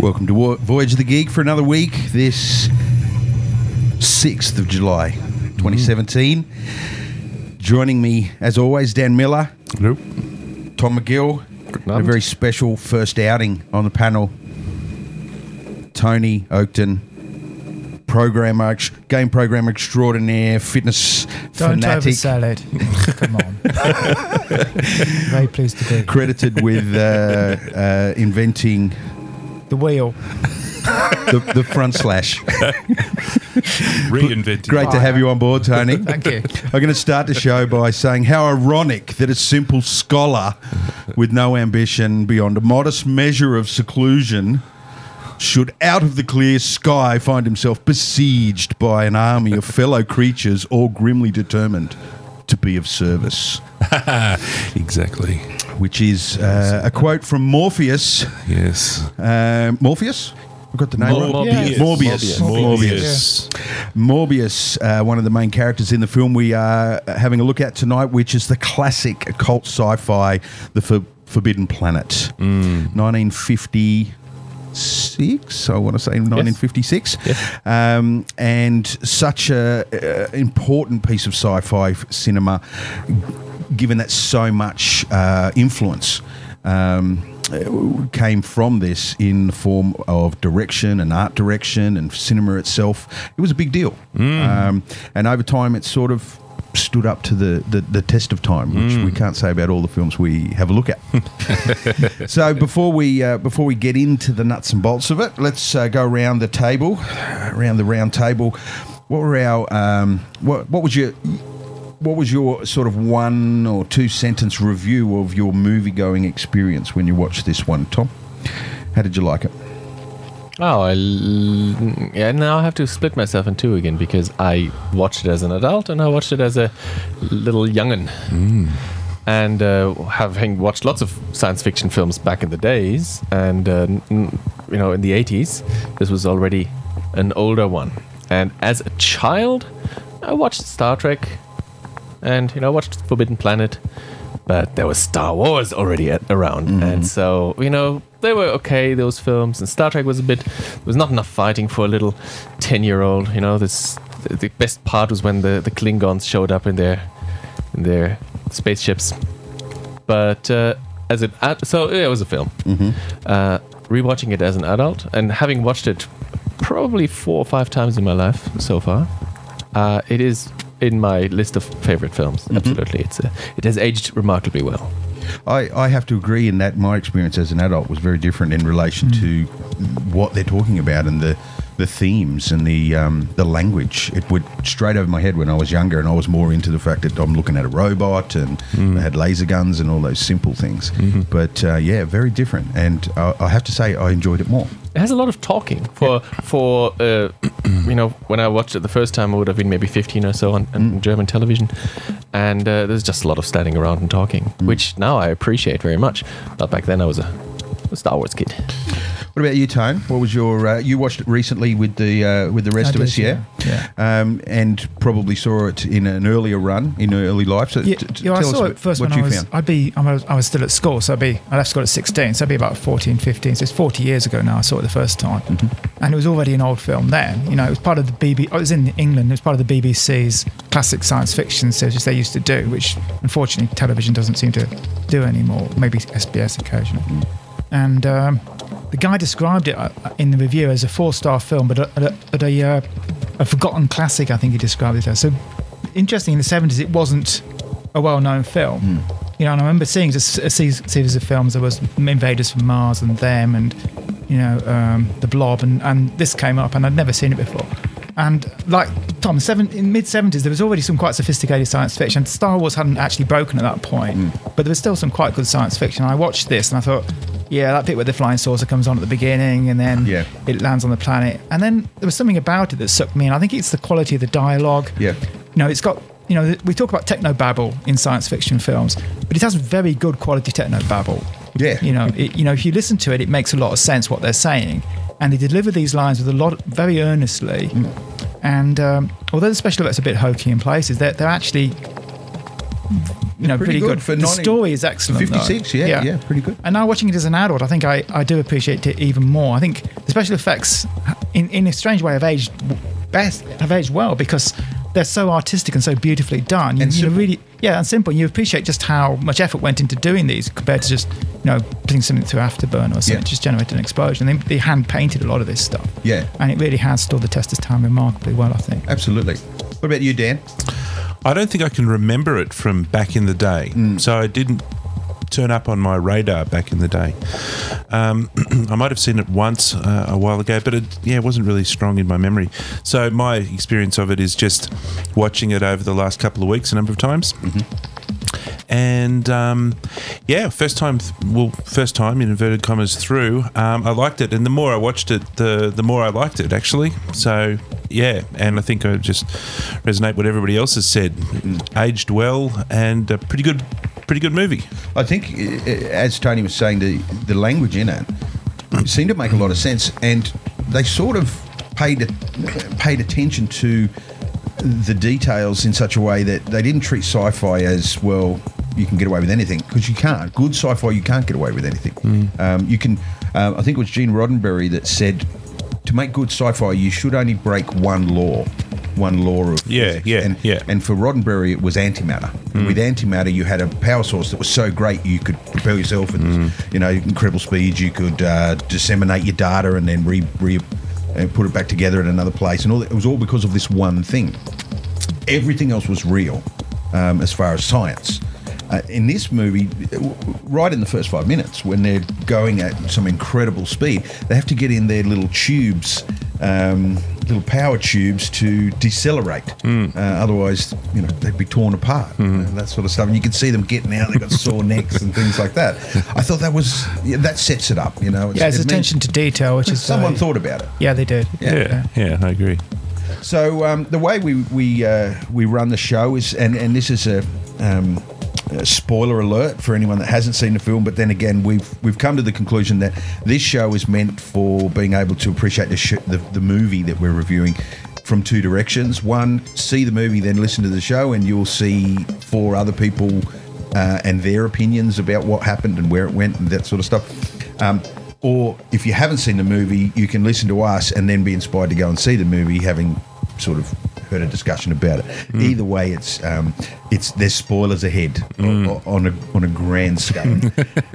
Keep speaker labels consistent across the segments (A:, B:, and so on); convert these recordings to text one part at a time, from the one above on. A: Welcome to Wo- Voyage of the Geek for another week. This 6th of July 2017. Joining me, as always, Dan Miller,
B: Nope.
A: Tom McGill, and a
B: night.
A: very special first outing on the panel. Tony Oakton, programmer, ex- game programmer extraordinaire, fitness
C: Don't
A: fanatic,
C: oversell it. Come on. Very pleased to be.
A: credited with uh, uh, inventing
C: The wheel.
A: the, the front slash.
B: Reinvented.
A: Great to have you on board, Tony.
C: Thank you.
A: I'm going to start the show by saying how ironic that a simple scholar with no ambition beyond a modest measure of seclusion should out of the clear sky find himself besieged by an army of fellow creatures all grimly determined to be of service.
B: Exactly.
A: Which is uh, a quote from Morpheus.
B: Yes.
A: Uh, Morpheus? I've got the name right.
C: Morbius.
A: Morbius.
B: Morbius.
A: Morbius, uh, one of the main characters in the film we are having a look at tonight, which is the classic occult sci fi, The For- Forbidden Planet. 1956, I want to say 1956. Um, and such a uh, important piece of sci fi cinema, given that so much uh, influence. Um, came from this in the form of direction and art direction and cinema itself. It was a big deal. Um, and over time, it sort of stood up to the, the, the test of time, which we can't say about all the films we have a look at. so before we uh, before we get into the nuts and bolts of it, let's uh, go around the table, around the round table. What were our um, what what was your what was your sort of one or two sentence review of your movie going experience when you watched this one, Tom? How did you like it?
D: Oh, I l- yeah. Now I have to split myself in two again because I watched it as an adult and I watched it as a little young'un. And uh, having watched lots of science fiction films back in the days, and uh, n- n- you know, in the '80s, this was already an older one. And as a child, I watched Star Trek, and you know, I watched Forbidden Planet, but there was Star Wars already at, around, and so you know they were okay those films. And Star Trek was a bit there was not enough fighting for a little ten year old. You know, this the- the best part was when the the Klingons showed up in their in their spaceships. But uh, as an ad- so yeah, it was a film. Uh, rewatching it as an adult and having watched it probably four or five times in my life so far, uh, it is in my list of favorite films. Absolutely, it's a, it has aged remarkably well.
A: I, I have to agree in that my experience as an adult was very different in relation to what they're talking about and the, the themes and the um, the language. It went straight over my head when I was younger, and I was more into the fact that I'm looking at a robot and they had laser guns and all those simple things. But uh, yeah, very different, and I, I have to say I enjoyed it more.
D: It has a lot of talking for for uh, you know when I watched it the first time I would have been maybe 15 or so on, on German television, and uh, there's just a lot of standing around and talking, which now I appreciate very much. But back then I was a, a Star Wars kid.
A: What about you, Tone? What was your? Uh, you watched it recently with the uh, with the rest
C: I
A: of
C: did,
A: us, yeah,
C: yeah.
A: Um, and probably saw it in an earlier run in early life. So
C: Yeah,
A: t- t-
C: yeah I
A: tell
C: saw
A: us
C: it first
A: what
C: when
A: you
C: I was,
A: found.
C: I'd be, I was, I was still at school, so I'd be, I left school at 16, so I'd be about 14, 15, so it's 40 years ago now I saw it the first time.
A: Mm-hmm.
C: And it was already an old film then, you know, it was part of the BBC, oh, it was in England, it was part of the BBC's classic science fiction series they used to do, which unfortunately television doesn't seem to do anymore, maybe SBS occasionally. And um, the guy described it uh, in the review as a four-star film, but a, a, but a, uh, a forgotten classic, I think he described it as. So interesting in the 70s it wasn't a well-known film You know, and I remember seeing just a se- series of films. There was Invaders from Mars and them, and you know, um, the Blob, and, and this came up, and I'd never seen it before. And like Tom, seven, in mid seventies, there was already some quite sophisticated science fiction. Star Wars hadn't actually broken at that point,
A: Mm.
C: but there was still some quite good science fiction. I watched this, and I thought, yeah, that bit where the flying saucer comes on at the beginning, and then
A: Yeah.
C: it lands on the planet, and then there was something about it that sucked me in. I think it's the quality of the dialogue
A: Yeah.
C: you know, it's got, you know, we talk about techno babble in science fiction films, but it has very good quality techno babble.
A: Yeah.
C: You know, it, you know, if you listen to it, it makes a lot of sense what they're saying, and they deliver these lines with a lot, very earnestly. And um, although the special effects are a bit hokey in places, they're, they're actually, you know,
A: Pretty
C: pretty,
A: good
C: good.
A: for
C: the
A: 19
C: story is excellent. though.
A: 56, yeah, yeah, pretty good.
C: And now watching it as an adult, I think I, I do appreciate it even more. I think the special effects, in, in a strange way, have aged w- best, have aged well because they're so artistic and so beautifully done. You,
A: And
C: you
A: simple.
C: really, yeah, and simple. You appreciate just how much effort went into doing these compared to just you know putting something through afterburn or something
A: Yeah.
C: just generating an explosion. They, they hand painted a lot of this stuff.
A: Yeah.
C: and it really has stood the test of time remarkably well. I think.
A: Absolutely. What about you, Dan?
B: I don't think I can remember it from back in the day. So I didn't turn up on my radar back in the day. Um, I might have seen it once uh, a while ago, but it, yeah, it wasn't really strong in my memory. So my experience of it is just watching it over the last couple of weeks a number of times. And um, yeah, first time, th- well, first time in inverted commas through, um, I liked it, and the more I watched it, the the more I liked it actually. So yeah, and I think I just resonate what everybody else has said. Aged well, and a pretty good, pretty good movie.
A: I think, uh, as Tony was saying, the, the language in it seemed to make a lot of sense, and they sort of paid paid attention to the details in such a way that they didn't treat sci-fi as well. You can get away with anything because you can't. Good sci-fi, you can't get away with anything.
B: Hmm.
A: Um, you can. Um, I think it was Gene Roddenberry that said, to make good sci-fi, you should only break one law, one law of
B: Yeah,
A: physics."
B: yeah,
A: and,
B: yeah.
A: and for Roddenberry, it was antimatter. And with antimatter, you had a power source that was so great you could propel yourself at you know incredible speeds. You could uh, disseminate your data and then re, re and put it back together at another place. And all that, it was all because of this one thing. Everything else was real um, as far as science. Uh, in this movie, w- right in the first five minutes, when they're going at some incredible speed, they have to get in their little tubes, um, little power tubes to decelerate. Uh, otherwise, you know, they'd be torn apart and that sort of stuff. And you can see them getting out; they've got sore necks and things like that. I thought that was yeah, that sets it up. You know,
C: Yeah, it's
A: it means-
C: attention to detail, which is
A: Someone
C: uh,
A: thought about it.
C: Yeah, they did.
B: Yeah, yeah, I agree.
A: So um, the way we we uh, we run the show is, and and this is a. Um, a spoiler alert for anyone that hasn't seen the film but then again we've we've come to the conclusion that this show is meant for being able to appreciate the, sh- the the movie that we're reviewing from two directions one see the movie then listen to the show and you'll see four other people uh, and their opinions about what happened and where it went and that sort of stuff um, or if you haven't seen the movie, you can listen to us and then be inspired to go and see the movie, having sort of heard a discussion about it. Either way, it's um, it's there's spoilers ahead o- o- on a on a grand scale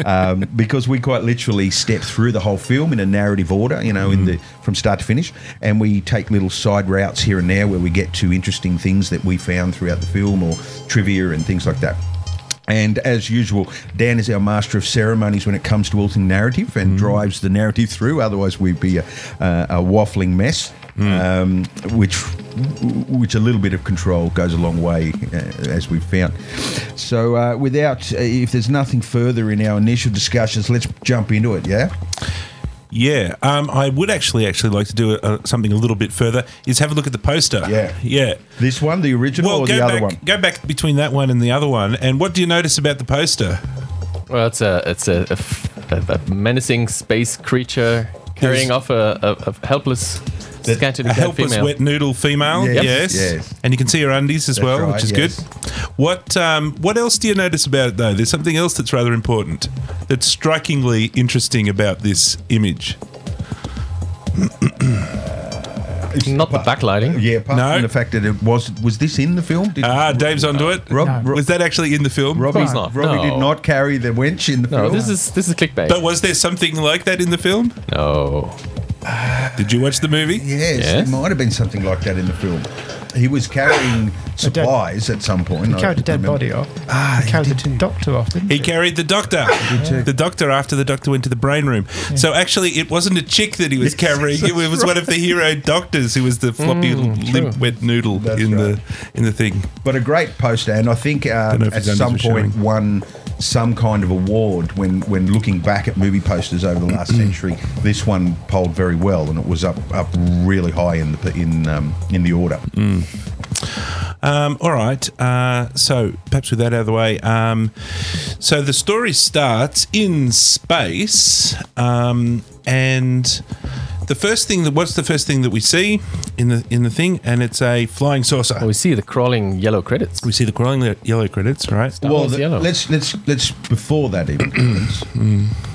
A: um, because we quite literally step through the whole film in a narrative order, you know, in the from start to finish, and we take little side routes here and there where we get to interesting things that we found throughout the film or trivia and things like that. And as usual, Dan is our master of ceremonies when it comes to all things narrative and
B: Mm.
A: drives the narrative through. Otherwise, we'd be a, a, a waffling mess,
B: Mm.
A: um, which which a little bit of control goes a long way, uh, as we've found. So, uh, without if there's nothing further in our initial discussions, let's jump into it. Yeah,
B: Yeah, um, I would actually actually like to do a, something a little bit further. Is have a look at the poster.
A: Yeah.
B: yeah.
A: this one, the original,
B: Well,
A: or
B: go
A: the
B: back,
A: other one?
B: go back between that one and the other one, and what do you notice about the poster?
D: Well, it's a it's a, a f- a- a menacing space creature carrying off a, a, a helpless, scantily
B: a
D: clad
B: helpless
D: female.
B: wet noodle female.
A: Yes,
B: Yes.
A: yes.
B: And you can see her undies as
A: That's
B: well,
A: right,
B: which is
A: yes.
B: good. What um, What else do you notice about it though? There's something else that's rather important. That's strikingly interesting about this image.
D: Not the backlighting.
A: Yeah, apart
B: No.
A: from the fact that it was was this in the film? Did,
B: Ah, Dave's onto it.
A: Rob,
C: No.
A: Rob-
B: Was that actually in the film?
A: Robbie,
D: course not,
A: Robbie did
D: no.
A: not carry the wench in the
D: No,
A: film.
D: this is this is clickbait.
B: But was there something like that in the film?
D: no.
B: Did you watch the movie?
A: Yes,
D: Yes.
A: there might have been something like that in the film. He was carrying supplies at some point.
C: He
A: I
C: carried a dead
A: remember.
C: body off.
A: Ah,
C: he
A: he
C: carried
A: did
C: the
A: too.
C: doctor off, didn't
B: He
C: he?
B: carried the doctor. The doctor after the doctor went to the brain room. So actually, it wasn't a chick that he was carrying. It was one of the hero doctors who was the floppy, limp, wet noodle
A: That's
B: in
A: right.
B: the in the thing.
A: But a great poster, and I think um,
B: know if
A: at
B: his owners
A: some
B: were
A: point
B: showing.
A: won some kind of award when, when looking back at movie posters over the
B: Mm-hmm.
A: last century. This one polled very well, and it was up up really high in the in um, in the order.
B: Mm. Um, all right. Uh, so perhaps with that out of the way. Um, so the story starts in space, um, and the first thing that what's the first thing that we see in the in the thing, and it's a flying saucer.
D: Oh, we see the crawling yellow credits.
B: Oh, We see the crawling yellow credits, right?
D: That
A: well,
D: one's
A: the-
D: yellow.
A: let's let's let's before that even happens,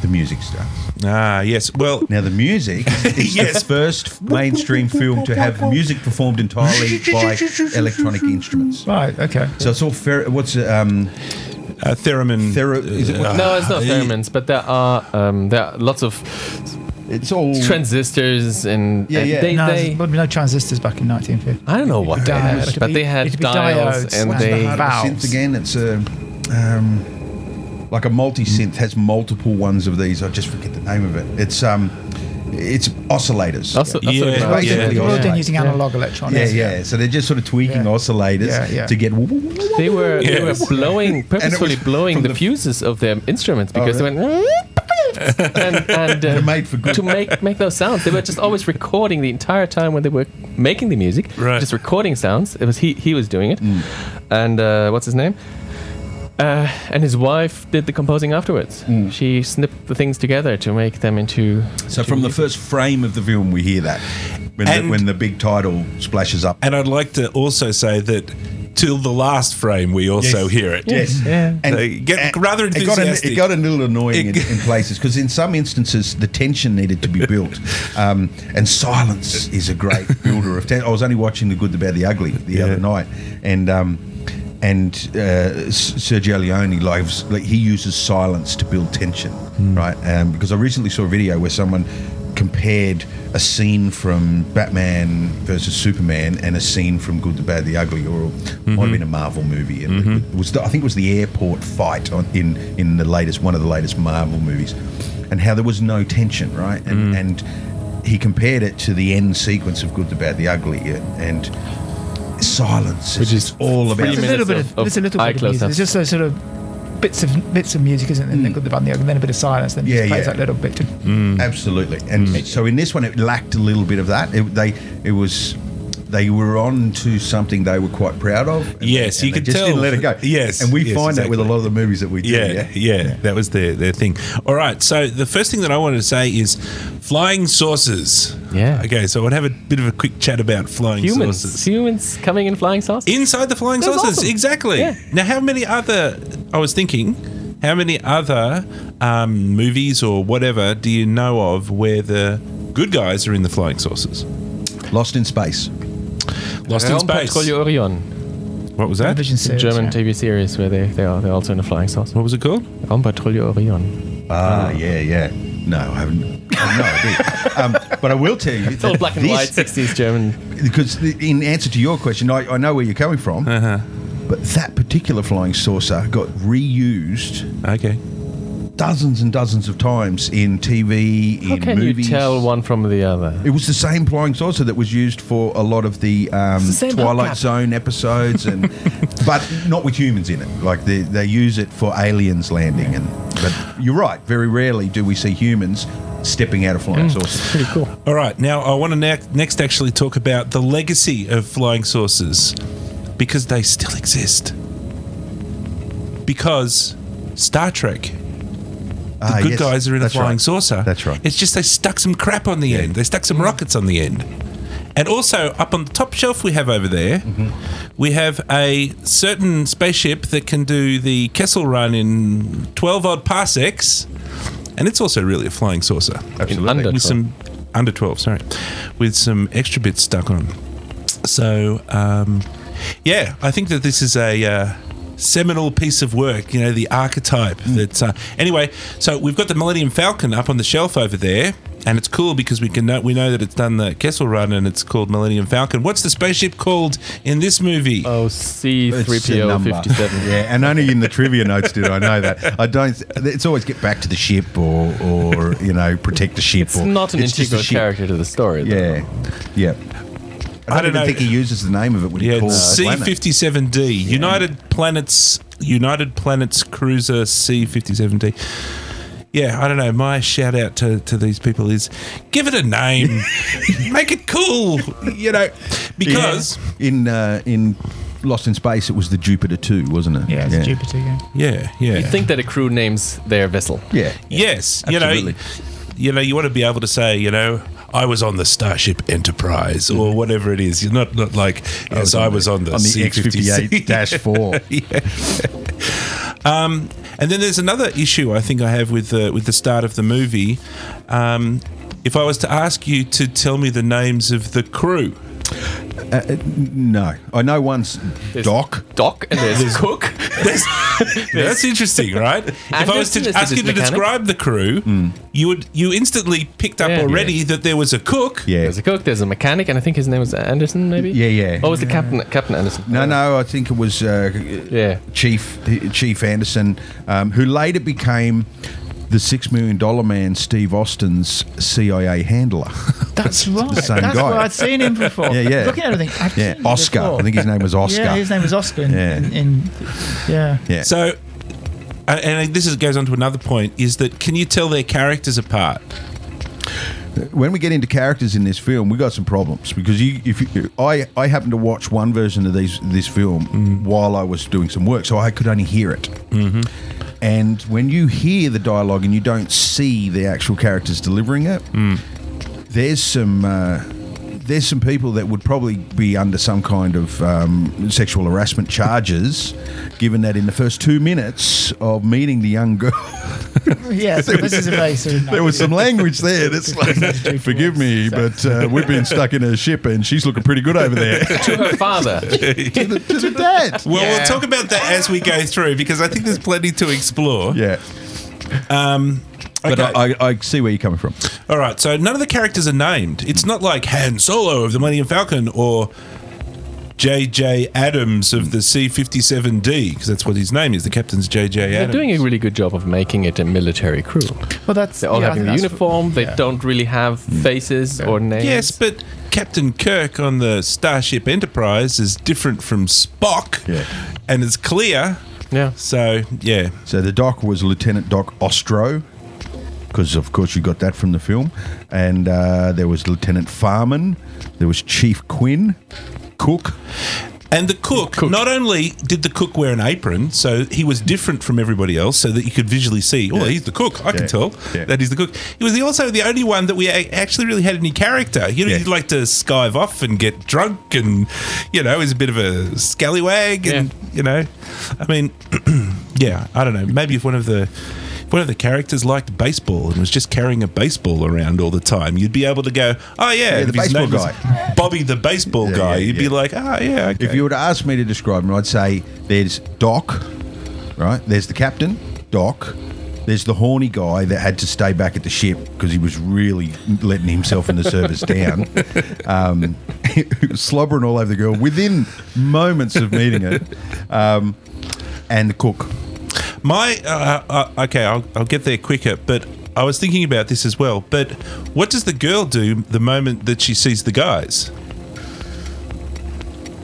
A: the music starts.
B: Ah, yes. Well,
A: Now the music is
B: Yes.
A: the first mainstream film to have music performed entirely by electronic instruments.
C: Right, okay.
A: So it's all fair. What's um,
B: uh, theremin. Ah.
A: thera- is it,
D: no, it's not theremins, but there are um, there are lots of
A: it's all
D: transistors and,
A: Yeah,
D: and
A: yeah.
D: they,
C: no,
D: they
C: there would be no transistors back in 1950.
D: I don't know what they
C: Dials.
D: had,
C: It'd
D: but
C: be-
D: they had
C: it'd be
D: dials
C: diodes.
D: and
C: Wow.
D: they
C: Wow.
A: synth
C: Vowels.
A: again. It's a um, like a multi synth has multiple ones of these. I just forget the name of it. It's um, it's oscillators.
D: That's, that's
B: Yeah.
D: what it
B: Yeah.
C: Well,
D: was.
A: Yeah.
C: they're-
A: Yeah.
C: well, they're using
D: Yeah.
C: analog
A: yeah,
C: electronics.
A: yeah, So they're just sort of tweaking
C: Yeah.
A: oscillators
C: Yeah, yeah.
A: to get.
D: They were they were
B: Yes.
D: blowing purposefully
A: was
D: blowing
A: from
D: the,
A: the-
D: fuses of their instruments because they went and, and uh,
A: made for good.
D: to make make those sounds. They were just always recording the entire time when they were making the music,
B: Right.
D: just recording sounds. It was he he was doing it, and uh, what's his name? Uh, and his wife did the composing afterwards. She snipped the things together to make them into.
A: So from the first frame of the film, we hear that when, the,
B: And-
A: when the big title splashes up.
B: And I'd like to also say that till the last frame, we also hear it.
A: Yes.
D: Yeah.
A: And
B: They get
A: and
B: rather
A: it got, a,
B: enthusiastic.
A: it got a little annoying in,
B: It-
A: in places because in some instances the tension needed to be built, um, and silence is a great builder of tension. I was only watching The Good, the Bad, the Ugly the
B: Yeah.
A: other night, and. Um, and uh, S- Sergio Leone, lives, like he uses silence to build tension,
B: Hmm.
A: right? Um, because I recently saw a video where someone compared a scene from Batman versus Superman and a scene from Good, the Bad, the Ugly, or might have
D: Mm-hmm.
A: been a Marvel movie. And it was the, I think it was the airport fight on, in in the latest one of the latest Marvel movies, and how there was no tension, right?
D: Mm.
A: And and he compared it to the end sequence of Good, the Bad, the Ugly, and. and Silence,
D: Which is
A: it's all about
D: three
C: It's a
D: minutes
C: little bit
D: of-
C: of,
D: of
C: it's a little
D: eye
C: bit of music.
D: close-ups.
C: It's just those sort of bits of bits of music, isn't it? And then got the band, the other, and then a bit of silence, then it
A: Hmm. Yeah,
C: just plays
A: yeah.
C: that little bit. To,
A: Absolutely, and so in this one, it lacked a little bit of that. It, they, it was, they were on to something they were quite proud of. and-
B: Yes,
A: and
B: you
A: they
B: could
A: just
B: tell.
A: Didn't let it go.
B: Yes,
A: and we
B: yes,
A: find that with a
B: exactly.
A: lot of the movies that we do.
B: Yeah, yeah, that was their, their thing. All right, so the first thing that I wanted to say is flying saucers.
D: Yeah.
B: Okay, so I would have a bit of a quick chat about flying
D: Humans,
B: saucers.
D: humans coming in flying saucers.
B: Inside the flying
D: That's
B: saucers,
D: awesome.
B: exactly.
D: Yeah.
B: Now, how many other, I was thinking, how many other um, movies or whatever do you know of where the good guys are in the flying saucers?
A: Lost in Space.
B: Lost in Space.
D: Patrouille Orion.
B: What was that?
C: television series,
D: German
C: yeah.
D: TV series where they, they are they're also in a flying saucer.
B: What was it called?
D: Raumpatrouille Orion.
A: Ah, yeah, yeah. No, I haven't. Oh, I have no idea. um, but I will tell you,
D: It's all black and white, 60s German.
A: because the- in answer to your question, I, I know where you're coming from. But that particular flying saucer got reused
B: Okay.
A: dozens and dozens of times in TV,
D: How
A: in
D: can
A: movies.
D: you tell one from the other?
A: It was the same flying saucer that was used for a lot of the, um,
D: It's the same
A: Twilight
D: hubcap.
A: Zone episodes, and but not with humans in it. Like they, they use it for aliens landing, and but you're right. Very rarely do we see humans stepping out of flying
B: Mm.
A: saucers.
D: Pretty cool.
B: All right, now I want to ne- next actually talk about the legacy of flying saucers because they still exist. Because Star Trek, the
A: Ah,
B: good
A: yes,
B: guys are in a
A: that's
B: flying
A: right.
B: saucer.
A: That's right.
B: It's just they stuck some crap on the end, they stuck some rockets on the end. And also, up on the top shelf we have over there,
A: Mm-hmm.
B: we have a certain spaceship that can do the Kessel run in 12 odd parsecs, and it's also really a flying saucer
A: Absolutely.
D: under-
B: with some under 12 sorry with some extra bits stuck on so um, yeah i think that this is a uh, seminal piece of work you know the archetype that's uh, anyway so we've got the millennium falcon up on the shelf over there and it's cool because we can know, we know that it's done the Kessel Run and it's called Millennium Falcon. What's the spaceship called in this movie?
D: Oh,
A: It's a
D: C3PO
A: number.
D: 57.
A: Yeah, and only in the trivia notes did I know that. I don't. It's always get back to the ship or, or you know, protect the ship.
D: It's
A: or,
D: not an
A: just a
D: integral
A: ship.
D: character to the story. though.
A: Yeah, yeah. I don't,
B: I don't
A: even
B: know.
A: think he uses the name of it when
B: Yeah,
A: he
B: it's
A: calls it.
B: C fifty seven D. United Planets United Planets Cruiser C fifty seven D. Yeah, I don't know. My shout out to, to these people is give it a name. Make it cool. You know. Because
A: in uh, in Lost in Space, it was the Jupiter Two, wasn't it?
C: Yeah, it's Jupiter. Yeah.
B: Yeah, yeah.
D: You think that a crew names their vessel.
A: Yeah,
B: Yes, you
A: Absolutely.
B: know, you know, you want to be able to say, you know, I was on the Starship Enterprise or whatever it is. You're not not like yes, I was on the,
A: on the X fifty eight dash four.
B: Um, and then there's another issue I think I have with the with the start of the movie. Um, if I was to ask you to tell me the names of the crew,
A: No, I know one's
D: There's
A: Doc.
D: Doc and there's Cook.
B: that's, that's interesting, right? if I was
D: Anderson is
B: to
D: the
B: ask you to
D: mechanic. Hmm.
B: describe the crew, you would you instantly picked up
D: Yeah.
B: already that there was a cook.
A: Yeah,
D: There's a cook, there's a mechanic, and I think his name was Anderson, maybe?
A: Yeah, yeah.
D: Oh, it was the captain, Captain Anderson.
A: no, no. I think it was uh,
D: uh, Yeah.
A: Chief Chief Anderson, um, who later became the Six Million Dollar Man, Steve Austin's CIA handler.
C: That's right.
A: same
C: That's
A: guy.
C: where I'd seen him before.
A: Yeah, yeah.
C: Looking at everything. I've
A: yeah,
C: seen him
A: Oscar.
C: before.
A: I think his name was Oscar.
C: Yeah, his name was Oscar. In,
A: Yeah.
C: In, in, yeah.
A: Yeah.
B: So, uh, and this is, goes on to another point: is that can you tell their characters apart?
A: when we get into characters in this film, we got some problems because you, if you, I, I happened to watch one version of these this film
C: Mm.
A: while I was doing some work, so I could only hear it. Mm-hmm. And when you hear the dialogue and you don't see the actual characters delivering it,
C: Mm.
A: there's some. Uh, there's some people that would probably be under some kind of um, sexual harassment charges, given that in the first two minutes of meeting the young girl,
C: Oh, Yeah, so this is a very sort of
A: there was some language there that's like, forgive me, but uh, we've been stuck in a ship and she's looking pretty good over there.
D: To her father.
A: to, the, to the dad.
B: Well,
D: Yeah.
B: we'll talk about that as we go through because I think there's plenty to explore.
A: Yeah.
B: Um,
A: But
D: uh,
B: okay.
A: I, I, I see where you're coming from.
B: All right. So none of the characters are named. It's not like Han Solo of the Millennium Falcon or J.J. Adams of the C-57D because that's what his name is. The captain's J.J.
D: They're
B: Adams.
D: doing a really good job of making it a military crew.
C: Well, that's
D: They're all
C: yeah, I
D: having
C: think that's-
D: the uniform, they don't really have
A: Mm.
D: faces or names.
B: yes, but Captain Kirk on the Starship Enterprise is different from Spock,
A: Yeah.
B: and it's clear.
D: Yeah.
B: So yeah,
A: So the doc was Lieutenant Doc Ostro, because of course you got that from the film. And uh, there was Lieutenant Farman, there was Chief Quinn, Cook.
B: And the cook, not only did the cook wear an apron, so he was different from everybody else, so that you could visually see, oh,
A: Yeah.
B: he's the cook. I
A: Yeah.
B: can tell
A: Yeah.
B: that he's the cook. He was the- also the only one that we a- actually really had any character. You know,
A: Yeah.
B: he'd like to skive off and get drunk and, you know, he's a bit of a scallywag and, you know, I mean, yeah, I don't know. Maybe if one of the. if One of the characters liked baseball and was just carrying a baseball around all the time. You'd be able to go, "Oh yeah,
A: the
B: if his
A: baseball
B: name was
A: guy.
B: Bobby the baseball
A: Yeah,
B: guy."
A: yeah,
B: You'd be
A: yeah.
B: like, "Oh yeah." Okay.
A: If you were to ask me to describe him, I'd say there's Doc, right? There's the captain, Doc. There's the horny guy that had to stay back at the ship because he was really letting himself and the service down, um, slobbering all over the girl within moments of meeting her, um, and the cook.
B: My uh, uh, okay, I'll, I'll get there quicker, but I was thinking about this as well. But what does the girl do the moment that she sees the guys?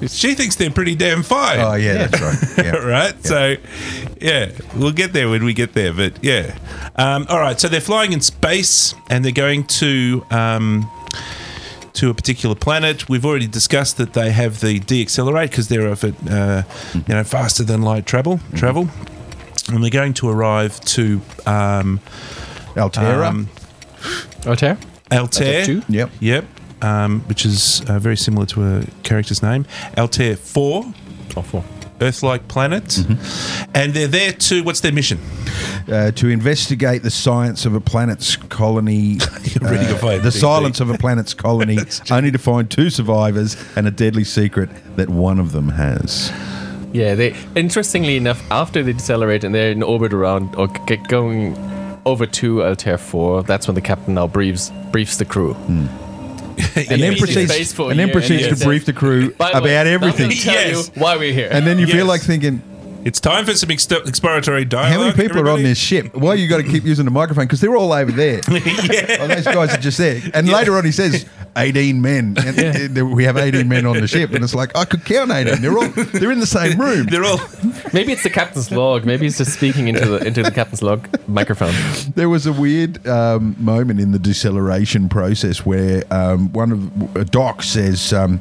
B: She thinks they're pretty damn fine.
A: Oh yeah, that's right. Yeah.
B: right? So, yeah, we'll get there when we get there. But yeah, um, all right. So they're flying in space and they're going to um, to a particular planet. We've already discussed that they have the deaccelerate because they're of it, uh, you know, faster than light travel.
A: Mm-hmm.
B: Travel, and they're going to arrive to um,
A: Altera.
B: um,
D: Okay.
B: Altair.
D: That's a two?
A: Yep.
B: Yep. Um, which is uh, very similar to a character's name, Altair Four.
D: Or four.
B: Earth-like planet,
A: Mm-hmm.
B: and they're there to what's their mission?
A: uh, to investigate the science of a planet's colony, uh,
B: Really good vibe,
A: the
B: Big
A: silence of a planet's colony, only to find two survivors and a deadly secret that one of them has.
D: Yeah, they interestingly enough, after they decelerate and they're in orbit around or g- g- going over to Altair 4, that's when the captain now briefs briefs the crew.
A: Mm. and then
D: He's in
A: proceeds,
D: space for a
A: and then
D: year, and
A: proceeds
D: he
A: to
D: says,
A: brief the crew
D: By the
A: about
D: way, I'm gonna
A: everything.
D: tell
B: Yes.
D: you why we're here.
A: And then you feel
B: Yes.
A: like thinking,
B: It's time for some ex- exploratory dialogue.
A: how many people are on
B: everybody.
A: this ship? Why you got to keep using the microphone? Because they're all over there. Well, those guys are just there. And later on, he says, 18 men. And uh, we have 18 men on the ship. And it's like, I could count 18. They're all, they're in the same room.
B: They're all.
D: Maybe it's the captain's log. Maybe he's just speaking into the into the captain's log microphone.
A: There was a weird um, moment in the deceleration process where um, one of a doc says, um,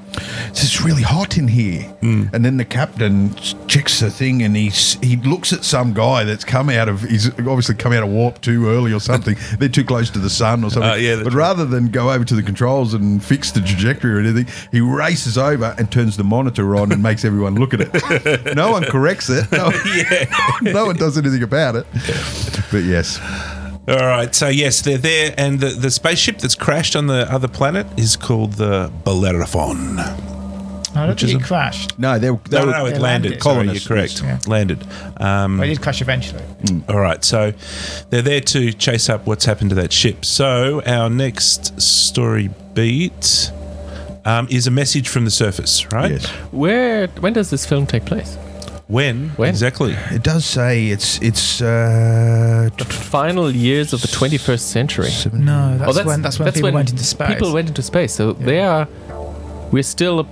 A: "It's just really hot in here,"
B: Mm.
A: and then the captain checks the thing and he he looks at some guy that's come out of he's obviously come out of warp too early or something. They're too close to the sun or something.
B: Oh, yeah, that's
A: but rather than go over to the controls and fix the trajectory or anything, he races over and turns the monitor on and makes everyone look at it. no one corrects it. No, no one does anything about it. But yes.
B: All right. So yes, they're there, and the, the spaceship that's crashed on the other planet is called the Bellerophon.
C: I don't
B: Which
C: think
B: is
C: it
B: a-
C: crashed.
A: No, they were. They
B: No,
A: were
B: no, no, it
C: They
B: landed.
C: landed.
B: Sorry, you're
A: Colonists,
B: correct.
C: yeah.
B: Landed. Um,
C: Well, it did crash eventually.
B: All right, so they're there to chase up what's happened to that ship. So our next story beat um, is a message from the surface, right?
A: Yes.
D: Where when does this film take place?
B: When,
D: When?
B: exactly?
A: It does say it's it's uh,
D: The final years of the 21st century.
A: Hmm.
C: No, that's,
D: Oh,
C: when that's when people went into space.
D: People went into space. So they are we're still a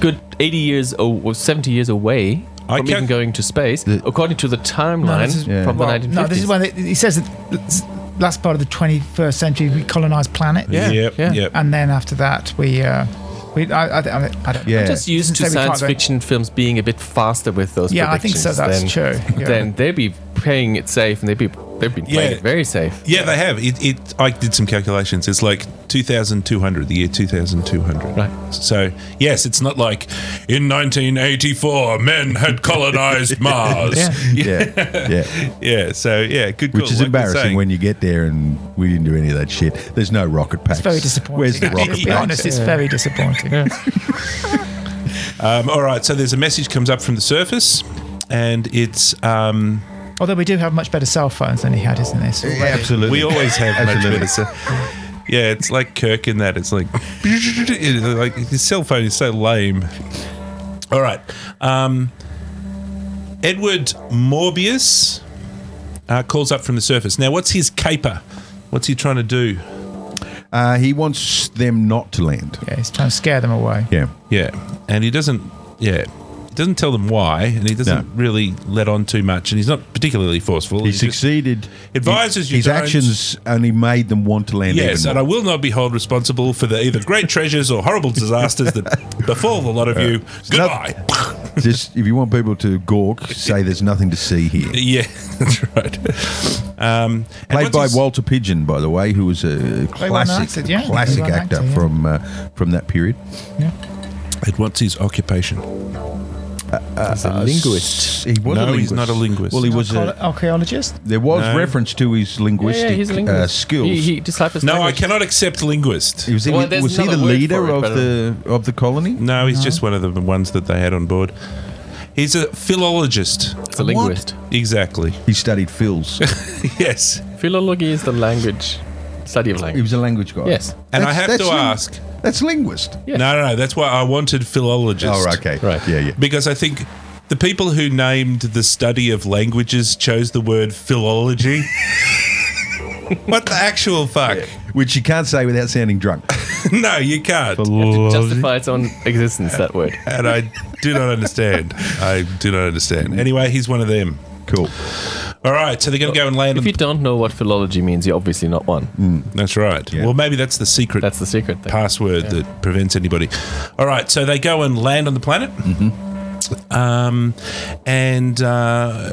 D: good 80 years or or 70 years away
B: I
D: from
B: can't-
D: even going to space
A: The-
D: according to the
C: no,
D: timeline
C: this is,
A: Yeah.
D: from
C: well,
D: the 1950s.
C: Oh, no, this is when they, he says that this last part of the 21st century we colonized planet.
D: Yeah,
B: Yep.
D: yeah.
B: Yep.
C: And then after that we, uh, we I, I, I, I don't know.
A: yeah.
D: I'm just used to
C: Say we can't
D: science
C: go-
D: fiction films being a bit faster with those
C: Yeah, I think so.
D: predictions
C: That's
D: than-
C: true. Yeah.
D: Then they'd be playing it safe and they'd be they've been playing
B: Yeah.
D: it very safe.
B: yeah, they have. It, it. I did some calculations. It's like 2,200, the year 2,200.
D: Right.
B: So, yes, it's not like in 1984, men had colonized Mars.
C: Yeah.
A: yeah, yeah,
B: Yeah, so, yeah, good
A: which
B: call,
A: is
B: like you're
A: embarrassing
B: saying.
A: when you get there and we didn't do any of that shit. There's no rocket packs.
C: It's very disappointing.
A: Where's the
C: actually,
A: rocket
C: to be
A: packs?
C: honest, it's very disappointing.
B: Um, all right, so there's a message comes up from the surface, and it's. Um,
C: Although we do have much better cell phones than he had, isn't this?
A: Yeah, absolutely.
B: We always have much
A: Absolutely.
B: better. se- Yeah, it's like Kirk in that. It's like, like his cell phone is so lame. All right, um, Edward Morbius uh, calls up from the surface. Now, what's his caper? What's he trying to do?
A: Uh, he wants them not to land.
C: Yeah, he's trying to scare them away.
A: Yeah,
B: Yeah, and he doesn't. Yeah, he doesn't tell them why, and he doesn't
A: No.
B: really let on too much, and he's not particularly forceful.
A: he
B: He's just-
A: succeeded.
B: Advises you
A: His
B: don't-
A: actions only made them want to land.
B: Yes,
A: even more.
B: and I will not be held responsible for the either great treasures or horrible disasters that befall the lot of you. Goodbye.
A: just if you want people to gawk, say there's nothing to see here.
B: yeah, that's right. Um, and
A: Played
B: once
A: by
B: he's-
A: Walter Pigeon, by the way, who was a classic,
C: acted, yeah.
A: classic
C: Very well
A: actor
C: acted, yeah.
A: from uh, from that period.
C: Yeah.
B: And what's his occupation?
D: He's a linguist.
A: Uh, He was
B: No,
A: a
B: he's not a linguist.
A: Well, he was a,
C: archaeologist.
A: There was
B: No.
A: reference to his
D: Yeah, yeah,
A: linguistic
D: he's a
A: Uh,
D: linguist.
A: skills.
D: He,
A: He,
D: he deciphers
B: No, I
D: language.
B: cannot accept linguist.
A: was he,
D: Well, there's
A: was he the
D: another word for
A: leader
D: it,
A: of
D: but, uh,
A: the of the colony?
B: No, he's just one of the ones that they had on board. He's a philologist.
D: It's a linguist.
B: Exactly.
A: He studied Phil's.
B: Yes.
D: Philology is the language study of
A: he
D: language.
A: was a language guy.
D: Yes.
B: And I
A: That's-
B: have
A: that's
B: to
A: ling-
B: ask.
A: That's linguist.
D: Yes.
B: No, no, no. That's why I wanted philologist.
A: Oh, okay.
D: Right.
A: Yeah, yeah.
B: Because I think the people who named the study of languages chose the word philology. what the actual fuck?
A: Which you can't say without sounding drunk.
B: No, you can't.
D: Justify its own existence, that word.
B: and I do not understand. I do not understand. Anyway, he's one of them.
A: cool.
B: All right, so they're going to go and land on
D: If you don't know what philology means, you're obviously not one.
B: That's right.
A: Yeah.
B: Well, maybe that's the secret
D: That's the secret thing.
B: password that prevents anybody. All right, so they go and land on the planet.
D: Mm-hmm.
B: Um, and uh,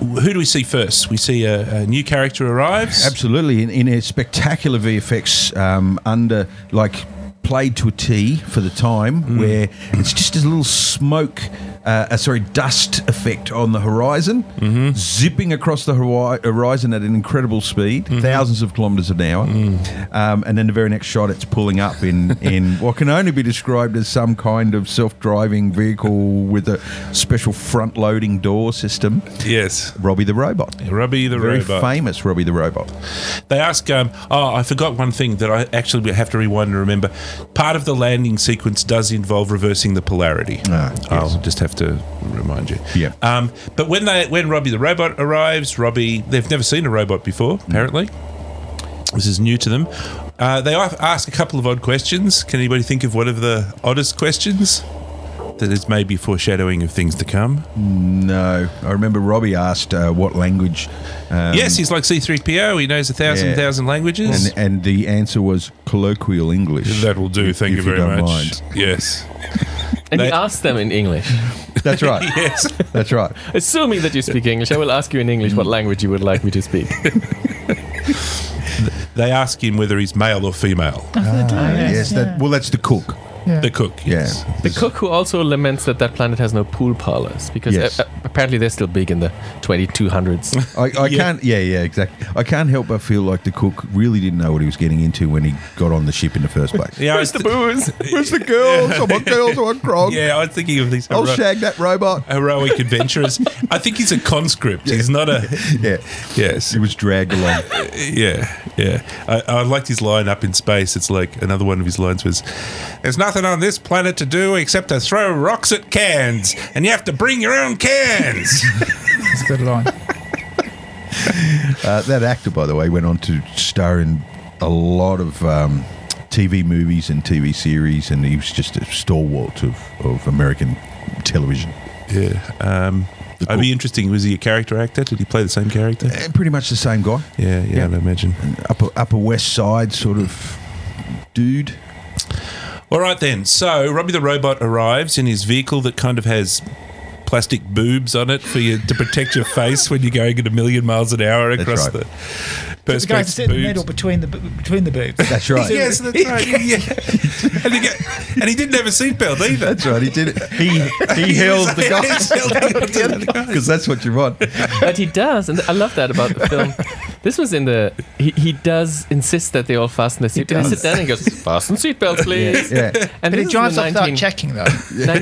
B: who do we see first? We see a, a new character arrives.
A: Absolutely. In, in a spectacular VFX um, under,
B: Hmm.
A: like, played to a T for the time, where it's just a little smoke uh, uh, sorry, dust effect on the horizon,
B: Mm-hmm.
A: zipping across the hori- horizon at an incredible speed,
B: Mm-hmm.
A: thousands of kilometres an hour.
B: Mm.
A: Um, and then the very next shot, it's pulling up in, in what can only be described as some kind of self driving vehicle with a special front loading door system.
B: Yes.
A: Robbie the Robot.
B: Robbie the
A: Very
B: robot.
A: famous Robbie the Robot.
B: They ask, um, oh, I forgot one thing that I actually have to rewind and remember. Part of the landing sequence does involve reversing the polarity.
A: Ah, yes.
B: I'll just have to remind you.
A: Yeah.
B: Um, but when they when Robbie the robot arrives, Robbie they've never seen a robot before.
A: Mm.
B: Apparently, this is new to them. Uh, they af- ask a couple of odd questions. Can anybody think of one of the oddest questions? That is maybe foreshadowing of things to come.
A: Um, No, I remember Robbie asked uh, what language. Um,
B: yes, he's like C3PO. He knows a thousand,
A: Yeah.
B: thousand languages.
A: And, and the answer was colloquial English.
B: That will do.
A: If-
B: Thank
A: if
B: you very
A: don't mind.
B: much. Yes.
D: And
B: They-
D: you ask them in English.
A: That's right.
B: Yes.
A: That's right.
D: Assuming that you speak English, I will ask you in English what language you would like me to speak.
B: they ask him whether he's male or female.
A: Ah, yes. That, well, that's the cook.
C: yeah.
B: The cook. Yes.
A: Yeah.
D: The cook who also laments that that planet has no pool parlors because
A: Yes.
D: a- a- apparently they're still big in the 2200s.
A: I, I can't. Yeah, yeah, exactly. I can't help but feel like the cook really didn't know what he was getting into when he got on the ship in the first place.
B: Yeah. I was
D: Where's the booze?
A: Where's the girls? I want girls. I want grog.
B: yeah, I was thinking of these
A: I'll
B: hero-
A: shag that robot.
B: heroic adventurers. I think he's a conscript. He's not a.
A: Yeah.
B: Yes.
A: He was dragged along.
B: Yeah. Yeah. I, I liked his line up in space. It's like another one of his lines was There's nothing on this planet to do except to throw rocks at cans, and you have to bring your own cans.
C: It's a good line.
A: Uh, that actor, by the way, went on to star in a lot of um, TV movies and TV series, and he was just a stalwart of, of American television.
B: yeah. Um, I'd be interesting. Was he a character actor? Did he play the same character?
A: And Eh, pretty much the same guy,
B: Yeah, yeah, I'd imagine.
A: upper Upper West Side sort of dude.
B: All right then. So Robbie the robot arrives in his vehicle that kind of has plastic boobs on it for you to protect your face when you're going at a million miles an hour across
A: right.
B: the
C: But the guy's
B: perspex
C: sitting in the middle
B: boobs.
C: between the bo- between the boobs.
A: That's right.
B: Yes, that's right. Yeah. And, he get, and he didn't have a seatbelt either.
A: That's right. He did it. He he held the guy
B: guy.
A: because that's what you want.
D: but he does, and I love that about the film. This was in the. He, he does insist that they all fasten their seatbelts.
C: does.
D: He, sits down and goes, "Fasten seatbelts, please."
A: Yeah,
C: But
D: And this
C: it
D: is
C: drives
D: in
C: off
D: the
C: without
D: 19,
C: checking though.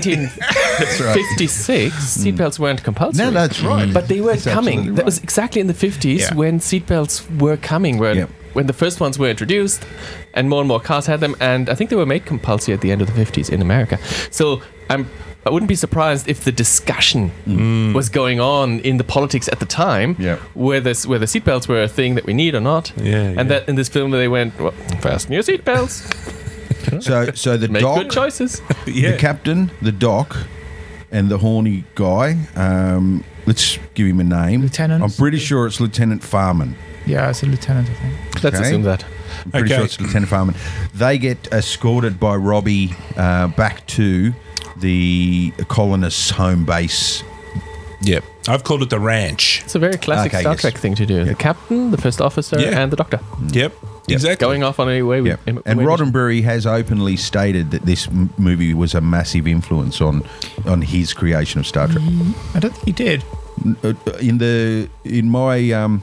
D: 1956.
A: right. Hmm.
D: Seatbelts weren't compulsory.
A: No, that's right.
D: But they were
A: That's
D: coming.
A: absolutely
D: That was exactly in the 50s
C: Yeah.
D: when seatbelts were coming, when,
A: Yeah.
D: when the first ones were introduced and more and more cars had them. And I think they were made compulsory at the end of the 50s in America. So I'm. I wouldn't be surprised if the discussion was going on in the politics at the time,
A: Mm. Yeah.
D: whether s- whether seatbelts were a thing that we need or not,
B: Yeah,
D: and
B: yeah.
D: that in this film they went well, fasten your seatbelts,
A: So so the
D: make
A: doc,
D: good choices.
A: the captain, the doc, and the horny guy. Um, let's give him a name.
C: Lieutenant?
A: I'm pretty sure it's Lieutenant Farman.
C: Yeah, it's a lieutenant, I think.
D: Let's
A: Okay.
D: assume that.
A: I'm pretty
B: Okay.
A: sure it's Lieutenant Farman. They get escorted by Robbie uh, back to the colonists' home base.
B: Yep. I've called it the ranch.
D: It's a very classic
A: Okay,
D: Star
A: yes.
D: Trek thing to do. The captain, the first officer,
B: Yeah.
D: and the doctor
B: Mm. Yep. Exactly.
D: going off on a way.
A: Yeah,
D: in-
A: and
D: way-
A: Roddenberry has openly stated that this m- movie was a massive influence on on his creation of Star Trek.
C: I don't think he did.
A: Uh, In the in my um,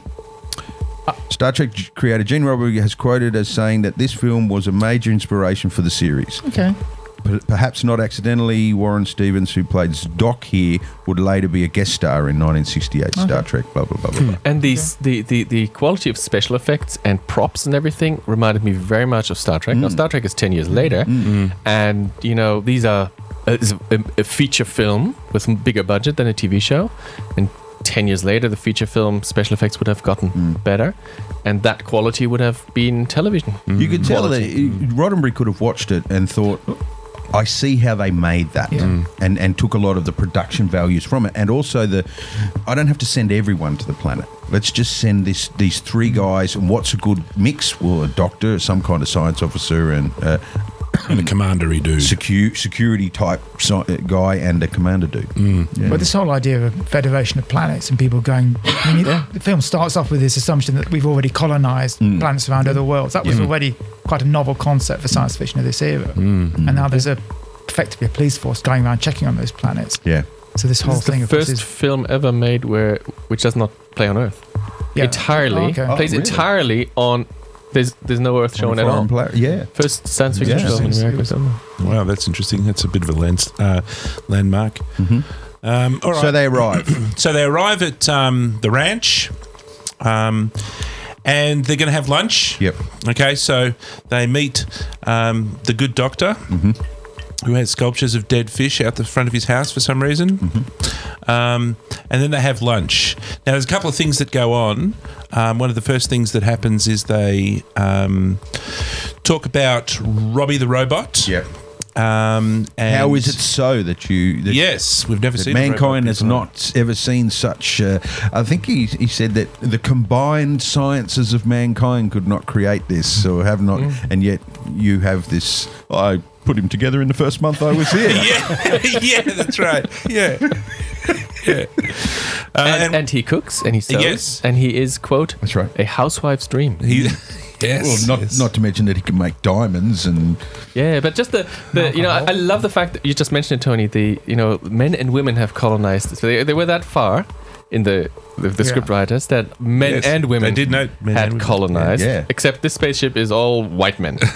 A: Star Trek g- creator Gene Roddenberry has quoted as saying that this film was a major inspiration for the series.
C: Okay.
A: Per- Perhaps not accidentally, Warren Stevens, who played Doc here, would later be a guest star in 1968 Star Trek. Blah blah blah blah. blah.
D: And these, the, the, the quality of special effects and props and everything reminded me very much of Star Trek. Now,
A: Mm.
D: Star Trek is 10 years later. And, you know, these are uh, is a, a feature film with a bigger budget than a TV show. And 10 years later, the feature film special effects would have gotten
A: Mm.
D: better. And that quality would have been television.
A: You could tell that
D: Quality.
A: it- Roddenberry could have watched it and thought, I see how they made that,
C: Yeah. Mm.
A: and and took a lot of the production values from it, and also the, I don't have to send everyone to the planet. Let's just send this these three guys. And what's a good mix? Well, a doctor, some kind of science officer, and uh,
B: And the commandery dude.
A: secu- security type sci- uh, guy, and a commander dude. Yeah.
C: But this whole idea of a federation of planets and people going, I mean, the film starts off with this assumption that we've already colonized
A: Mm.
C: planets around other worlds. That was already quite a novel concept for science
A: Mm.
C: fiction of this era. And now there's a effectively a police force going around checking on those planets.
A: yeah.
C: to this whole
D: This is
C: thing
D: the
C: of this is-
D: first film ever made where which does not play on Earth
C: yeah.
D: entirely.
C: Okay.
A: Oh,
D: plays
A: really?
D: entirely on. There's there's no Earth shown
A: On a
D: at all.
A: foreign pla- yeah.
D: First science fiction
A: Yeah.
D: film in America. so-
B: Wow, that's interesting. That's a bit of a lands, uh, landmark. Um, all right.
A: So they arrive.
B: So they arrive at um, the ranch, um, and they're going to have lunch.
A: Yep.
B: Okay, so they meet um, the good doctor, who has sculptures of dead fish out the front of his house for some reason. Um, and then they have lunch. Now, there's a couple of things that go on. Um, one of the first things that happens is they um, talk about Robbie the robot.
A: yep.
B: Um, and
A: How is it so that you that
B: Yes, we've never
A: that
B: seen a robot
A: mankind has
B: before.
A: not ever seen such. Uh, I think he, he said that the combined sciences of mankind could not create this, or have not,
C: Mm.
A: and yet you have this. I put him together in the first month I was here.
B: yeah, yeah, that's right. Yeah, yeah. Uh,
D: and,
B: and,
D: and he cooks and he sews
B: Yes.
D: and he is quote
A: That's right.
D: a housewife's dream.
B: he, yes,
A: Well, not
B: yes.
A: not to mention that he can make diamonds and
D: Yeah, but just the, the you know I, I love the fact that you just mentioned it, Tony. The you know men and women have colonized. So they, they were that far in the the, the
C: Yeah.
D: script writers that men
B: Yes,
D: and women
B: they did note men
D: had
B: and women.
D: colonized.
A: Yeah.
D: Except this spaceship is all white men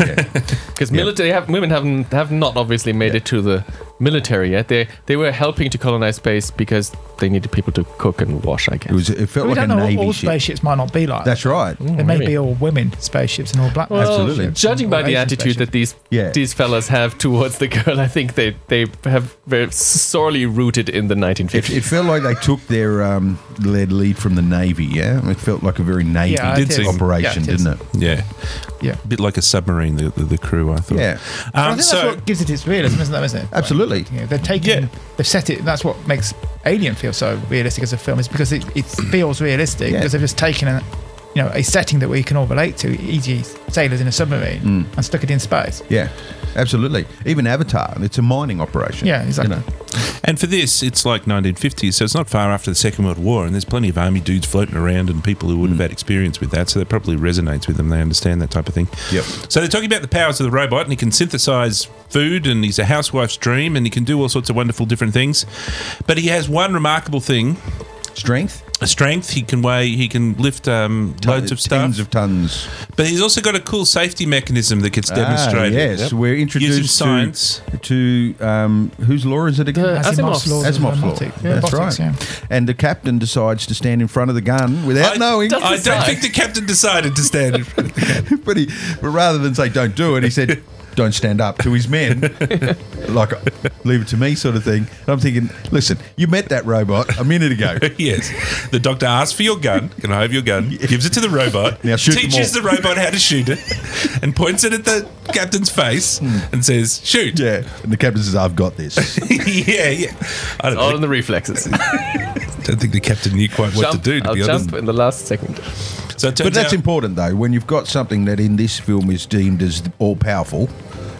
D: because military have, women haven't have not obviously made it to the military yet. They they were helping to colonize space because they needed people to cook and wash. I guess.
A: it was it felt
C: we
A: like a
C: don't know
A: navy
C: what all Mm.
A: ship.
C: spaceships might not be like.
A: That's Oh, right.
C: They may
D: maybe.
C: be all women spaceships and all black.
D: Well,
A: Absolutely.
D: Judging by the attitude that these
A: Yeah.
D: these fellas have towards the girl, I think they they have very sorely rooted in the 1950s.
A: It, it felt like they took their um, lead lead from the navy. Yeah, it felt like a very navy
C: Yeah,
B: did seem-
A: operation,
C: yeah, it
A: didn't it?
C: is.
B: yeah,
C: yeah.
B: a bit like a submarine. The, the, the crew, I thought.
A: Yeah.
C: I
B: Um,
C: think
B: so
C: that's what gives it its realism, isn't that? Isn't it?
A: Absolutely.
C: Yeah, they're taking,
B: Yeah.
C: they've set it. That's what makes Alien feel so realistic as a film is because it, it feels realistic
A: Yeah.
C: because they've just taken a, you know, a setting that we can all relate to, e.g., sailors in a submarine,
A: Mm.
C: and stuck it in space.
A: Yeah, absolutely. Even Avatar, it's a mining operation.
C: Yeah, exactly.
B: and for this, it's like 1950s, so it's not far after the Second World War, and there's plenty of army dudes floating around and people who would
A: Mm.
B: have had experience with that, so that probably resonates with them. They understand that type of thing.
A: Yep.
B: So they're talking about the powers of the robot, and he can synthesize food, and he's a housewife's dream, and he can do all sorts of wonderful different things. But he has one remarkable thing.
A: Strength,
B: a strength. He can weigh. He can lift um, loads of
A: tons
B: stuff.
A: of tons.
B: but he's also got a cool safety mechanism that gets
A: Ah,
B: demonstrated.
A: yes, we're introduced
B: Using
A: to
B: science.
A: to um, whose law is it again?
D: The- Asimov's
C: laws of
A: Asimov's law.
C: robotic-
A: That's
C: robotics,
A: right.
C: yeah.
A: And the captain decides to stand in front of the gun without
B: I,
A: knowing.
D: Doesn't
B: I don't
D: decide.
B: think the captain decided to stand. in front of the-
A: but he, but rather than say don't do it, he said. Don't stand up to his men, like leave it to me, sort of thing. And I'm thinking, listen, you met that robot a minute ago.
B: yes, the doctor asks for your gun. Can I have your gun? Gives it to the robot.
A: Now shoot them
B: teaches
A: all.
B: the robot how to shoot it, and points it at the captain's face and says, "Shoot."
A: Yeah, and the captain says, "I've got this."
B: yeah, yeah. I don't,
D: all in
B: think,
D: the reflexes.
B: don't think the captain knew quite what
D: jump,
B: to do. To
D: I'll
B: be honest,
D: jump in the last second.
B: so it turns
A: But that's
B: out,
A: important, though, when you've got something that in this film is deemed as all powerful,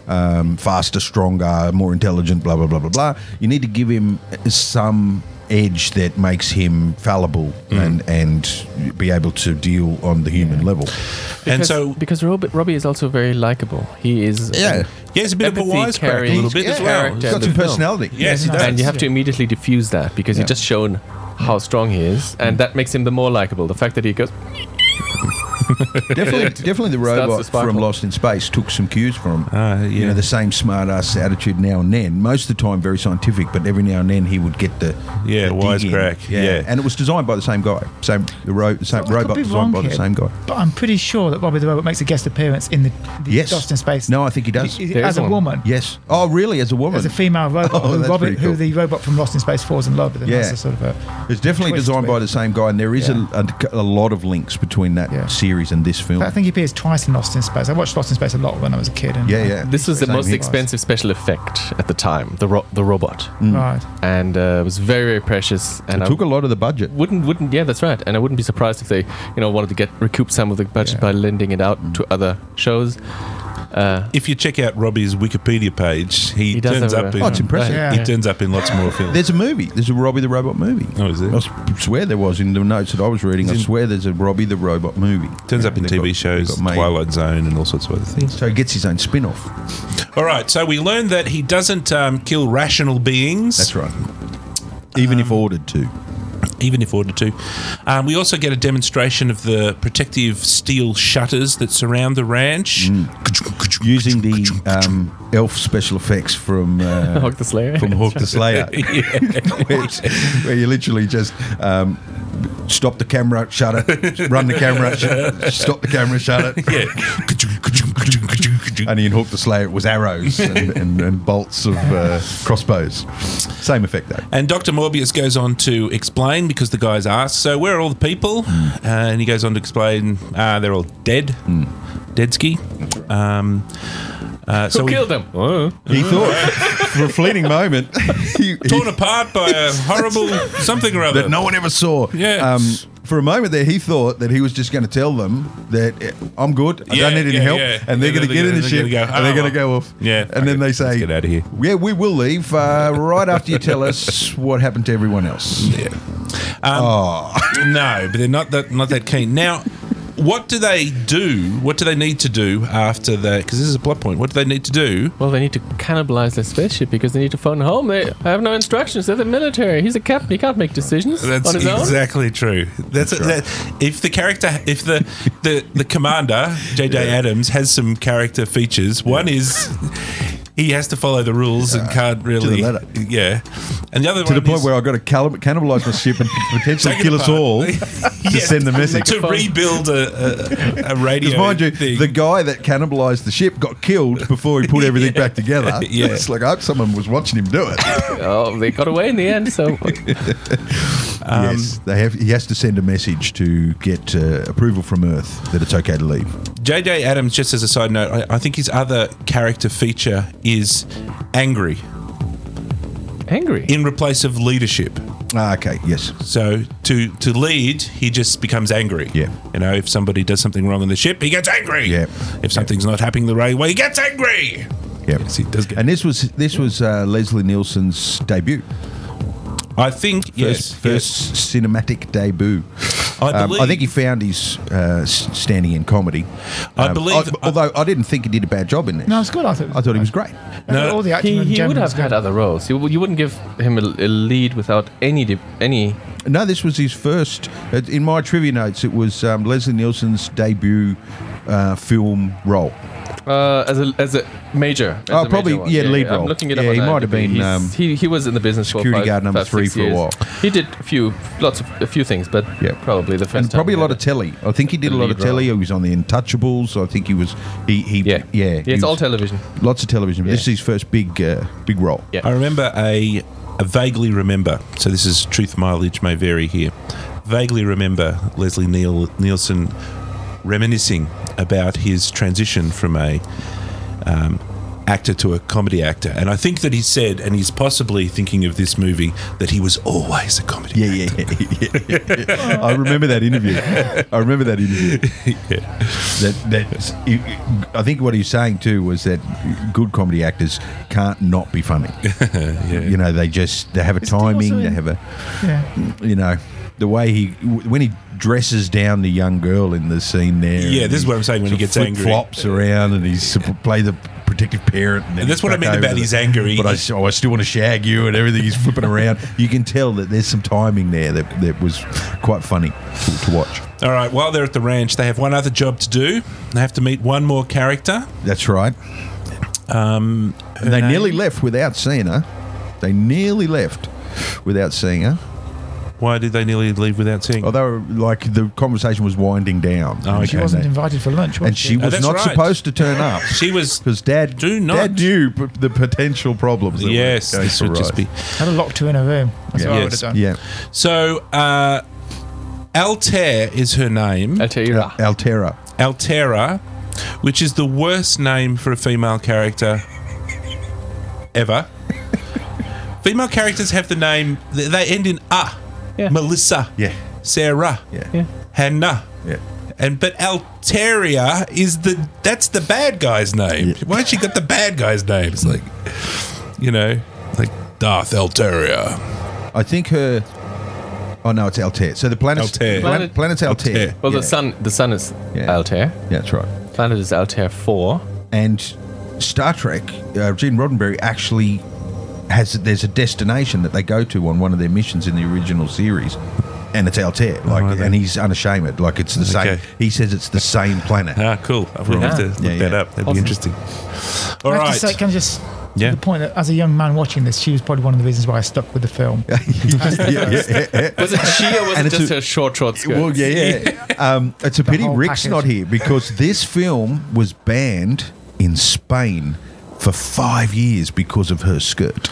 A: um, faster, stronger, more intelligent, blah, blah, blah, blah, blah. You need to give him some edge that makes him fallible
B: Mm.
A: and, and be able to deal on the human level.
B: and
D: Because-
B: so
D: because Rob, Robbie is also very likable. He is um,
A: Yeah.
B: yeah, he's a bit of a
D: Empathy
B: wisecrack a
D: carrying
B: little bit as well.
A: He's
D: character in
A: got
D: the
A: some
D: film.
A: personality.
B: Yes, he
C: Yeah,
B: does.
D: and uh, you have to immediately diffuse that because you've just shown how strong he is, and that makes him the more likable. The fact that he goes,
A: Definitely, definitely the
D: Starts to
A: robot
D: sparkle.
A: from Lost in Space took some cues from.
B: Ah, yeah.
A: You know, the same smart ass attitude now and then. Most of the time, very scientific, but every now and then he would get the
B: Yeah,
A: the dig in.
B: wisecrack, yeah.
A: and it was designed by the same guy. Same the, ro- the same
C: I could
A: robot
C: be
A: designed
C: wrong
A: by the
C: here.
A: same guy.
C: But I'm pretty sure that Bobby the Robot makes a guest appearance in the, the
A: Yes.
C: Lost in Space.
A: No, I think he does.
C: Is-
D: There
C: as
D: is
C: a
D: one.
C: woman.
A: Yes. Oh, really? As a woman,
C: As a female robot,
A: Oh,
C: who,
A: that's
C: Robert,
A: pretty cool.
C: who the robot from Lost in Space falls in love with, and
A: Yeah.
C: that's a sort of a.
A: it's definitely
C: twist
A: designed
C: to it.
A: by the same guy, and there is a, a, a lot of links between that
C: Yeah.
A: series and this film.
C: But I think he appears twice in Lost in Space. I watched Lost in Space a lot when I was a kid. And
A: Yeah, yeah.
D: "This was the
A: Same
D: most
A: here.
D: expensive special effect at the time, the ro- the robot,
A: Mm.
C: Right.
D: and uh, it was very very precious." And
A: it
D: I-
A: took a lot of the budget.
D: wouldn't wouldn't yeah that's right and i wouldn't be surprised if they you know wanted to get recoup some of the budget
C: Yeah.
D: by lending it out to other shows uh
B: If you check out Robbie's Wikipedia page, he,
D: He does
B: turns
D: have
B: up
D: a-
B: in.
A: Oh, it's impressive.
C: Yeah.
B: He turns up in lots more films.
A: There's a movie. There's a Robbie the Robot movie.
B: Oh, is there?
A: I s- swear there was in the notes that I was reading. I
B: in-
A: swear there's a Robbie the Robot movie.
B: Turns up in
A: They
B: TV
A: got-
B: shows,
A: they got made.
B: Twilight Zone, and all sorts of other things.
A: So he gets his own spin off.
B: All right, so we learned that he doesn't um, kill rational beings. Um,
A: That's right. even if ordered to.
B: even if ordered to. Um, we also get a demonstration of the protective steel shutters that surround the ranch. Mm.
A: Using the
B: uh,
A: um, elf special effects from uh,
D: Hawk the Slayer.
A: from Hawk the Slayer, where, where you literally just um, stop the camera, shut it, run the camera, shut, stop the camera, shut it.
B: Yeah.
A: Only in Hawk the Slayer, it was arrows and, and, and bolts of uh, crossbows. Same effect though.
B: And Dr. Morbius goes on to explain because the guys asked, So, where are all the people? Uh, and he goes on to explain, uh, They're all dead. Deadski. Um, uh, so
D: Who
B: we-
D: killed them? Oh.
A: He thought, for a fleeting moment, he, he-
B: Torn apart by a horrible something or other.
A: that no one ever saw. Um,
B: Yes.
A: for a moment there, he thought that he was just going to tell them that eh, I'm good, I
B: Yeah,
A: don't need any
B: yeah,
A: help,
B: yeah.
A: and they're
B: Yeah,
A: going to get
B: they're
A: in
B: gonna-
A: the
B: they're
A: ship
B: gonna go,
A: and they're
B: "Oh,
A: going to go off.
B: Yeah,
A: and then
B: okay,
A: they say,
B: let's get outta here.
A: Yeah, we will leave uh, right after you tell us what happened to everyone else.
B: Yeah. Um, No, but they're not that not that keen. Now, what do they do? What do they need to do after the? Because this is a plot point. What do they need to do?
D: Well, they need to cannibalize their spaceship because they need to phone home. They have no instructions. They're the military. He's a captain. He can't make decisions on his own.
B: exactly true. That's, that. If the character, if the the, the commander JJ Adams has some character features, one is. He has to follow Uh, the rules and can't really,
A: letter.
B: yeah. And the other
A: To the
B: one
A: point
B: is
A: where I've got to cal- cannibalise my ship and potentially
B: Take it
A: kill us
B: apart.
A: all to send the message.
B: to rebuild a, a, a radio.
A: Because mind you,
B: thing.
A: the guy that cannibalised the ship got killed before he put everything back together.
B: Yeah.
A: It's like I hope someone was watching him do it.
D: Oh, they got away in the end. So
A: yes,
B: Um,
A: they have. He has to send a message to get uh, approval from Earth that it's okay to leave.
B: JJ Adams, just as a side note, I, I think his other character feature is angry
D: angry.
B: in replace of leadership.
A: Ah, okay. Yes.
B: So to to lead, he just becomes angry.
A: Yeah.
B: You know, if somebody does something wrong on the ship, he gets angry.
A: Yeah.
B: If something's not happening the right way, he gets angry.
A: Yep.
B: Yes, he does get.
A: And this was this was uh, Leslie Nielsen's debut.
B: I think yes,
A: First, first cinematic debut.
B: I
A: Um,
B: believe-
A: I think he found his uh, s- standing in comedy. Um,
B: I believe-
A: although I didn't think he did a bad job in this.
C: No, it's good. I thought.
A: I thought he was great.
B: No,
C: all the acting
D: He,
C: in
D: he would
C: general
D: have
C: was
D: had
C: good.
D: other roles. You, you wouldn't give him a, a lead without any dip, any.
A: No, this was his first. uh, In my trivia notes, it was um, Leslie Nielsen's debut uh, film role.
D: Uh, as a as a major. as
A: Oh,
D: a major
A: probably,
D: one.
A: yeah, lead
D: I'm
A: role.
D: looking it up.
A: Yeah,
D: on
A: he might have
D: IMDb.
A: been,
D: He's-
A: um,
D: he, he was in the business for
A: security
D: five-
A: guard number
D: five,
A: three
D: six
A: for a
D: years.
A: while.
D: He did a few lots of a few things, but
A: Yeah.
D: probably the first.
A: And
D: time
A: probably a
D: he
A: lot
D: had
A: of telly. I think he did a lot of
D: Lead role.
A: telly. He was on The Untouchables. I think he was. He, he
D: Yeah,
A: yeah.
D: yeah.
A: he
D: It's all
A: was-
D: television.
A: Lots of television, but this is his first big, uh, big role.
D: Yeah.
B: I remember a, a vaguely remember. So this is truth mileage may vary here. Vaguely remember Leslie Neil, Nielsen reminiscing about his transition from a um, actor to a comedy actor, and I think that he said, and he's possibly thinking of this movie that he was always a comedy.
A: Yeah, yeah, yeah, yeah, yeah. I remember that interview. I remember that interview. That that it- I think what he was saying too was that good comedy actors can't not be funny. You know, they just they have a
C: he also
A: timing. They
C: in-
A: have a
C: Yeah.
A: you know the way he when he dresses down the young girl in the scene there.
B: Yeah, this is what I'm saying when he gets angry.
A: flops around and he's play the protective parent. And, then
B: And that's
A: he's
B: what I
A: back
B: mean
A: over
B: about
A: the-
B: his anger. He-
A: But I, s- oh, I still want to shag you and everything. He's flipping around. You can tell that there's some timing there that, that was quite funny to, to watch.
B: All right. While they're at the ranch, they have one other job to do. They have to meet one more character.
A: That's right.
B: Um,
A: And they nearly left without seeing her. They nearly left without seeing her.
B: Why did they nearly leave without seeing?
A: Although, like the conversation was winding down. And
B: Oh, okay.
C: She wasn't
A: they-
C: invited for lunch. Was
A: and she was
B: that's
A: not
B: right.
A: supposed to turn up.
B: She was
A: Because Dad,
B: Do not-
A: Dad knew p- the potential problems. That
B: Yes,
A: were going
B: this
A: to
B: would just
A: arise.
B: be.
C: had a locked her in her room. That's what I would
B: Yes.
C: have done.
A: yeah.
B: So, uh, Altair is her name.
D: I tell you,
A: Al- Altera.
B: Altera, which is the worst name for a female character ever. female characters have the name, they- they end in ah.
D: Yeah.
B: Melissa.
A: Yeah.
B: Sarah.
A: Yeah.
D: yeah.
B: Hannah.
A: Yeah.
B: And but Alteria is the that's the bad guy's name.
A: Yeah.
B: Why has she got the bad guy's name? It's like you know, like Darth Alteria.
A: I think her. Oh no, it's Altair. So the planet's
B: Altair.
A: Planet, planet's Altair.
B: Altair.
D: Well,
A: yeah.
D: the sun, the sun is
A: Yeah.
D: Altair.
A: Yeah, that's right.
D: Planet is Altair Four.
A: And Star Trek, uh, Gene Roddenberry actually has there's a destination that they go to on one of their missions in the original series. And it's Altair, like,
B: are they?
A: and he's unashamed. Like it's the same.
B: Okay.
A: He says it's the same planet.
B: Ah, cool. I will have to look
A: Yeah,
B: that
A: yeah.
B: up. That'd
C: Awesome.
B: be interesting. All
C: I have
B: right.
C: to say, can I just
B: Yeah.
C: the point that as a young man watching this, she was probably one of the reasons why I stuck with the film.
A: yeah, yeah, yeah, yeah.
D: Was it she or was
A: And
D: it
A: it's
D: just
A: a-
D: her short, short skirt?
A: Well, yeah, yeah. Um, it's a pity
C: whole
A: Rick's
C: package.
A: not here because this film was banned in Spain for five years because of her skirt.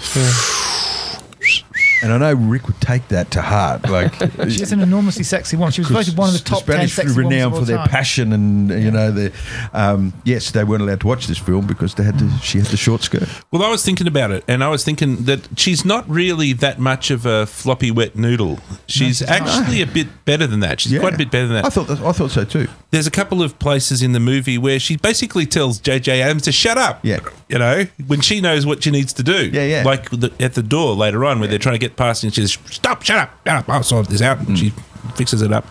A: And I know Rick would take that to heart. Like,
C: She's an enormously sexy woman. She was voted one of the top
A: Spanish
C: ten
A: were
C: sexy women
A: renowned for their passion, and you know, the um, yes, they weren't allowed to watch this film because they had to. She had the short skirt.
B: Well, I was thinking about it, and I was thinking that she's not really that much of a floppy wet noodle. She's actually a bit better than that. She's
A: Yeah.
B: quite a bit better than that.
A: I thought. That, I thought so too.
B: There's a couple of places in the movie where she basically tells JJ Adams to shut up.
A: Yeah.
B: You know, when she knows what she needs to do.
A: Yeah, yeah.
B: Like the, at the door later on where they're trying to get past and she's, stop, shut up, shut up, I'll sort this out. And she fixes it up.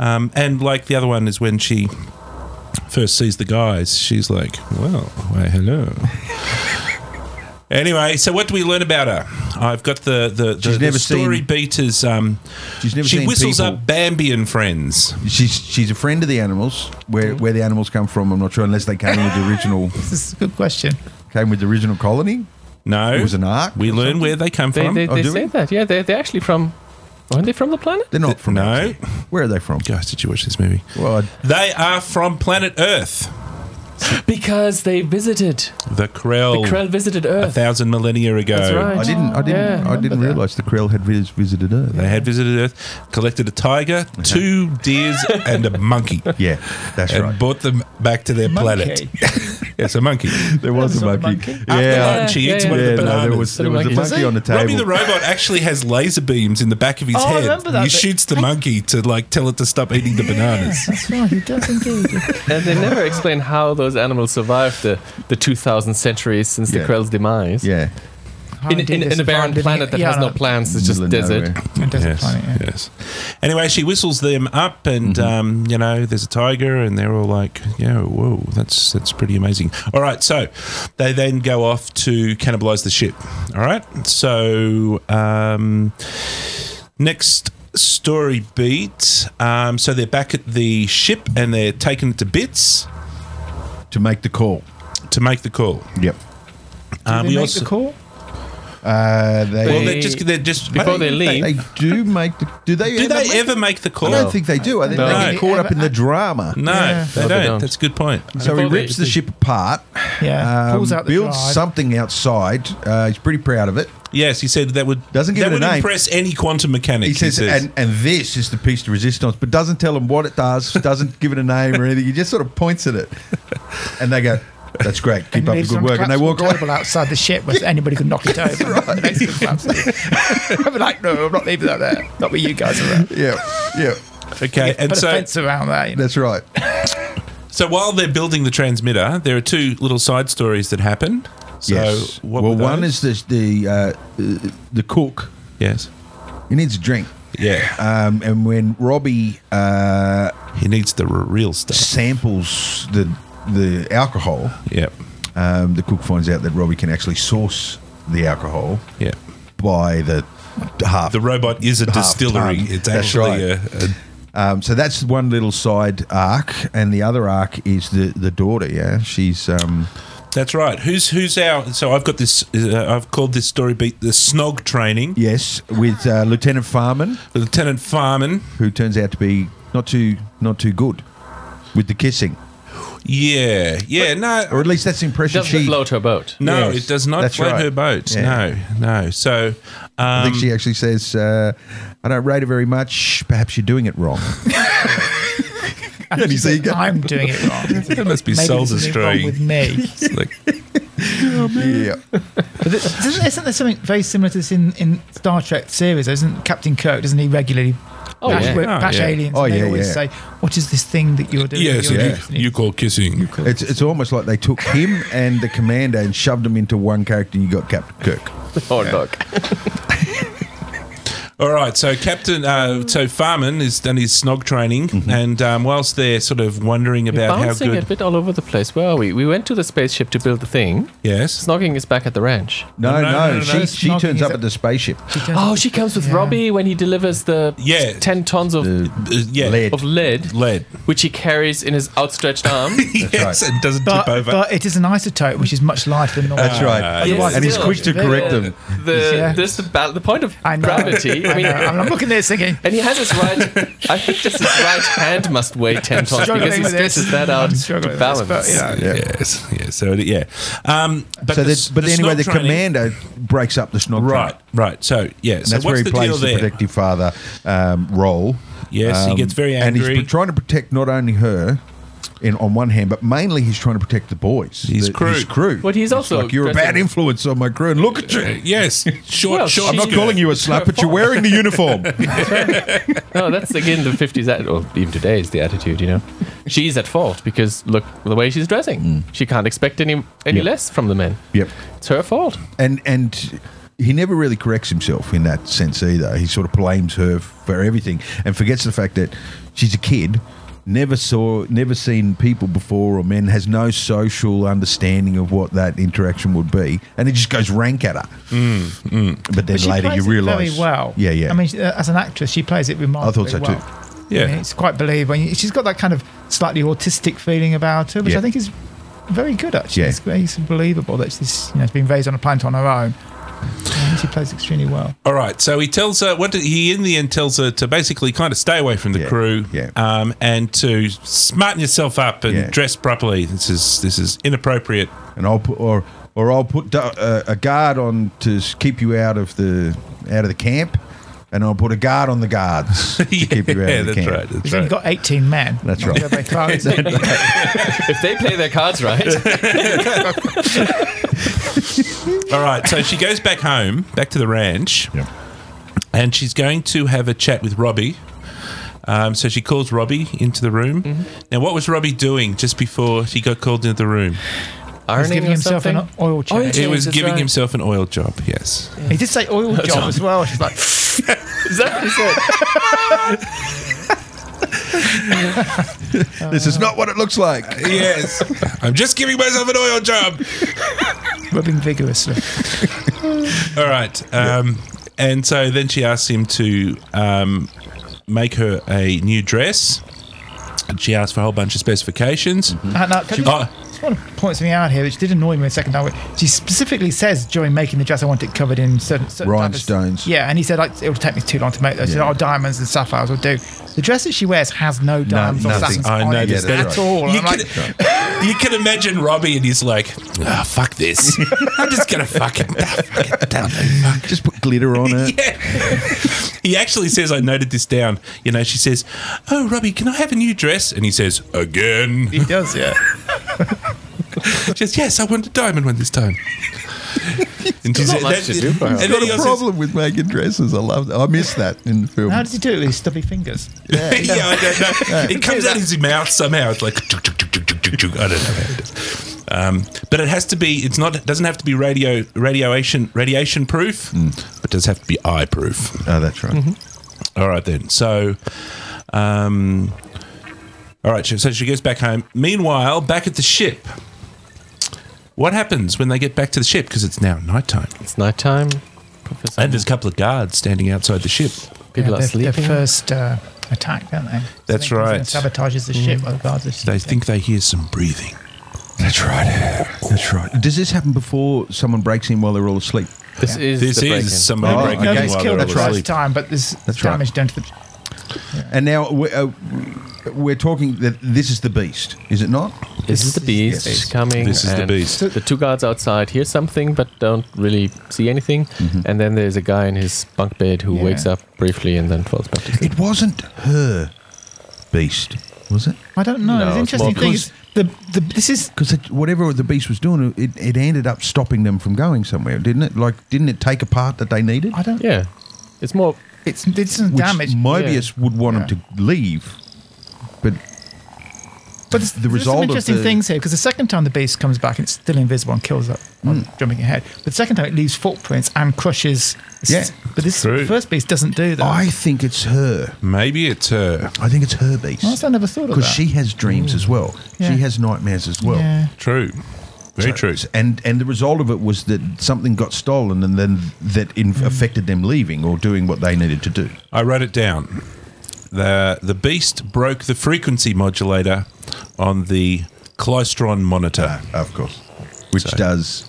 B: Um, and like the other one is when she first sees the guys, she's like, well, why, hello. Anyway, so what do we learn about her? I've got the the, the,
A: She's
B: the
A: never
B: story
A: seen-
B: beat is um,
A: She's never
B: she
A: seen
B: whistles
A: people-
B: up Bambi and friends.
A: She's she's a friend of the animals. Where where the animals come from, I'm not sure. Unless they came with the original
C: This is a good question.
A: came with the original colony.
B: No,
A: It was an ark.
B: We learn where they come
D: They,
B: from.
D: they,
A: Oh,
D: they
A: do
D: say
A: we?
D: that. Yeah, they're, they're actually from. Aren't they from the planet?
A: They're not from
B: No.
A: Earth. Where are they from?
B: Guys, did you watch this movie?
A: Well, I-
B: They are from planet Earth.
D: Because they visited.
B: The
D: The
B: Krell.
D: Krell visited
B: a
D: Earth.
B: thousand millennia ago.
D: That's right.
A: I didn't. I
D: Yeah, I
A: didn't. I
D: remember
A: didn't
D: that.
A: realize the Krell had vis- visited Earth.
B: They had visited Earth, collected a tiger, two deers, and a monkey,
A: Yeah, that's
B: and
A: right.
B: brought them back to their planet.
C: Monkey.
B: It's a monkey.
A: There was a
C: That was a
A: monkey.
C: monkey.
B: After
A: Yeah.
B: lunch, he
D: Yeah,
B: eats
D: yeah,
B: one
D: yeah.
B: of
A: Yeah,
B: the
A: no,
B: bananas.
A: there was there
D: Little
A: was a
D: monkey.
A: monkey on the
B: Robbie the
A: table.
B: robot actually has laser beams in the back of his
C: Oh, I
B: head.
C: remember that
B: he
C: bit.
B: shoots the monkey to like tell it to stop eating the bananas.
C: That's right. He does indeed.
D: And they never explain how those animals survived the, the 2,000 centuries since
A: Yeah.
D: the Krell's demise.
A: Yeah,
D: In, in, in a barren planet that has no plants, it's just
A: Middle of
D: desert.
A: nowhere.
C: planet. Desert
B: yes,
C: planet. Yeah.
B: yes. Anyway, she whistles them up, and
D: Mm-hmm.
B: um, you know, there's a tiger, and they're all like, "Yeah, whoa, that's that's pretty amazing." All right, so they then go off to cannibalize the ship. All right, so um, next. Story beat. Um, so they're back at the ship and they're taken to bits
A: To make the call.
B: to make the call.
A: Yep.
B: Um,
C: Did
B: we
C: they make
B: also-
C: the call?
A: Uh, they,
B: Well,
D: They-
B: they're just they're just
D: Before they
A: they,
D: leave,
A: they do make the. Do they?
B: do they
A: make-
B: ever make the
A: I
B: call?
A: don't think they do. I think
D: No.
A: they get caught up in the drama.
B: No,
C: Yeah.
B: they,
D: No, they
B: don't.
D: don't.
B: That's a good point.
A: So he
D: Before they-
A: rips the ship apart.
C: Yeah.
A: um,
C: Pulls out the
A: builds
C: drive.
A: something outside. Uh, he's pretty proud of it.
B: Yes, he said that would
A: Doesn't give it
B: that
A: a
B: would
A: name.
B: impress any quantum mechanic.
A: He says, And, and this is the piece de resistance, but doesn't tell him what it does, doesn't give it a name or anything. He just sort of points at it. And they go, that's great, keep
C: And
A: up the
C: leaves it
A: good
C: on a
A: work. And they walk
C: collapsible
A: away.
C: table outside the ship where anybody could knock it over. Next to the collapsible. I'd be like, no, I'm not leaving that there. Not with you guys around.
A: Yeah, yeah,
B: okay, and
C: Put a
B: so
C: fence around that. You know.
A: that's right.
B: so while they're building the transmitter, there are two little side stories that happen. So
A: yes.
B: what
A: well,
B: were
A: one
B: those?
A: is this, the, uh, uh, the cook,
B: yes,
A: he needs a drink.
B: yeah,
A: Um, and when Robbie uh,
B: he needs the r- real stuff.
A: samples the, the alcohol,
B: Yep,
A: um, the cook finds out that Robbie can actually source the alcohol
B: yep.
A: by the half
B: The robot is a
A: Half
B: distillery.
A: ton.
B: It's
A: That's
B: actually a, a
A: Um, so that's one little side arc, and the other arc is the the daughter. Yeah, she's um,
B: That's right. Who's who's our? So I've got this. Uh, I've called this story beat the snog training.
A: yes with uh, Lieutenant Farman,
B: Lieutenant Farman.
A: who turns out to be not too not too good with the kissing,
B: Yeah, yeah. no,
A: or at least that's the impression
D: doesn't
A: she.
D: float her boat.
B: no,
A: Yes,
B: it does not
A: that's
B: float
A: right.
B: her boat.
A: Yeah.
B: No, no. So um,
A: I think she actually says, uh, "I don't rate her very much. Perhaps you're doing it wrong."
C: And
A: you
C: she
A: say you
C: said,
A: go-
C: I'm doing it wrong.
B: That must be
C: Maybe
B: soul
C: there's something wrong
B: destroying.
C: with me.
B: It's like,
A: yeah,
C: But this- Isn't, isn't there something very similar to this in, in Star Trek series? Isn't Captain Kirk? Doesn't he regularly
D: Oh,
C: bash,
D: yeah.
B: Oh,
C: bash
B: yeah.
C: aliens?
A: Oh,
C: and they
A: yeah,
C: always
A: yeah.
C: say, "What is this thing that you're doing?"
B: yes,
C: You're
A: yeah.
C: doing
B: you,
C: this."
B: you call kissing.
A: it's it's almost like they took him and the commander and
D: Oh,
A: shoved them into one character, and you got Captain Kirk.
D: Or dog.
B: All right, so Captain, uh, so Farman has done his snog training,
A: Mm-hmm.
B: and um, whilst they're sort of wondering about how
D: Bouncing
B: good,
D: a bit all over the place. Where are we? We went to the spaceship to build the thing.
B: yes,
D: Snogging is back at the ranch.
A: No, no,
B: No, no, no, no,
A: she
B: no,
A: she
C: Snogging
A: turns
C: is
A: up
C: a-
A: at the spaceship.
D: Oh, she comes with
C: Yeah.
D: Robbie when he delivers the
B: Yeah.
D: 10 tons of,
A: The
B: Uh, yeah,
A: lead.
D: of lead,
B: lead,
D: which he carries in his outstretched arm.
B: yes, and doesn't
C: But,
B: tip over.
C: but it is an isotope, which is much lighter than normal.
A: That's right.
B: Yes,
A: and he's
D: still.
A: quick to
C: Yeah.
A: correct them.
D: the,
C: Yeah.
D: There's the, ba- the point of
C: I know.
D: gravity. I mean,
C: I'm, I'm looking at this thinking,
D: and he has his right. I think just his right hand must weigh ten tons
C: Struggling
D: because he
C: with this.
D: stretches that out
C: I'm struggling
D: to
C: with this,
D: balance.
C: but, you know.
A: Yeah.
B: Yes, yes. So it- yeah, um, but
A: So
B: the,
A: that, but
B: the
A: anyway,
B: snog
A: the
B: training-
A: commander breaks up the snog.
B: Right,
A: train.
B: right. So yeah,
A: And
B: so
A: that's
B: what's
A: where he
B: the deal
A: plays the
B: there?
A: protective father um, role. Um,
B: Yes, he gets very
A: And
B: angry.
A: he's trying to protect not only her in, on one hand, but mainly he's trying to protect the boys.
B: His
A: the,
B: crew.
A: His crew.
D: But he's also
A: like, you're a
D: dressing-
A: bad influence on my crew, and look at you.
B: yes, short,
D: Well,
B: short.
A: I'm not
D: She's
A: calling you a slut, but you're wearing the uniform.
D: No, that's again the 50s, at- or even today is the attitude, you know. She's at fault because look the way she's dressing. She can't expect any any
A: Yeah.
D: less from the men.
A: yep.
D: It's her fault.
A: and and he never really corrects himself in that sense either. He sort of blames her for everything and forgets the fact that she's a kid, never saw, never seen people before or men, has no social understanding of what that interaction would be, and it just goes rank at her. But then
C: Mm, But she
A: later you
C: plays it
A: realise,
C: very well.
A: Yeah, yeah.
C: I mean, she- uh, as an actress, she plays it remarkably
A: so
C: well.
A: too.
C: I mean,
B: Yeah,
C: it's quite believable. And She's got that kind of slightly autistic feeling about her, which
A: Yeah.
C: I think is very good actually.
A: Yeah.
C: It's, it's believable that she's you know, been raised on a planet on her own. And she plays extremely well.
B: All right, so he tells her what did, he in the end tells her to basically kind of stay away from the
A: Yeah,
B: crew,
A: yeah.
B: um, and to smarten yourself up and
A: Yeah.
B: dress properly. This is this is inappropriate.
A: and I'll put or or I'll put do- uh, a guard on to s- keep you out of the out of the camp, and I'll put a guard on the guards to keep you out
B: yeah,
A: of the
B: that's
A: camp.
B: right. That's
C: He's only
B: right.
C: got 18 men.
A: That's right.
C: They're very close.
D: If they play their cards right,
B: All right, so she goes back home, back to the ranch, and she's going to have a chat with Robbie. Um, so she calls Robbie into the room. Now, what was Robbie doing just before she got called into the room?
D: ironing
C: giving
D: or
C: himself an
D: something?
C: oil change.
D: change,
B: He was
D: that's
B: giving
D: right.
B: himself an oil job. Yes.
C: he did say oil job as well. She's like,
D: Is that what he said?
A: This is not what it looks like.
B: Uh, yes. I'm just giving myself an oil job.
C: rubbing vigorously.
B: All right. Um, And so then she asks him to um, make her a new dress. And she asks for a whole bunch of specifications.
D: Mm-hmm.
C: Uh, now, can you-
B: Oh.
C: just one point something out here, which did annoy me a second time. She specifically says during making the dress, I want it covered in certain, certain type of-
A: Rhinestones.
C: yeah, and he said like it will take me too long to make those. She
A: Yeah.
C: said, oh, diamonds and sapphires will do. The dress that she wears has no diamonds or
A: nothing.
C: sapphires
A: I
C: on it
A: noticed that.
C: at
A: Right.
C: all.
B: You
C: I'm like,
B: can, you can imagine Robbie, and he's like, oh, fuck this. I'm just going to fucking fucking download.
A: Just put glitter on it.
B: Yeah. he actually says, I noted this down. You know, she says, Oh, Robbie, can I have a new dress? And he says, Again.
C: he does, yeah.
B: She says, Yes, I want a diamond one this time. and she
D: Not much to do for her.
B: and then he also says,
A: with making dresses. I love that. I miss that in the film.
C: How does he do it with his stubby fingers?
B: yeah, I don't know. It comes out of his mouth somehow. It's like, "Tuk, tuk, tuk, tuk, tuk, tuk, tuk." I don't know how it is. Um, but it has to be. It's not. It doesn't have to be radio radiation radiation proof,
A: Hmm.
B: but does have to be eye proof.
A: oh, that's right.
B: Mm-hmm. All right then. So, um, all right. So she goes back home. Meanwhile, back at the ship, what happens when they get back to the ship? Because it's now nighttime,
D: It's nighttime. Professor.
B: and there's a couple of guards standing outside the ship.
D: people
C: Yeah, their,
D: are
C: their
D: sleeping.
C: first uh, attack, don't they?
B: That's
C: Something comes in
B: right.
C: and Sabotages the ship while the guards are
B: They
C: sleeping.
B: think they hear some breathing.
A: That's right. That's right. Does this happen before someone breaks in while they're all asleep?
D: This is
B: This
D: the break-in.
B: is somebody
A: Oh,
B: breaking
C: No,
A: okay.
B: in
C: he's
B: while
C: killed
B: they're
C: the
B: all
C: first
B: asleep.
C: time, but there's
A: That's right.
C: damage done to the
A: And now we're, uh, we're talking that this is the beast, is it not?
D: This is the beast
A: Yes.
D: coming.
B: This is the
D: and
B: beast.
D: The two guards outside hear something but don't really see anything. And then there's a guy in his bunk bed who
C: Yeah.
D: wakes up briefly and then falls back to sleep.
A: It wasn't her beast, was it?
C: I don't know.
D: No,
C: the
D: it's
C: interesting
D: more-
C: thing is the, the this is
A: Because whatever the beast was doing, it, it ended up stopping them from going somewhere, didn't it? Like, didn't it take a part that they needed?
C: I don't
D: Yeah. It's more.
C: it's it's some
A: Which
C: damage.
A: Mobius would want
C: Yeah.
A: them to leave, but
C: But there's,
A: the
C: there's
A: result
C: some
A: of
C: interesting
A: the-
C: things here because the second time the beast comes back and it's still invisible and kills that
A: Hmm.
C: one jumping ahead. But the second time it leaves footprints and crushes.
A: Yeah.
C: But this
B: True.
C: first beast doesn't do that.
A: I think it's her.
B: Maybe uh, it's her.
A: I think it's her beast.
C: Honestly, I never thought of that.
A: because she has dreams as well.
C: Yeah.
A: She has nightmares as well.
C: Yeah.
B: True. Very true.
A: And and the result of it was that something got stolen, and then that in-
C: Mm.
A: affected them leaving or doing what they needed to do.
B: I wrote it down. The the beast broke the frequency modulator on the Clystron monitor.
A: Of course, which
B: So-
A: does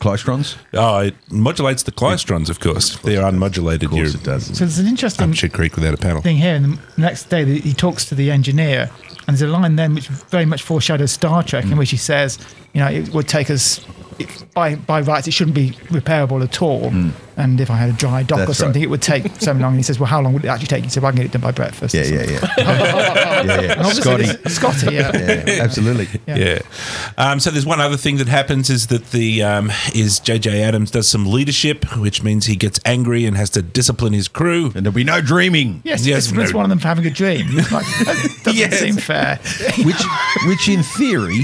A: Clystrons.
B: Oh, it modulates the Clystrons, of course. They're unmodulated. Of
A: course it does.
C: So there's an interesting
B: Up shit creek without a paddle.
C: thing here. And the next day, the- he talks to the engineer, and there's a line then which very much foreshadows Star Trek,
A: Hmm.
C: in which he says, "You know, it would take us." it- By, by rights, it shouldn't be repairable at all. And if I had a dry
A: Hmm.
C: dock
A: That's
C: or something,
A: right.
C: it would take so long. And he says, Well, how long would it actually take? He said, Well, I can get it done by breakfast.
A: Yeah, yeah, yeah, yeah,
C: And
A: yeah.
C: obviously
A: Scotty.
C: this- Scotty, yeah.
A: Yeah, absolutely.
C: Yeah.
B: Yeah. Um, so there's one other thing that happens is that the um, is JJ Adams does some leadership, which means he gets angry and has to discipline his crew.
A: And there'll be no dreaming,
C: Yes,
B: Yes,
C: yes it's
B: no.
C: one of them for having a dream. Like, that doesn't
B: Yes.
C: seem fair.
A: which which in theory.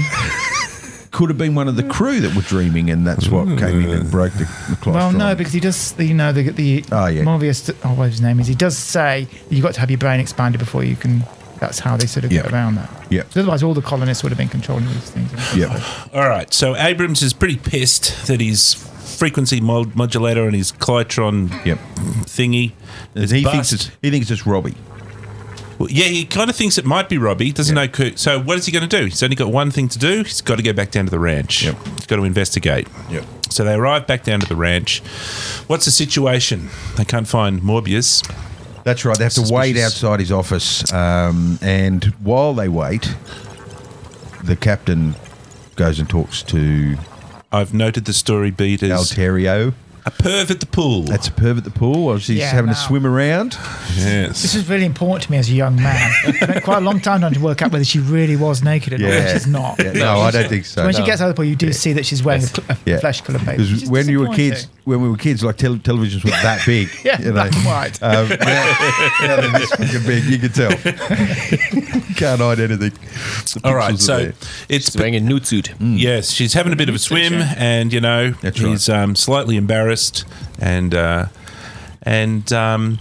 A: Could have been one of the crew that were dreaming, and that's what
B: Mm.
A: came in and broke the, the Clystron.
C: Well, no, because he does, you know, the, the
A: Oh, yeah.
C: Morbius, oh, what his name is, he does say you've got to have your brain expanded before you can. That's how they sort of
A: Yeah.
C: get around that.
A: Yeah.
C: So otherwise, all the colonists would have been controlling these things.
A: yeah,
B: All right. So Abrams is pretty pissed that his frequency mod- modulator and his Clytron
A: yep.
B: thingy.
A: And he thinks
B: bust.
A: it's he thinks it's Robbie.
B: Well, yeah, he kind of thinks it might be Robbie. Doesn't know. Coo- So what is he going to do? He's only got one thing to do. He's got to go back down to the ranch.
A: Yep.
B: He's got to investigate.
A: Yep.
B: So they arrive back down to the ranch. What's the situation? They can't find Morbius.
A: That's right. They have to wait
B: Suspicious.
A: outside his office, um, and while they wait, the captain goes and talks to
B: I've noted the story beat as
A: Alterio.
B: a perv at the pool.
A: That's a perv at the pool. Obviously, he's
C: Yeah,
A: having to
C: no.
A: swim around.
C: This
B: yes.
C: was really important to me as a young man. It took quite a long time trying to work out whether she really was naked or not.
A: Yeah.
C: and She's not.
A: Yeah, no, I don't think so.
C: when she
A: no.
C: gets out of the pool, you do see that she's wearing a, cl- a
A: Yeah.
C: flesh colour paper.
A: 'Cause
C: which is
A: when you were kids,
C: disappointing.
A: when we were kids, like tele- televisions were that big.
C: Yeah,
A: you know.
C: black and white.
A: Um, now, now they're this fucking big. You can tell. Can't hide anything. The
B: All right.
A: pixels are
B: So
A: there.
B: it's
D: She's wearing a nude suit.
B: yes, she's having a bit of a swim, and you know
A: Hmm. That's right.
B: he's um, slightly embarrassed, and uh, and um,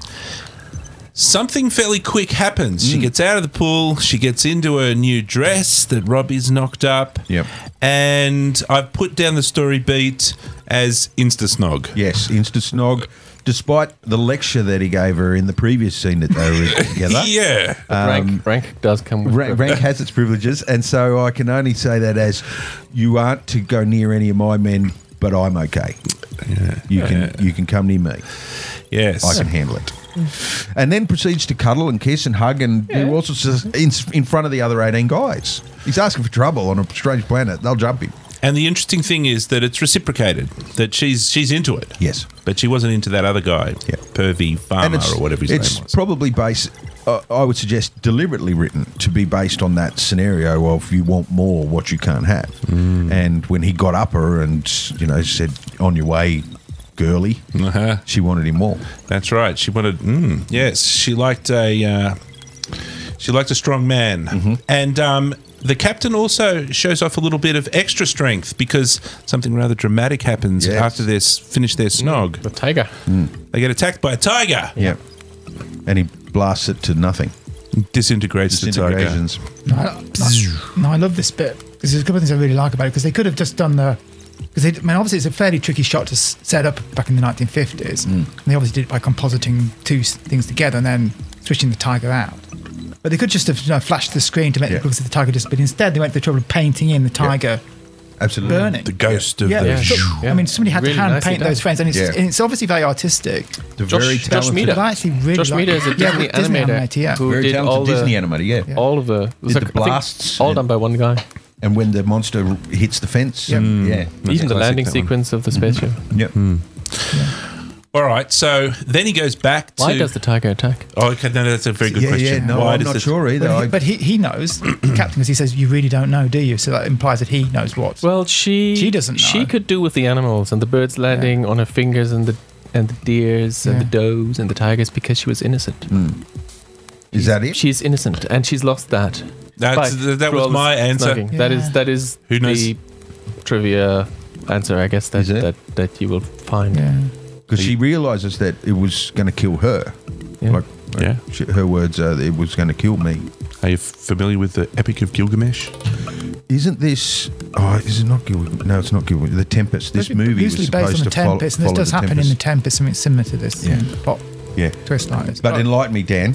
B: something fairly quick happens.
A: Hmm.
B: She gets out of the pool. She gets into her new dress that Robbie's knocked up.
A: Yep.
B: And I've put down the story beat as insta snog.
A: Yes, Insta Snog. Despite the lecture that he gave her in the previous scene that they were in together,
B: Yeah.
A: Uh,
D: rank, rank does come with
A: ra- Um, rank, has its privileges, and so I can only say that as you aren't to go near any of my men, but I'm okay. You can you can come near me.
B: Yes.
A: I can handle it. And then proceeds to cuddle and kiss and hug and do all sorts of in, in front of the other 18 guys. He's asking for trouble on a strange planet. They'll jump him.
B: And the interesting thing is that it's reciprocated. That she's she's into it.
A: Yes.
B: But she wasn't into that other guy,
A: Yeah.
B: pervy farmer or whatever his
A: it's
B: name was.
A: probably based. Uh, I would suggest deliberately written to be based on that scenario of you want more, what you can't have. And when he got up her and you know said, "On your way, girly,"
B: uh-huh.
A: she wanted him more.
B: That's right. She wanted. Mm, yes, she liked a uh, she liked a strong man,
A: Mm-hmm.
B: and um, the captain also shows off a little bit of extra strength because something rather dramatic happens
A: Yes. Mm.
B: after they s- finish their snog.
D: the tiger.
B: They get attacked by a tiger.
A: Yeah, and he blasts it to nothing.
B: Disintegrates the tiger.
A: Disintegrations.
C: No, I, I- no, I love this bit because there's a couple of things I really like about it because they could have just done the. Because I mean, obviously, it's a fairly tricky shot to s- set up back in the
A: Mm.
C: 1950s. And they obviously did it by compositing two s- things together and then switching the tiger out. But they could just have you know, flashed the screen to make
A: Yeah.
C: it look as if the tiger just. But instead, they went to the trouble of painting in the tiger
A: Absolutely.
C: burning.
B: The ghost of
C: yeah,
B: the.
D: Yeah.
C: so-
D: Yeah.
C: I mean, somebody had
D: Really
C: to hand
D: nicely
C: paint those
D: done.
C: frames, and it's,
A: Yeah.
C: and it's obviously very artistic.
A: The
D: Josh-
A: very
D: Josh
A: talented.
D: Meader.
C: But I actually really
D: Josh
C: like
D: Meader is a
C: yeah,
D: Disney
C: Disney
D: animator
C: animator, yeah.
D: who
A: Very
D: did
A: talented
D: all the,
A: Disney animator, yeah. Yeah.
D: all of the, it was
A: Did
D: like,
A: the
D: I think,
A: blasts
D: all
A: and-
D: done by one guy.
A: And when the monster hits the fence,
C: Yeah. Mm.
A: yeah,
D: Even
B: classic,
D: the landing
B: that one.
D: sequence of the
A: Mm-hmm.
D: spaceship.
A: yep.
B: All right. So then he goes back to.
D: Why does the tiger attack?
B: Oh, okay. No, that's a very good
A: yeah,
B: question.
A: yeah. No,
B: Why
A: I'm
B: does
A: not
B: the-
A: sure either.
C: But
A: I-
C: he, but he, he knows, Captain, because he says, You really don't know, do you? So that implies that he knows what.
D: Well, she
C: She doesn't
D: She
C: know.
D: could do with the animals and the birds landing on her fingers and the and the deers and
C: Yeah.
A: Mm.
D: the does and the tigers because she was innocent.
A: Is that it?
D: She's innocent, and she's lost that.
B: That's-
D: By-
B: th- that
D: for
B: was
D: all the
B: my answer.
D: snugging. That
C: Yeah.
D: is that is
B: Who
D: the trivia answer, I guess. That
A: Is it?
D: that that you will find.
C: Yeah.
A: Because she realizes that it was going to kill her.
D: Yeah.
A: Like,
B: Yeah.
A: she, her words are, "It was going to kill me."
B: Are you familiar with the Epic of Gilgamesh?
A: Isn't this? Oh, is it not Gilgamesh? No, it's not Gilgamesh. The Tempest. This
C: Maybe
A: movie was
C: usually
A: supposed
C: based on
A: to
C: the
A: follow,
C: Tempest, and this
A: follow
C: does
A: the
C: happen
A: Tempest.
C: in the Tempest, something similar to this.
A: Yeah.
C: um, Pop
A: Yeah.
C: twist like this.
A: But enlighten me, Dan.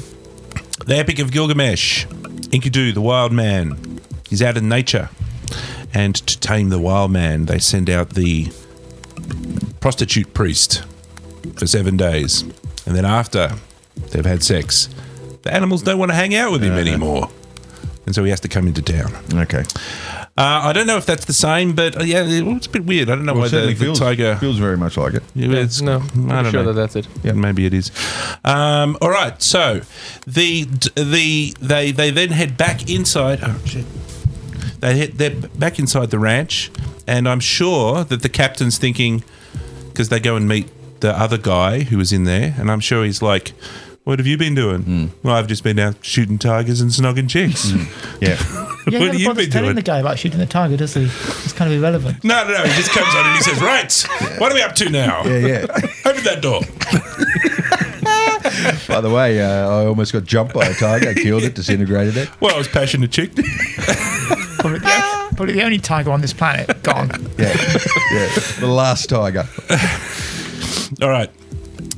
B: The Epic of Gilgamesh. Enkidu, the wild man, is out in nature. And to tame the wild man, they send out the prostitute priest for seven days. And then after they've had sex, the animals don't want to hang out with
D: Uh-huh.
B: him anymore. And so he has to come into town.
A: Okay.
B: Uh, I don't know if that's the same, but uh, yeah, it- it's a bit weird. I don't know
A: Well,
B: why the,
A: certainly
B: the
A: feels,
B: tiger.
A: feels very much like it.
B: Yeah,
D: Yeah,
B: it's- I
D: no, I'm
B: don't
D: sure
B: know.
D: that that's it.
B: Yeah, maybe it is. Um, all right, so the the they they then head back inside. Oh shit! They head, they're back inside the ranch, and I'm sure that the captain's thinking because they go and meet the other guy who was in there, and I'm sure he's like. What have you been doing? Well, I've just been out shooting tigers and snogging chicks.
A: Yeah.
E: Yeah, he
B: What have you
E: never bothers
B: been
E: telling
B: doing?
E: the guy about shooting the tiger, does he? It's kind of irrelevant.
B: No, no, no. He just comes on and he says, "Right, what are we up to now?
A: yeah. Yeah.
B: Open that door."
A: By the way, uh, I almost got jumped by a tiger. I killed it, disintegrated it.
B: Well, I was passionate chick.
C: probably, the, probably the only tiger on this planet gone.
A: Yeah. yeah. The last tiger.
B: All right.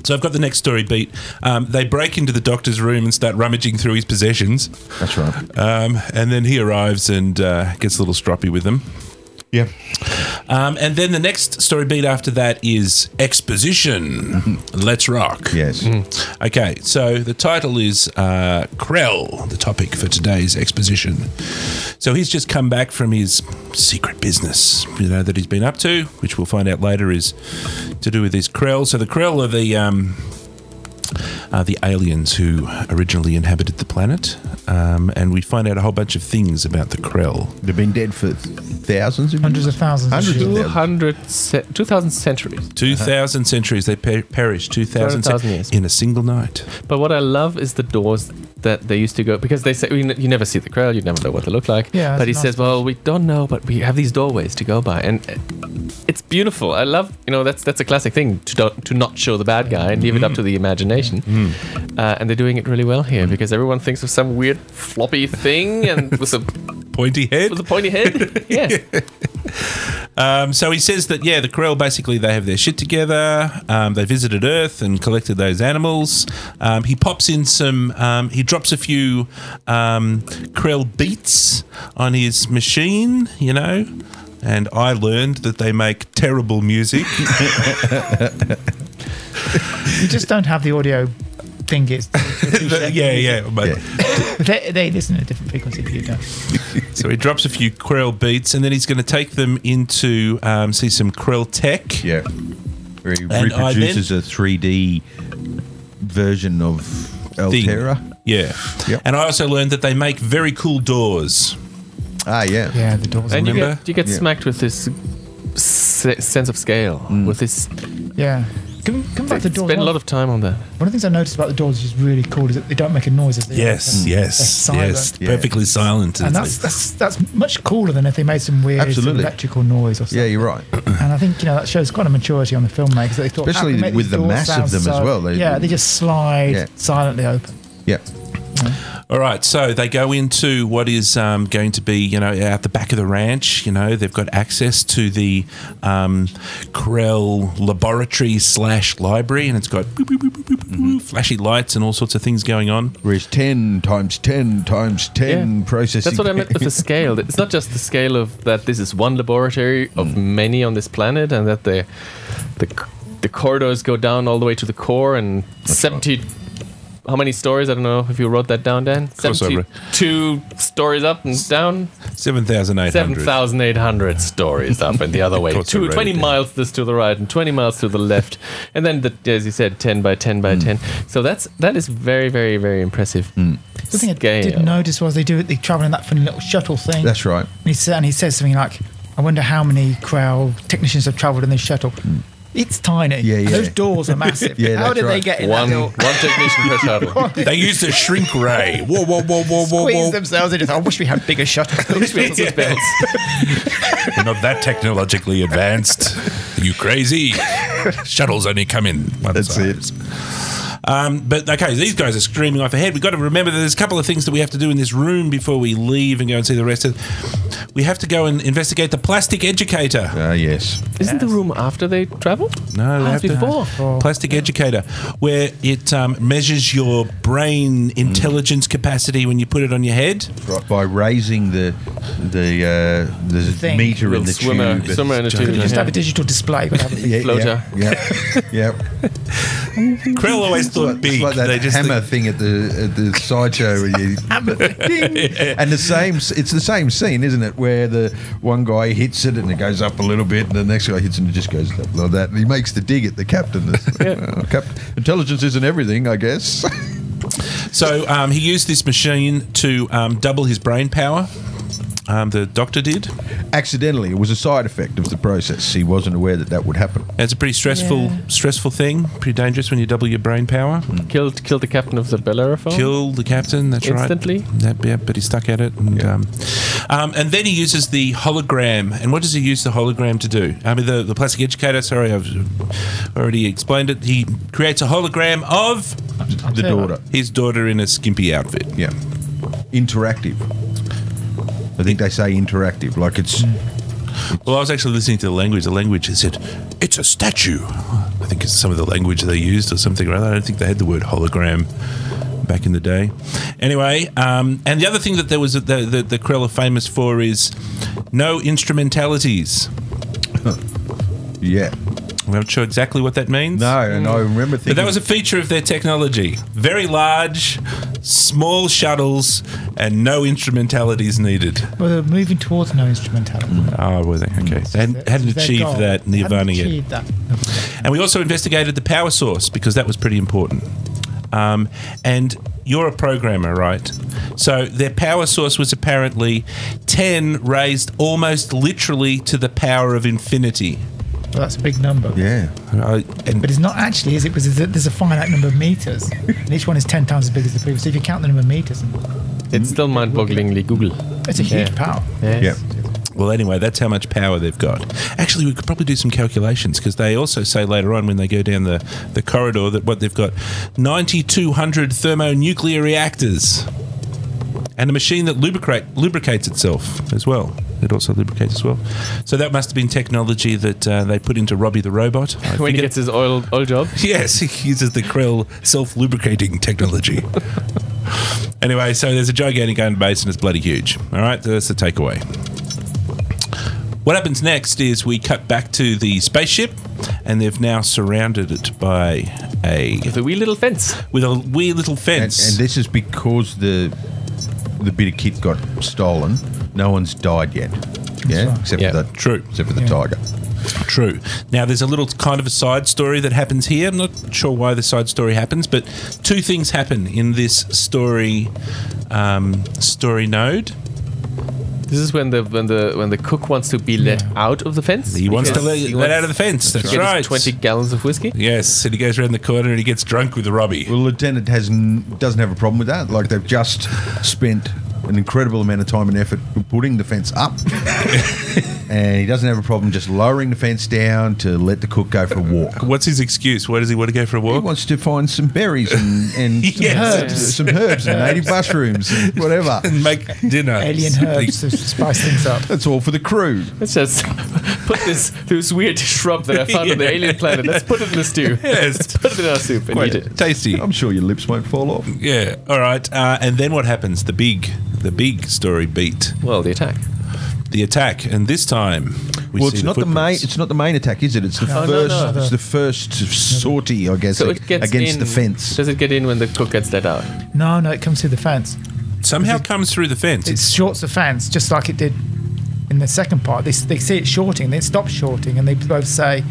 B: So I've got the next story beat. Um, they break into the doctor's room and start rummaging through his possessions.
A: That's right.
B: Um, and then he arrives and uh, gets a little stroppy with them.
A: Yeah.
B: Um, and then the next story beat after that is exposition. Let's rock.
A: Yes.
C: Hmm.
B: Okay, so the title is uh, Krell, the topic for today's exposition. So he's just come back from his secret business, you know, that he's been up to, which we'll find out later is to do with his Krell. So the Krell are the um, are the aliens who originally inhabited the planet, um, and we find out a whole bunch of things about the Krell.
A: They've been dead for thousands of
E: Hundreds of thousands.
A: Hundreds of
E: years.
D: 200 ce- 2000 centuries.
B: Two thousand centuries they per- perished. Two thousand
D: 200,000 years.
B: in a single night.
D: But what I love is the doors that they used to go because they say you n- you never see the crowd, you never know what they look like.
C: Yeah,
D: But he
C: it's
D: says, well, we don't know, but we have these doorways to go by, and uh, it's beautiful. I love you know that's that's a classic thing to don't, to not show the bad guy and leave it up to the imagination. Uh, and they're doing it really well here because everyone thinks of some weird floppy thing and with a
B: Pointy head.
D: with a pointy head. Yeah.
B: Um, so he says that yeah, the Krell basically they have their shit together. Um, they visited Earth and collected those animals. Um, he pops in some. Um, he drops a few um, Krell beats on his machine, you know. And I learned that they make terrible music.
E: You just don't have the audio thing. It's,
B: yeah, yeah. But
A: Yeah.
E: they, they listen at a different frequency than you do.
B: So he drops a few Krell beats, and then he's going to take them into um, see some Krell tech.
A: Yeah. Where he
B: And I
A: reproduces a 3D version of
B: thing.
A: Altera.
B: Yeah.
A: Yep.
B: And I also learned that they make very cool doors.
A: Ah, yeah.
C: Yeah, the doors.
D: and you
B: remember?
D: get you get
A: Yeah.
D: smacked with this. Se- sense of scale with this.
C: yeah.
E: Come, come back to the doors.
D: Spend a
E: one,
D: lot of time on that.
E: one of the things I noticed about the doors, which is really cool, is that they don't make a noise. Is they?
B: Yes,
E: They're- they're
B: yes,
E: silent.
B: yes.
A: Yeah.
B: Perfectly silent.
E: And that's, that's that's much cooler than if they made some weird sort of
A: Absolutely.
E: electrical noise or
A: Yeah,
E: something.
A: you're right.
E: And I think you know that shows quite a maturity on the filmmakers. That they thought,
A: Especially
E: "Ah, we make
A: with
E: these
A: the
E: doors
A: mass of
E: sound
A: them as
E: so-"
A: well. They-
E: yeah, they just slide
A: Yeah.
E: silently open.
A: Yeah.
B: All right, so they go into what is um, going to be, you know, out the back of the ranch. You know, they've got access to the um, Krell laboratory slash library, and it's got boop, boop, boop, boop, boop, boop, flashy lights and all sorts of things going on.
A: Whereas 10 times 10 times 10
D: Yeah.
A: processing.
D: That's what I meant with the scale. It's not just the scale of that this is one laboratory of
B: Mm.
D: many on this planet, and that the the c- the corridors go down all the way to the core and seventy. How many stories? I don't know if you wrote that down, Dan.
B: course I wrote.
D: Seventy-two stories up and down,
B: Seven thousand eight
D: seven
B: hundred.
D: thousand eight hundred stories up and the other way.
B: Of course I
D: Two,
B: wrote it
D: Twenty
B: down.
D: miles this to the right and twenty miles to the left, and then the, as you said, ten by ten
B: Mm.
D: by ten. So that's that is very, very, very impressive.
E: The thing I did
D: Scale.
E: notice was they do it. They travel in that funny little shuttle thing.
A: That's right.
E: And he, said, and he says something like, I wonder how many crowd technicians have travelled in this shuttle.
C: It's tiny.
A: Mm. Yeah,
C: And
A: yeah.
C: those doors are massive.
A: Yeah,
C: How
A: that's
C: did they
A: right.
C: get in
D: One,
C: that door?
D: one technician per shuttle.
B: They used a shrink ray. Whoa, whoa, whoa, whoa, whoa,
C: Squeeze
B: whoa.
C: themselves in. just, I wish we had bigger shutters. I wish we had some beds.
B: We're not that technologically advanced. Are you crazy? Shuttles only come in once.
A: That's it.
B: Um, but okay, these guys are screaming off ahead. We've got to remember that there's a couple of things that we have to do in this room before we leave and go and see the rest of. We have to go and investigate the plastic educator.
A: Ah, yes.
D: Isn't the room after they travel?
B: No, we
D: Ah,
B: have
D: it's
B: to-
D: before.
A: Oh.
B: Plastic Educator, where it um, measures your brain intelligence capacity when you put it on your head.
A: Right, by raising the the uh, the
C: thing.
A: meter in
D: Little
A: the
D: swimmer,
A: tube.
D: swimmer in a tube.
C: Just
D: yeah.
C: have a digital display. You've got to have a big-
A: Yeah,
D: Floater.
A: Yeah, yeah. yeah.
B: Krell always thought
A: It's
B: big.
A: like that
B: they just
A: hammer thing at the at the sideshow. where you- and the same, s- it's the same scene, isn't it? Where the one guy hits it and it goes up a little bit, and the next guy hits it and it just goes up like that. And he makes the dig at the captain. It's like, "Oh, Cap- intelligence isn't everything, I guess.
B: think- so um, he used this machine to um, double his brain power. Um, the doctor did.
A: Accidentally, it was a side effect of the process. He wasn't aware that that would happen.
B: It's a pretty stressful, stressful thing. Pretty dangerous when you double your brain power.
D: Killed, killed the captain of the Bellerophon.
B: Kill the captain. That's
D: Oh. Instantly?
B: right. That, yeah, but he stuck at it, and um, um, and then he uses the hologram. And what does he use the hologram to do? I mean, the, the plastic educator. Sorry, I've already explained it. He creates a hologram of
A: The daughter,
B: his daughter in a skimpy outfit.
A: yeah, interactive. I think they say interactive, like it's
B: Mm. Well, I was actually listening to the language. The language it said, "It's a statue." I think it's some of the language they used or something or other. I don't think they had the word hologram back in the day. Anyway, um, and the other thing that there was that the, the, the Krell are famous for is no instrumentalities.
A: yeah.
B: I'm not sure exactly what that means.
A: No, and I remember thinking
B: But that was a feature of their technology. Very large, small shuttles, and no instrumentalities needed.
E: Well, they're moving towards no instrumentality.
B: Oh, were they? Okay. They hadn't,
E: That was
B: hadn't
E: their goal.
B: achieved that Nirvana
E: Hadn't
B: yet.
E: achieved that.
B: And we also investigated the power source because that was pretty important. Um, and you're a programmer, right? So their power source was apparently 10 raised almost literally to the power of infinity.
E: Well, that's a big number.
A: yeah.
B: Uh, and
E: But it's not actually, is it? Because there's a- there's a finite number of meters, and each one is ten times as big as the previous. So if you count the number of meters,
D: It's still mind-bogglingly Google.
E: it's a huge power.
A: Yeah.
B: well, anyway, that's how much power they've got. Actually, we could probably do some calculations because they also say later on when they go down the, the corridor that what they've got 9,200 thermonuclear reactors and a machine that lubricate, lubricates itself as well. It also lubricates as well. So that must have been technology that uh, they put into Robbie the robot. I
D: When he
B: figured-
D: gets his oil oil job,
B: Yes, he uses the Krell self lubricating technology. anyway, so there's a gigantic owned base and it's bloody huge. All right, so that's the takeaway. What happens next is we cut back to the spaceship and they've now surrounded it by a.
D: the wee little fence.
B: with a weird little
A: And,
B: fence.
A: and this is because the the bit of kit got stolen. No one's died yet. Yeah, except
D: Yeah.
A: for that.
B: True.
A: Except for the tiger.
B: True. Now, there's a little kind of a side story that happens here. I'm not sure why the side story happens, but two things happen in this story um, story node.
D: This is when the when the when the cook wants to be let out of the fence.
B: He wants to
D: because
B: let,
D: he
B: let
D: wants
B: out of the fence.
D: to
B: That's
D: get his
B: right.
D: Twenty gallons of whiskey.
B: Yes, and he goes around the corner and he gets drunk with Robbie.
A: Well, lieutenant has n- doesn't have a problem with that. Like they've just spent an incredible amount of time and effort putting the fence up, and he doesn't have a problem just lowering the fence down to let the cook go for a walk.
B: What's his excuse? Why does he want to go for a
A: He
B: walk?
A: wants to find some berries and, and some,
B: Yes.
A: herbs, some herbs and native mushrooms and whatever.
B: and make dinner.
E: Alien herbs to spice things up.
A: That's all for the crew.
D: Let's just put this this weird shrub that I found on the alien planet. Let's put it in the stew.
B: Yes.
D: Put it in our soup and eat it.
B: Tasty.
A: I'm sure your lips won't fall off.
B: Yeah. All right. Uh, and then what happens? The big, the big story beat.
D: Well, the attack.
B: The attack. And this time, we
A: well,
B: see
A: it's not the main.
B: footprints.
A: It's not the main attack, is it? It's the
D: No, no,
A: first.
D: no.
A: It's the first sortie, I guess,
D: So it gets
A: against
D: in-
A: the fence.
D: Does it get in when the cook gets let out?
E: No, no, it comes through the fence.
B: Somehow comes through the fence.
E: It shorts the fence just like it did in the second part. They, s- they see it shorting, then it stops shorting, and they both say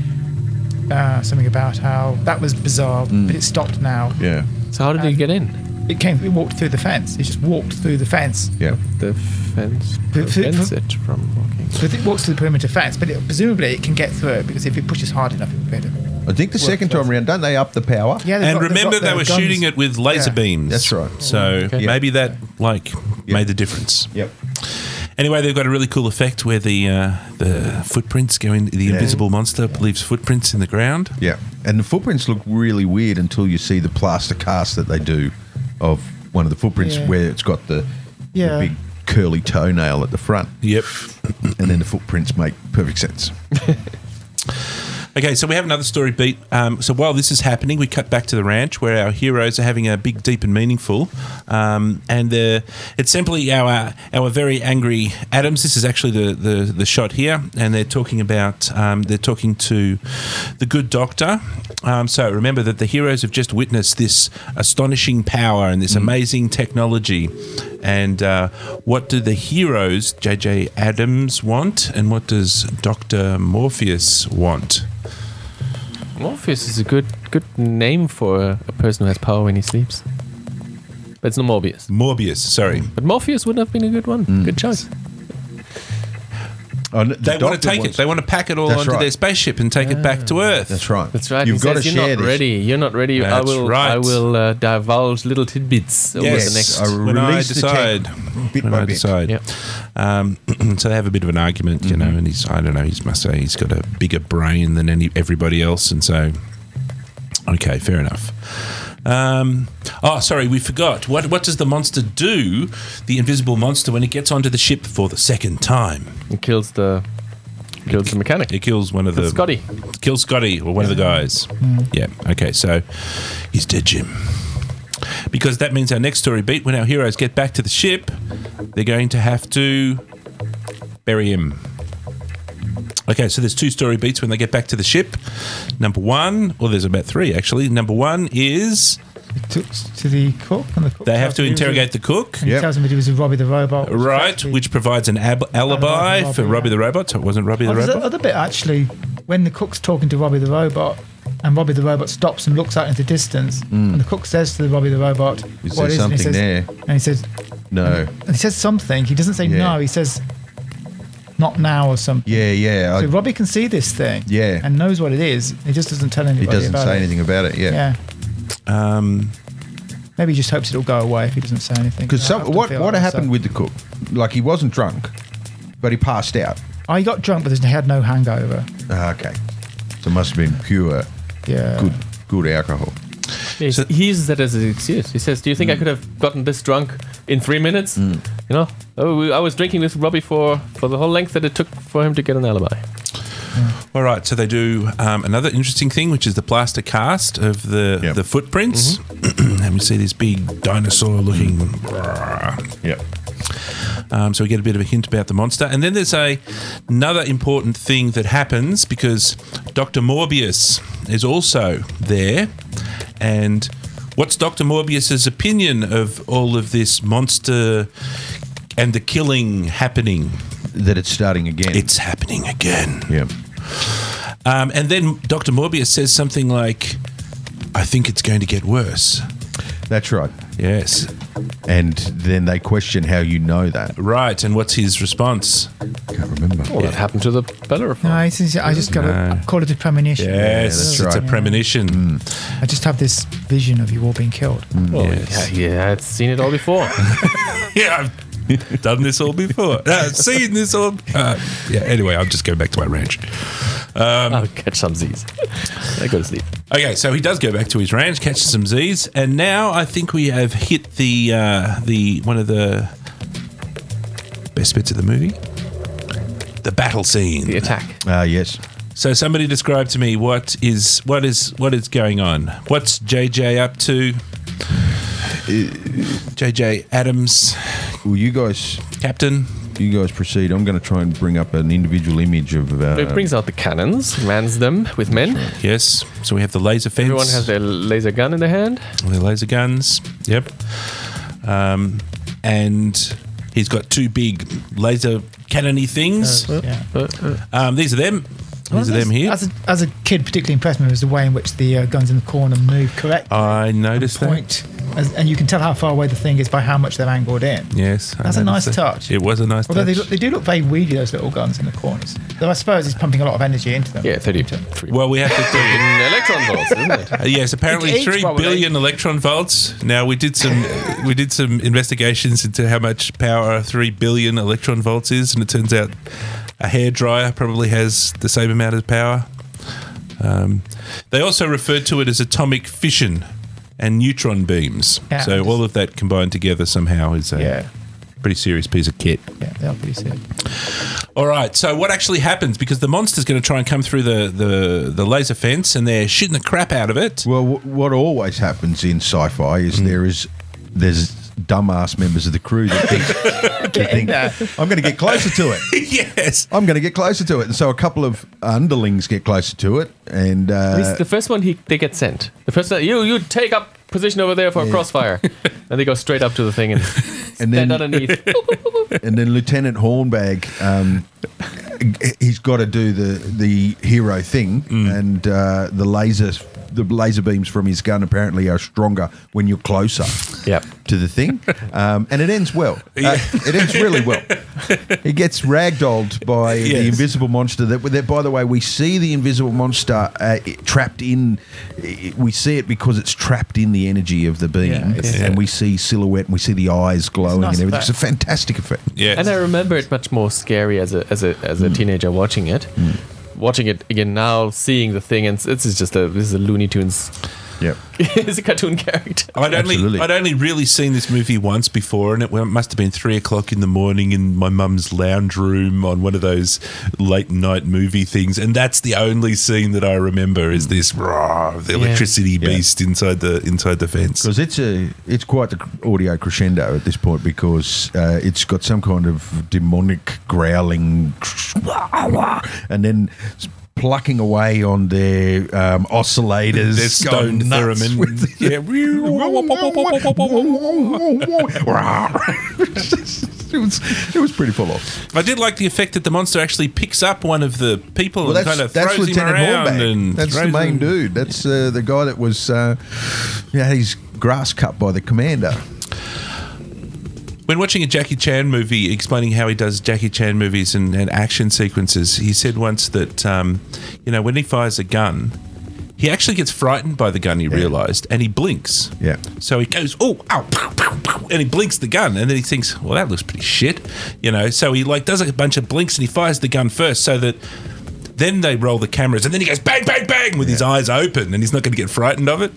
E: uh, something about how that was bizarre, but it stopped now.
A: Yeah,
D: So how did he
E: Um,
D: get in?
E: It came, it walked through the fence. It just walked through the fence.
A: yeah.
D: The fence
E: F- f-
D: prevents it from walking.
C: So if it walks through the perimeter fence, but it, presumably it can get through it because if it pushes hard enough, it can get through.
A: I think the second time round, don't they up the power?
C: Yeah, they've
B: and
C: got- they've
B: remember,
C: got
B: they
C: their
B: were
C: guns.
B: shooting it with laser
C: Yeah.
B: beams.
A: That's right.
B: So
D: Okay.
B: maybe that like made the difference.
A: Yep.
B: Anyway, they've got a really cool effect where the uh, the footprints go in. The invisible monster leaves footprints in the ground.
A: Yeah.
F: And the footprints look really weird until you see the plaster cast that they do of one of the footprints
C: Yeah.
F: where it's got the, the
C: Yeah.
F: big curly toenail at the front.
B: Yep.
F: And then the footprints make perfect sense.
B: Okay, so we have another story beat. Um, so while this is happening, we cut back to the ranch where our heroes are having a big, deep, and meaningful. Um, and uh, it's simply our our very angry Adams. This is actually the, the, the shot here, and they're talking about um, they're talking to the good doctor. Um, so remember that the heroes have just witnessed this astonishing power and this amazing technology. And uh, what do the heroes, JJ Adams, want, and what does Doctor Morpheus want?
D: Morpheus is a good good name for a, a person who has power when he sleeps. But it's not Morbius.
B: Morbius, sorry.
D: But Morpheus would have been a good one. Good choice.
F: Oh, the
B: They want
F: doctor
B: to take it.
F: wants-
B: They want to pack it all
F: That's
B: onto
F: right.
B: their spaceship and take it back to Earth.
F: That's right.
D: That's right.
F: You've
D: he
F: got
D: says,
F: to
D: You're
F: share
D: not
F: this.
D: ready. You're not ready. I
B: That's
D: will.
B: right.
D: I will uh, divulge little tidbits over the next.
B: Yes,
F: next-
B: when I
F: Release the
B: decide.
F: bit
B: When
F: by
B: I
F: bit.
B: decide.
D: Yep.
B: Um, so they have a bit of an argument,
F: Mm-hmm.
B: you know, and he's, I don't know, he's must say he's got a bigger brain than any everybody else. And so, okay, fair enough. Um, oh, sorry, we forgot. What, what does the monster do, the invisible monster, when it gets onto the ship for the second time?
D: It kills the. Kills the mechanic.
B: It kills one of the.
D: Kills Scotty.
B: Kills Scotty or one of the guys.
C: Hmm.
B: Yeah, okay, so he's dead, Jim. Because that means our next story beat, when our heroes get back to the ship, they're going to have to bury him. Okay, so there's two story beats when they get back to the ship. Number one, well, there's about three actually. Number one is
C: to, to the cook, and the cook
B: they have
C: tells
B: to
C: him he was
B: interrogate
C: with-
B: the cook.
C: And
F: Yep.
C: He tells him that he was with Robbie the robot. which is
B: Right,
C: actually-
B: which provides an ab-
C: Alibi
B: alibi
C: for
B: for
C: Robbie,
B: Robbie
C: yeah.
B: the Robot. So it wasn't Robbie the
C: Oh, there's that
B: Robot.
C: other bit actually when the cook's talking to Robbie the robot, and Robbie the robot stops and looks out into the distance, and the cook says to the Robbie the robot,
A: Is
C: "What
A: there
C: it?" And he
A: Mm. something
C: says-
A: there?
C: And he says,
A: No.
C: and he says something. He doesn't say
A: Yeah.
C: no. He says, "Not now" or something.
A: Yeah, yeah.
C: So
A: I,
C: Robbie can see this thing,
A: Yeah.
C: and knows what it is. He just doesn't tell anybody
A: he doesn't
C: about
A: say
C: it.
A: anything about it. Yeah.
C: Yeah,
B: Um,
C: maybe he just hopes it'll go away if he doesn't say anything.
A: Because
C: I often
A: what
C: feel
A: what
C: like that,
A: happened
C: so-
A: with the cook? Like he wasn't drunk, but he passed out.
C: Oh, he got drunk, but he had no hangover.
A: Ah, okay. So it must have been pure,
C: Yeah.
A: good, good alcohol.
D: He,
B: So-
D: he uses that as an excuse. He says, "Do you think I could have gotten this drunk in three minutes? You know, oh, we- I was drinking this Robbie for for the whole length that it took for him to get an alibi."
B: All right, so they do um, another interesting thing, which is the plaster cast of the
A: Yep.
B: the footprints, and we see this big dinosaur looking.
A: Yep.
B: Um, so we get a bit of a hint about the monster, and then there's a another important thing that happens because Doctor Morbius is also there, and what's Doctor Morbius's opinion of all of this monster and the killing happening?
A: That it's starting again.
B: It's happening again.
A: yeah.
B: Um, and then Dr. Morbius says something like, I think it's going to get worse.
A: That's right.
B: Yes.
A: And then they question how you know that.
B: Right. And what's his response?
A: I can't remember.
C: Oh.
D: Well, that happened to the Bellerophon.
C: No, it's, it's- I just got to
B: No.
C: call it a premonition.
B: Yes.
A: that's
B: it's a
A: right. Mm.
B: premonition.
C: I just have this vision of you all being killed.
D: Oh,
B: Yes.
D: yeah, yeah, I'd seen it all before.
B: Yeah. I've done this all before. Uh, seen this all. Uh, yeah. Anyway, I'll just go back to my ranch.
D: I'll catch some Z's. I go to sleep.
B: Okay, so he does go back to his ranch, catches some Z's, and now I think we have hit the uh, the one of the best bits of the movie, the battle scene.
D: The attack.
A: Ah, yes.
B: So somebody describe to me what is what is what is going on. What's JJ up to? JJ Adams,
A: Well, you guys,
B: Captain.
A: you guys proceed. I'm going to try and bring up an individual image of. Uh,
D: it brings out the cannons, mans them with men.
B: Yes. So we have the laser fence.
D: Everyone has their laser gun in their hand.
B: the laser guns. Yep. Um, and he's got two big laser cannony things.
C: Yeah.
D: Uh, uh,
B: Um, these are them. These are them here.
C: As a, as a kid, particularly impressed me was the way in which the uh, guns in the corner move correct.
B: I noticed that.
C: Point.
E: as, and you can tell how far away the thing is by how much they've angled in.
B: Yes. I
E: That's a
B: noticed
E: nice
B: that.
E: touch.
B: It was a nice
E: Although they,
B: touch.
E: look, they do look very weedy, those little guns in the corners. Though I suppose he's pumping a lot of energy into them.
D: Yeah, 33.
B: well, we have to do
D: in electron volts, isn't it?
B: Uh, yes, apparently
E: It's each
B: three
E: probably.
B: billion electron volts. Now we did some we did some investigations into how much power three billion electron volts is, and it turns out a hair dryer probably has the same amount of power. Um, they also referred to it as atomic fission and neutron beams.
E: Yeah.
B: so all of that combined together somehow is a
E: Yeah.
B: pretty serious piece of kit.
E: Yeah, they are pretty sick.
B: All right. So what actually happens? Because the monster's going to try and come through the, the the laser fence, and they're shooting the crap out of it.
A: Well, w- what always happens in sci-fi is
D: Hmm.
A: there is there's dumbass members of the crew that think, that think I'm going to get closer to it.
B: yes.
A: I'm going to get closer to it, and so a couple of underlings get closer to it, and
D: At least
A: uh,
D: the first one, he they get sent. The first one, you you take up position over there for a crossfire, and they go straight up to the thing and
A: and
D: stand
A: then
D: underneath.
A: and then Lieutenant Hornbag, um, g- he's got to do the the hero thing, and uh, the laser the laser beams from his gun apparently are stronger when you're closer.
D: Yep.
A: To the thing, um, and it ends well. Uh, it ends really well. He gets ragdolled by the
B: Yes.
A: invisible monster. That, that, by the way, we see the invisible monster uh, it- trapped in. i- We see it because it's trapped in the energy of the beam,
E: it's-
A: and we see silhouette, and we see the eyes glowing,
E: nice
A: and everything. It's a
E: effect.
A: fantastic effect.
B: Yeah.
D: And I remember it much more scary as a as a as a
A: Mm.
D: teenager watching it. Watching it again now, seeing the thing, and s- this is just a this is a Looney Tunes,
A: Yep.
D: it's a cartoon character.
B: I'd only
A: Absolutely.
B: I'd only really seen this movie once before, and it wa- must have been three o'clock in the morning in my mum's lounge room on one of those late night movie things, and that's the only scene that I remember is this rah, the electricity
A: Hmm. Yeah.
B: beast inside the inside the fence.
A: Because it's a it's quite the audio crescendo at this point because uh, it's got some kind of demonic growling, and then s- plucking away on their um, oscillators,
B: Their stone
A: going nuts
B: theremin.
A: with- it was it was pretty full on.
B: I did like the effect that the monster actually picks up one of the people
A: Well,
B: and
A: that's
B: kind of
A: that's
B: throws
A: Lieutenant
B: him around
A: Hornback.
B: and
A: That's the
B: throws
A: main
B: him-
A: dude. That's uh, the guy that was uh, yeah, had his grass cut by the commander.
B: When watching a Jackie Chan movie, explaining how he does Jackie Chan movies and, and action sequences, he said once that, um, you know, when he fires a gun, he actually gets frightened by the gun, he realized, and he blinks.
A: Yeah.
B: So he goes, oh, ow, pow, pow, pow, and he blinks the gun, and then he thinks, well, that looks pretty shit, you know. So he like does a bunch of blinks and he fires the gun first, so that then they roll the cameras, and then he goes bang, bang, bang with his eyes open, and he's not going to get frightened of it.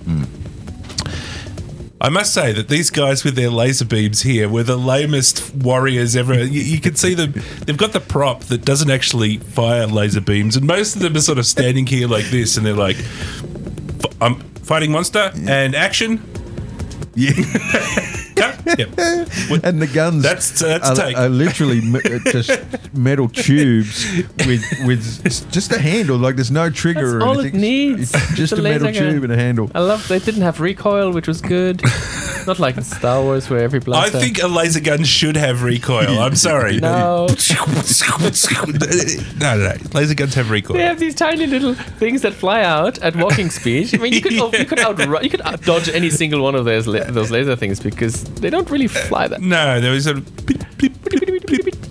B: I must say that these guys with their laser beams here were the lamest warriors ever. You, you can see them; they've got the prop that doesn't actually fire laser beams, and most of them are sort of standing here like this, and they're like, "F- "I'm fighting monster and action." Yeah. Yep. What-
A: and the guns
B: That's- that's
A: are,
B: take.
A: are literally me- uh, just metal tubes with with just a handle like there's no trigger
D: That's
A: or
D: all it
A: anything
D: needs.
A: It's just
D: It's
A: a
D: a
A: metal
D: laser gun.
A: tube and a handle
D: I love they didn't have recoil, which was good. Not like in Star Wars where every
B: I
D: blaster.
B: think a laser gun should have recoil. I'm sorry.
D: no.
B: no, no, no. Laser guns have recoil.
D: They have these tiny little things that fly out at walking speed. I mean, you could you could outrun, you could out- dodge any single one of those la- those laser things because they don't really fly that.
B: No, there was a.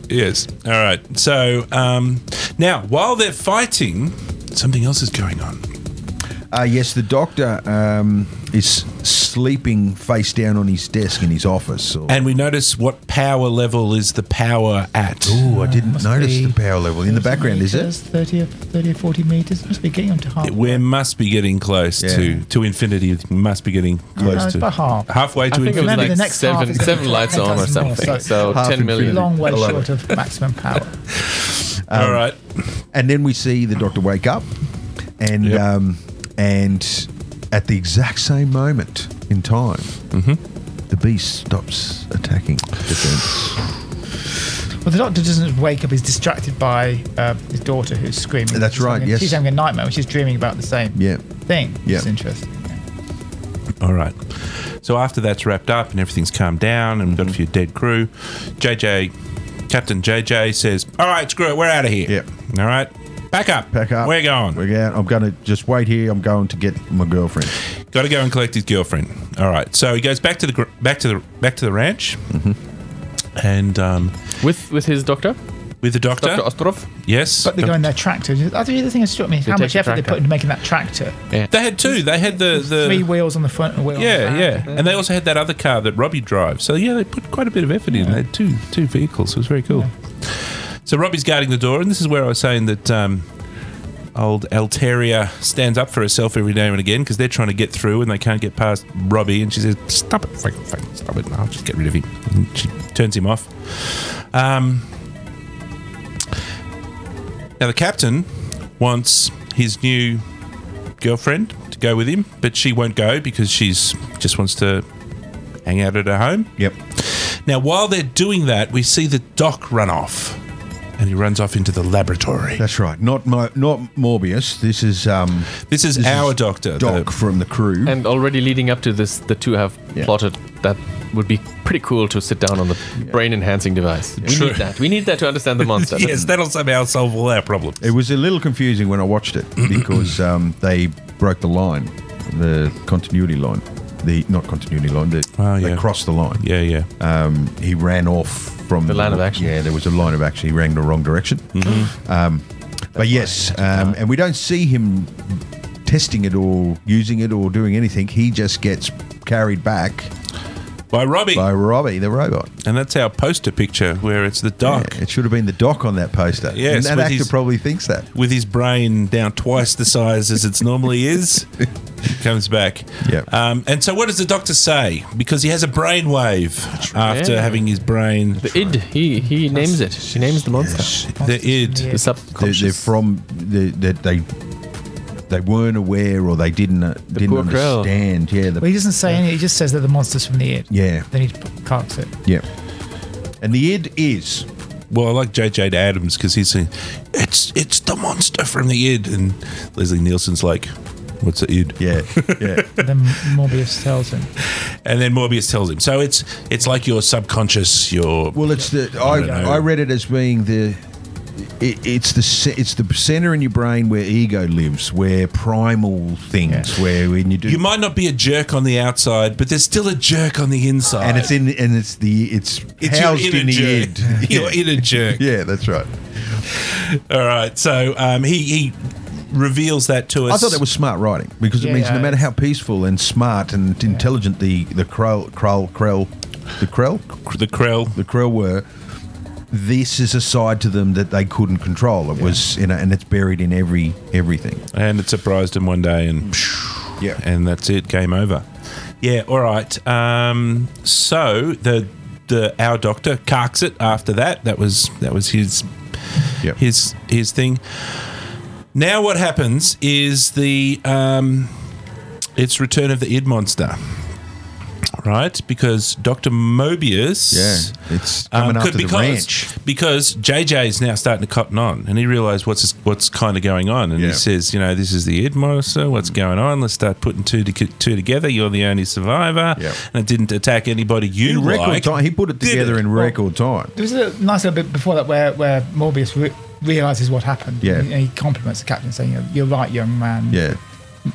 B: Yes. All right. So um, now, while they're fighting, something else is going on.
A: uh, yes the doctor um, is sleeping face down on his desk in his office or,
B: And we notice what power level is the power at.
A: Ooh, I didn't notice
E: be
A: the power level in the background is it
E: 30 or, 30 or 40 meters. Must be getting up to half.
B: We must be getting close
A: Yeah.
B: to, to infinity. We must be getting
E: No,
B: close
E: Mm, it's about
B: to.
E: half.
B: Halfway
D: I
B: to
D: think it was
E: Maybe
B: infinity.
E: the
D: like
E: next half
D: seven
E: is gonna
D: seven
E: be
D: lights
E: 10,000
D: on or
E: more,
D: something.
E: so-
D: So
A: Half
D: ten million.
A: infinity.
E: Long way
A: Hello.
E: short of maximum power.
B: All right.
A: and then we see the doctor wake up and
B: Yep.
A: um, and at the exact same moment in time
B: Mm-hmm.
A: the beast stops attacking the fence.
E: Well, the doctor doesn't wake up. He's distracted by uh, his daughter who's screaming.
A: That's
E: She's
A: right,
E: having a-
A: yes.
E: She's having a nightmare. She's dreaming about the same
A: Yeah.
E: thing.
A: Yeah.
E: It's interesting.
B: All right. So after that's wrapped up and everything's calmed down and we've
A: Mm-hmm.
B: got a few dead crew, JJ, Captain JJ says, All right, screw it. We're out of here.
A: Yep.
B: All right. Back up.
A: Pack up.
B: We're going.
A: We're going. I'm going to just wait here. I'm going to get my girlfriend.
B: Got to go and collect his girlfriend. All right. So he goes back to the gr- back to the back to the ranch, and um,
D: With with his doctor,
B: with the doctor.
D: Doctor Ostrov.
B: Yes.
E: But they're going their tractor. That's the other thing that struck me. How
D: take
E: much
D: the
E: effort they
D: tractor.
E: put into making that tractor.
B: They had two. They had the the
E: Three wheels on the front and a wheel on the
B: Yeah,
E: back.
B: yeah. And they also had that other car that Robbie drives. So yeah, they put quite a bit of effort in. They had two two vehicles. It was very cool. So Robbie's guarding the door, and this is where I was saying that um, old Alteria stands up for herself every now and again because they're trying to get through and they can't get past Robbie, and she says, "Stop it, fucking, fucking stop it! I'll just get rid of him." And she turns him off. Um, now the captain wants his new girlfriend to go with him, but she won't go because she's just wants to hang out at her home.
A: Yep.
B: Now, while they're doing that, we see the doc run off, and he runs off into the laboratory.
A: That's right. Not Mo- not Morbius. This is um,
B: This is
A: this
B: our
A: is
B: doctor,
A: Doc
B: the-
A: from the crew.
D: And already leading up to this, the two have
A: Yeah.
D: plotted that would be pretty cool to sit down on the brain enhancing device. We
B: True.
D: need that. We need that to understand the monster.
B: yes, that'll somehow solve all our problems.
A: it was a little confusing when I watched it because um, they broke the line, the continuity line, the not continuity line. The,
B: Oh,
A: They
B: yeah.
A: crossed the line.
B: yeah, yeah.
A: Um, he ran off from
D: The line of action. Mm-hmm.
A: Yeah, there was a line of action. He ran the wrong direction. Um, but yes, um, and we don't see him testing it or using it or doing anything. He just gets carried back
B: By Robbie,
A: by Robbie the robot.
B: and that's our poster picture where it's the doc
A: Yeah, it should have been the doc on that poster.
B: Yes,
A: and that
B: with
A: actor
B: his-
A: probably thinks that.
B: with his brain now twice the size as it normally is. Comes back.
A: Yep.
B: Um, and so, what does the doctor say? Because he has a brain wave after
D: Yeah.
B: having his brain.
D: The id. He he names it. He names the monster.
B: The id.
D: The
A: They're,
D: subconscious.
A: they're from the, that they they weren't aware or they didn't uh, didn't
D: poor crow.
A: understand. Yeah, the,
E: Well, he doesn't say any. He just says that the monster's from the id.
A: yeah,
E: They need to put carts it.
A: yeah. And the id is
B: Well, I like JJ Adams because he's saying, "It's it's the monster from the id," and Leslie Nielsen's like, "What's the id?"
A: yeah yeah.
E: And then Morbius tells him.
B: And then Morbius tells him. So it's it's like your subconscious, your
A: Well, it's the
B: don't know.
A: I, I read it as being the it, it's the ce- it's the center in your brain where ego lives, where primal things, where when you do
B: you might not be a jerk on the outside, but there's still a jerk on the inside.
A: and it's in and it's the it's,
B: It's your
A: housed
B: inner
A: in the
B: jerk.
A: id.
B: Your inner jerk.
A: Yeah, that's right.
B: All right. So um, he he reveals that to us.
A: I thought that was smart writing because it
E: Yeah,
A: means no
E: yeah,
A: matter how peaceful and smart and intelligent the the Krell Krell Krell the Krell
B: the Krell.
A: the Krell were, this is a side to them that they couldn't control. It was you know, and it's buried in every everything.
B: And it surprised him one day, and
A: Yeah.
B: and that's it. Game over. Yeah. All right. Um, so the the our doctor carks it after that. That was that was his
A: Yep.
B: his his thing. Now what happens is the um, it's return of the id monster, right? Because Doctor Mobius,
A: Yeah, it's coming after the
B: Um, because,
A: ranch.
B: because JJ is now starting to cotton on, and he realised what's what's kind of going on, and he
A: Yeah. Mm.
B: says, you know, this is the id monster. What's going on? Let's start putting two to, two together. You're the only survivor,
A: Yep.
B: and it didn't attack anybody you
A: in record
B: like.
A: time. He put it
B: did
A: together
B: it?
A: in record time.
E: There was a little- nice little bit before that where, where Morbius re- realizes what happened.
A: Yeah.
E: And he compliments the captain, saying, "You're- "You're right, young man."
A: Yeah,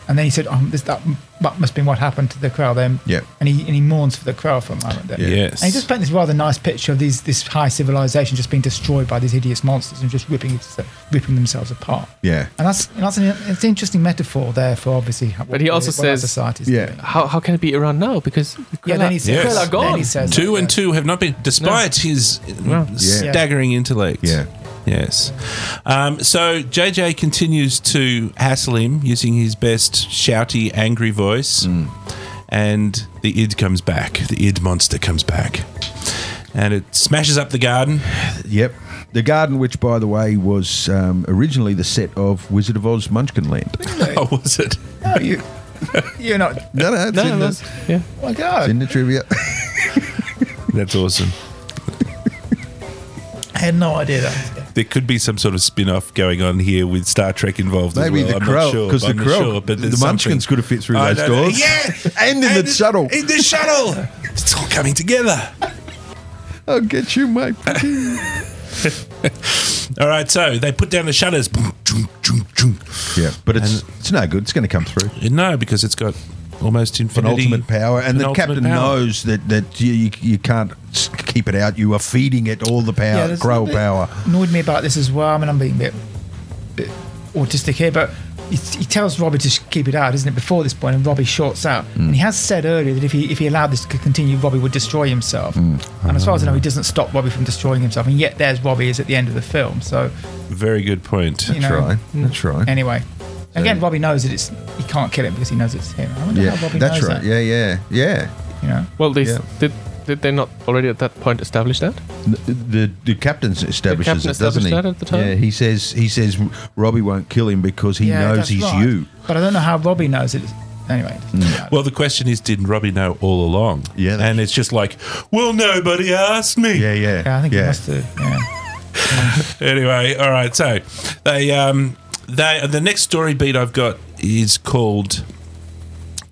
E: And then he said, um, this, "That m- that must have been what happened to the crow." Then.
A: Yeah.
E: And he and he mourns for the crow for a moment. Then.
A: Yeah.
B: Yes,
E: And he just painted this rather nice picture of these this high civilization just being destroyed by these hideous monsters and just ripping it- ripping themselves apart.
A: yeah.
E: And that's and that's an, it's an interesting metaphor there for obviously. how-
D: But he
E: what-
D: also
E: what our
D: says-
E: society's
A: Yeah.
E: doing.
D: how, how can it be around now? Because
E: Yeah, then he
D: Krell-
E: says-
D: Krell
B: Yes.
D: are gone.
E: Then he says- uh,
B: Two and
E: Yeah.
B: two have not been, despite his
A: Yeah.
B: staggering intellect.
A: Yeah.
B: Yes. Um, so JJ continues to hassle him using his best shouty, angry voice.
A: Mm.
B: And the id comes back. The id monster comes back. And it smashes up the garden.
A: Yep. The garden, which by the way was um, originally the set of Wizard of Oz Munchkin Land.
B: Oh, was it?
E: No, you you're not.
A: No, no, it's,
D: No,
A: in,
D: that's-
A: the,
D: yeah.
E: Oh my
A: it's
E: God.
A: in the trivia.
B: That's awesome.
E: I had no idea that.
B: There could be some sort of spin off going on here with Star Trek involved
A: Maybe
B: as well.
A: the
B: I'm
A: crow,
B: not sure.
A: because
B: I'm
A: the
B: not
A: crow,
B: sure, but
A: the
B: there's
A: Munchkins
B: something.
A: could have fit through
B: I
A: those
B: know that.
A: doors.
B: Uh, Yeah,
A: and in the shuttle.
B: In the shuttle, it's all coming together.
A: I'll get you, mate.
B: All right, so they put down the shutters. Boom, choom, choom, choom.
A: yeah, but it's it's no good. It's going to come through.
B: No, because it's got almost
A: an
B: infinity.
A: ultimate power, and the
B: penultimate
A: captain
B: power.
A: knows that that you, you, you can't s- keep it out. You are feeding it all the power,
C: there's
A: grow
C: a bit-
A: power.
C: annoyed me about this as well. I mean, I'm being a bit, bit autistic here, but he, he tells Robbie to sh- keep it out, isn't it? Before this point, and Robbie shorts out.
G: Hmm.
C: And he has said earlier that if he if he allowed this to continue, Robbie would destroy himself.
G: Hmm.
C: And as far as I know,
G: Ah.
C: he doesn't stop Robbie from destroying himself. And yet, there's Robbie is at the end of the film. So
B: Very good point.
C: you know, mm,
G: That's right. That's right.
C: anyway. Again, Robbie knows that it's he can't kill him because he knows it's him. I wonder
G: Yeah,
C: how Robbie
G: that's
C: knows
G: right.
C: that.
G: Yeah, yeah, yeah.
C: You know,
D: Well, they s-
G: Yeah.
D: did. Did they not already at that point establish that?
A: The, the, the captain establishes
D: captain
A: it, doesn't
D: established
A: he?
D: that at the time?
A: Yeah, he says he says Robbie won't kill him because he
C: Yeah,
A: knows
C: that's
A: he's
C: right.
A: you.
C: But I don't know how Robbie knows it. Anyway,
G: Hmm.
B: Well, the question is, did Robbie know all along?
A: Yeah, that's-
B: and it's just like, well, nobody asked me.
A: Yeah, yeah,
C: yeah, I think
A: yeah.
C: he must have. Yeah.
B: Anyway, all right. So they um they the next story beat I've got is called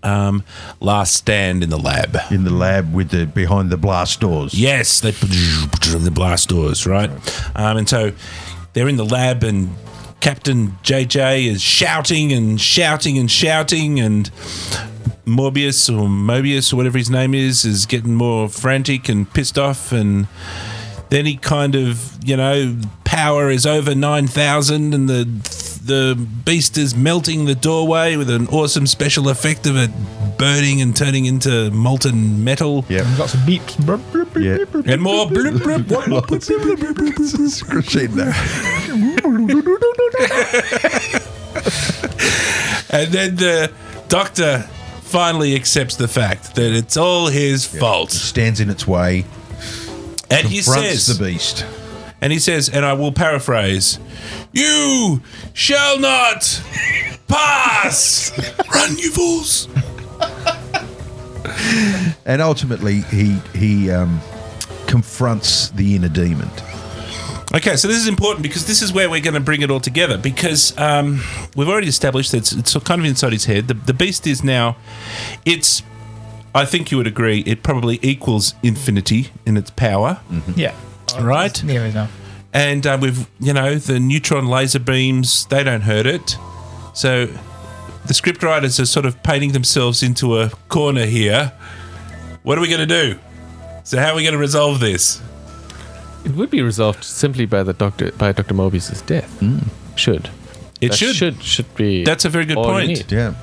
B: um Last Stand in the Lab.
A: in the lab with the behind the blast doors.
B: Yes, they the blast doors, right? Um, and so they're in the lab, and Captain JJ is shouting and shouting and shouting, and Morbius or Mobius or whatever his name is is getting more frantic and pissed off, and then he kind of you know power is over nine thousand, and the the beast is melting the doorway with an awesome special effect of it burning and turning into molten metal.
A: Yep.
C: Got some beeps.
A: Yeah.
B: And more bloop, bloop, bloop, bloop, bloop.
A: Crescendo.
B: And then the doctor finally accepts the fact that it's all his fault.
A: Stands in its way.
B: And he
A: Fronts
B: says,
A: the beast.
B: and he says, and I will paraphrase, you shall not pass. Run, you fools.
A: And ultimately, he he um, confronts the inner demon.
B: Okay, so this is important because this is where we're going to bring it all together because um, we've already established that it's, it's kind of inside his head. The, the beast is now, it's, I think you would agree, it probably equals infinity in its power,
C: Yeah.
B: right?
C: Near enough.
B: and uh, we've you know the neutron laser beams they don't hurt it so the scriptwriters are sort of painting themselves into a corner here what are we going to do so how are we going to resolve this
D: It would be resolved simply by the doctor by Doctor Mobius's death. Should
B: Hmm. it
D: That
B: should,
D: should should be.
B: that's a very good
D: all you
B: point
D: need.
A: Yeah.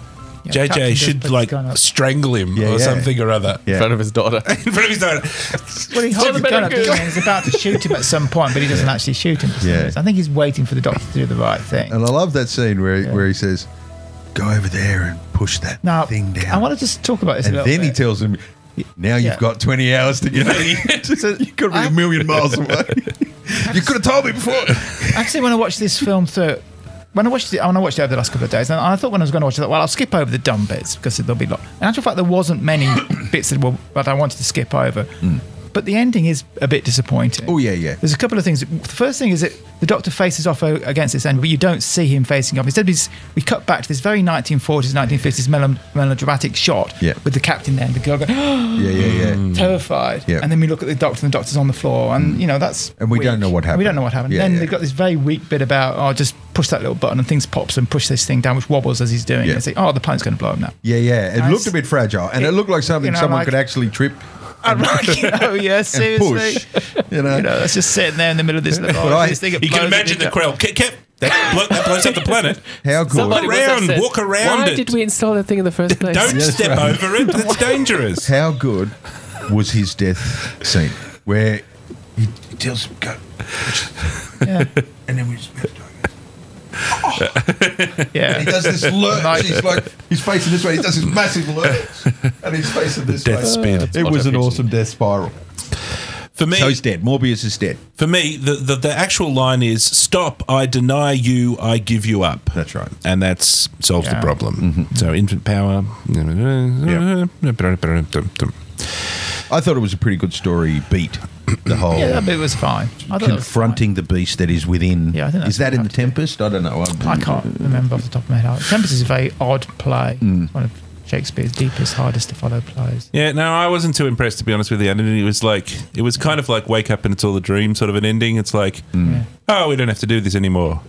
C: Yeah,
B: jj
C: Captain does put
B: should
C: his
B: like
C: gun up.
B: strangle him
A: Yeah,
B: or
A: yeah.
B: something or other
A: Yeah.
D: in front of his daughter.
B: in front of his daughter.
C: Well, he holds
D: the
C: the gun up,
D: better
C: doesn't he? and he's about to shoot him at some point, but he doesn't actually shoot him. for some
A: Yeah.
C: reason. I think he's waiting for the doctor to do the right thing.
A: And I love that scene where he, where he says, "Go over there and push that
C: Now,
A: thing down."
C: I want to just talk about this
A: and
C: a
A: then
C: little
A: he
C: bit.
A: tells him, "Now you've
C: Yeah.
A: got 20 hours to get out of here. you could be a million miles away. you could have told me before."
C: actually, when I watched this film through, when I watched it, when I watched it over the last couple of days, and I thought when I was going to watch it, well, I'll skip over the dumb bits because there'll be a lot. In actual fact, there wasn't many bits that were that I wanted to skip over. But the ending is a bit disappointing.
A: Mm. Oh, yeah, yeah.
C: There's a couple of things. The first thing is that the Doctor faces off o- against this end, but you don't see him facing off. Instead, we, s- we cut back to this very 1940s, 1950s melo- melodramatic shot
A: Yeah.
C: with the captain there and the girl going,
A: Yeah, yeah, yeah.
C: terrified.
A: Mm. Yeah. Mm.
C: And then we look at the doctor, and the doctor's on the floor, and you know that's.
A: And we
C: weak.
A: don't know what
C: We
A: happened.
C: don't know what happened.
A: Yeah,
C: then
A: yeah.
C: they've got this very weak bit about oh, just push that little button, and things pops and push this thing down, which wobbles as he's doing.
A: Yeah.
C: it. And say, oh, the plane's going to blow him now.
A: Yeah, yeah. It
C: Nice.
A: looked a bit fragile, and it,
C: It-
A: looked like something
C: you know,
A: someone
C: like-
A: could actually trip
C: I'm like, you know, yeah,
A: and
C: seriously.
A: push. You know,
C: You know, that's just sitting there in the middle of this. Little,
A: But I-
C: this thing, it
B: you can
C: blows
B: imagine the
C: into-
B: crowd Ke- ke- that, blow, that blows up the planet
A: how good?
D: Somebody must have
B: around,
D: said,
B: walk around
D: Why
B: it."
D: did we install that thing in the first place?
B: don't step over it it's dangerous
A: How good was his death scene? Where he tells him, "Go," and then we just. He
C: Yeah.
A: does this lurch. he's like he's facing this way. He does this massive lurch, and he's facing this
B: death
A: way.
B: spin
A: It was an awesome death spiral.
B: for me
A: So he's dead. Morbius is dead.
B: For me, the, the, the actual line is stop, I deny you, I give you up.
A: That's right. Mm-hmm.
B: And that's solves
C: Yeah.
B: the problem. So infant power.
A: I thought it was a pretty good story. Beat the whole
C: yeah, that bit was fine. I thought it was
A: confronting the beast that is within.
C: Yeah, I think
A: is
C: that's
A: that in the
C: what
A: Tempest? I don't know.
C: fine. I can't remember off the top of my head. Tempest is a very odd play.
A: Mm.
C: It's One of Shakespeare's deepest, hardest to follow plays.
B: Yeah, no, I wasn't too impressed to be honest with you. And it was like it was
A: Mm.
B: kind of like wake up and it's all a dream sort of an ending. It's like, oh, we don't have to do this anymore.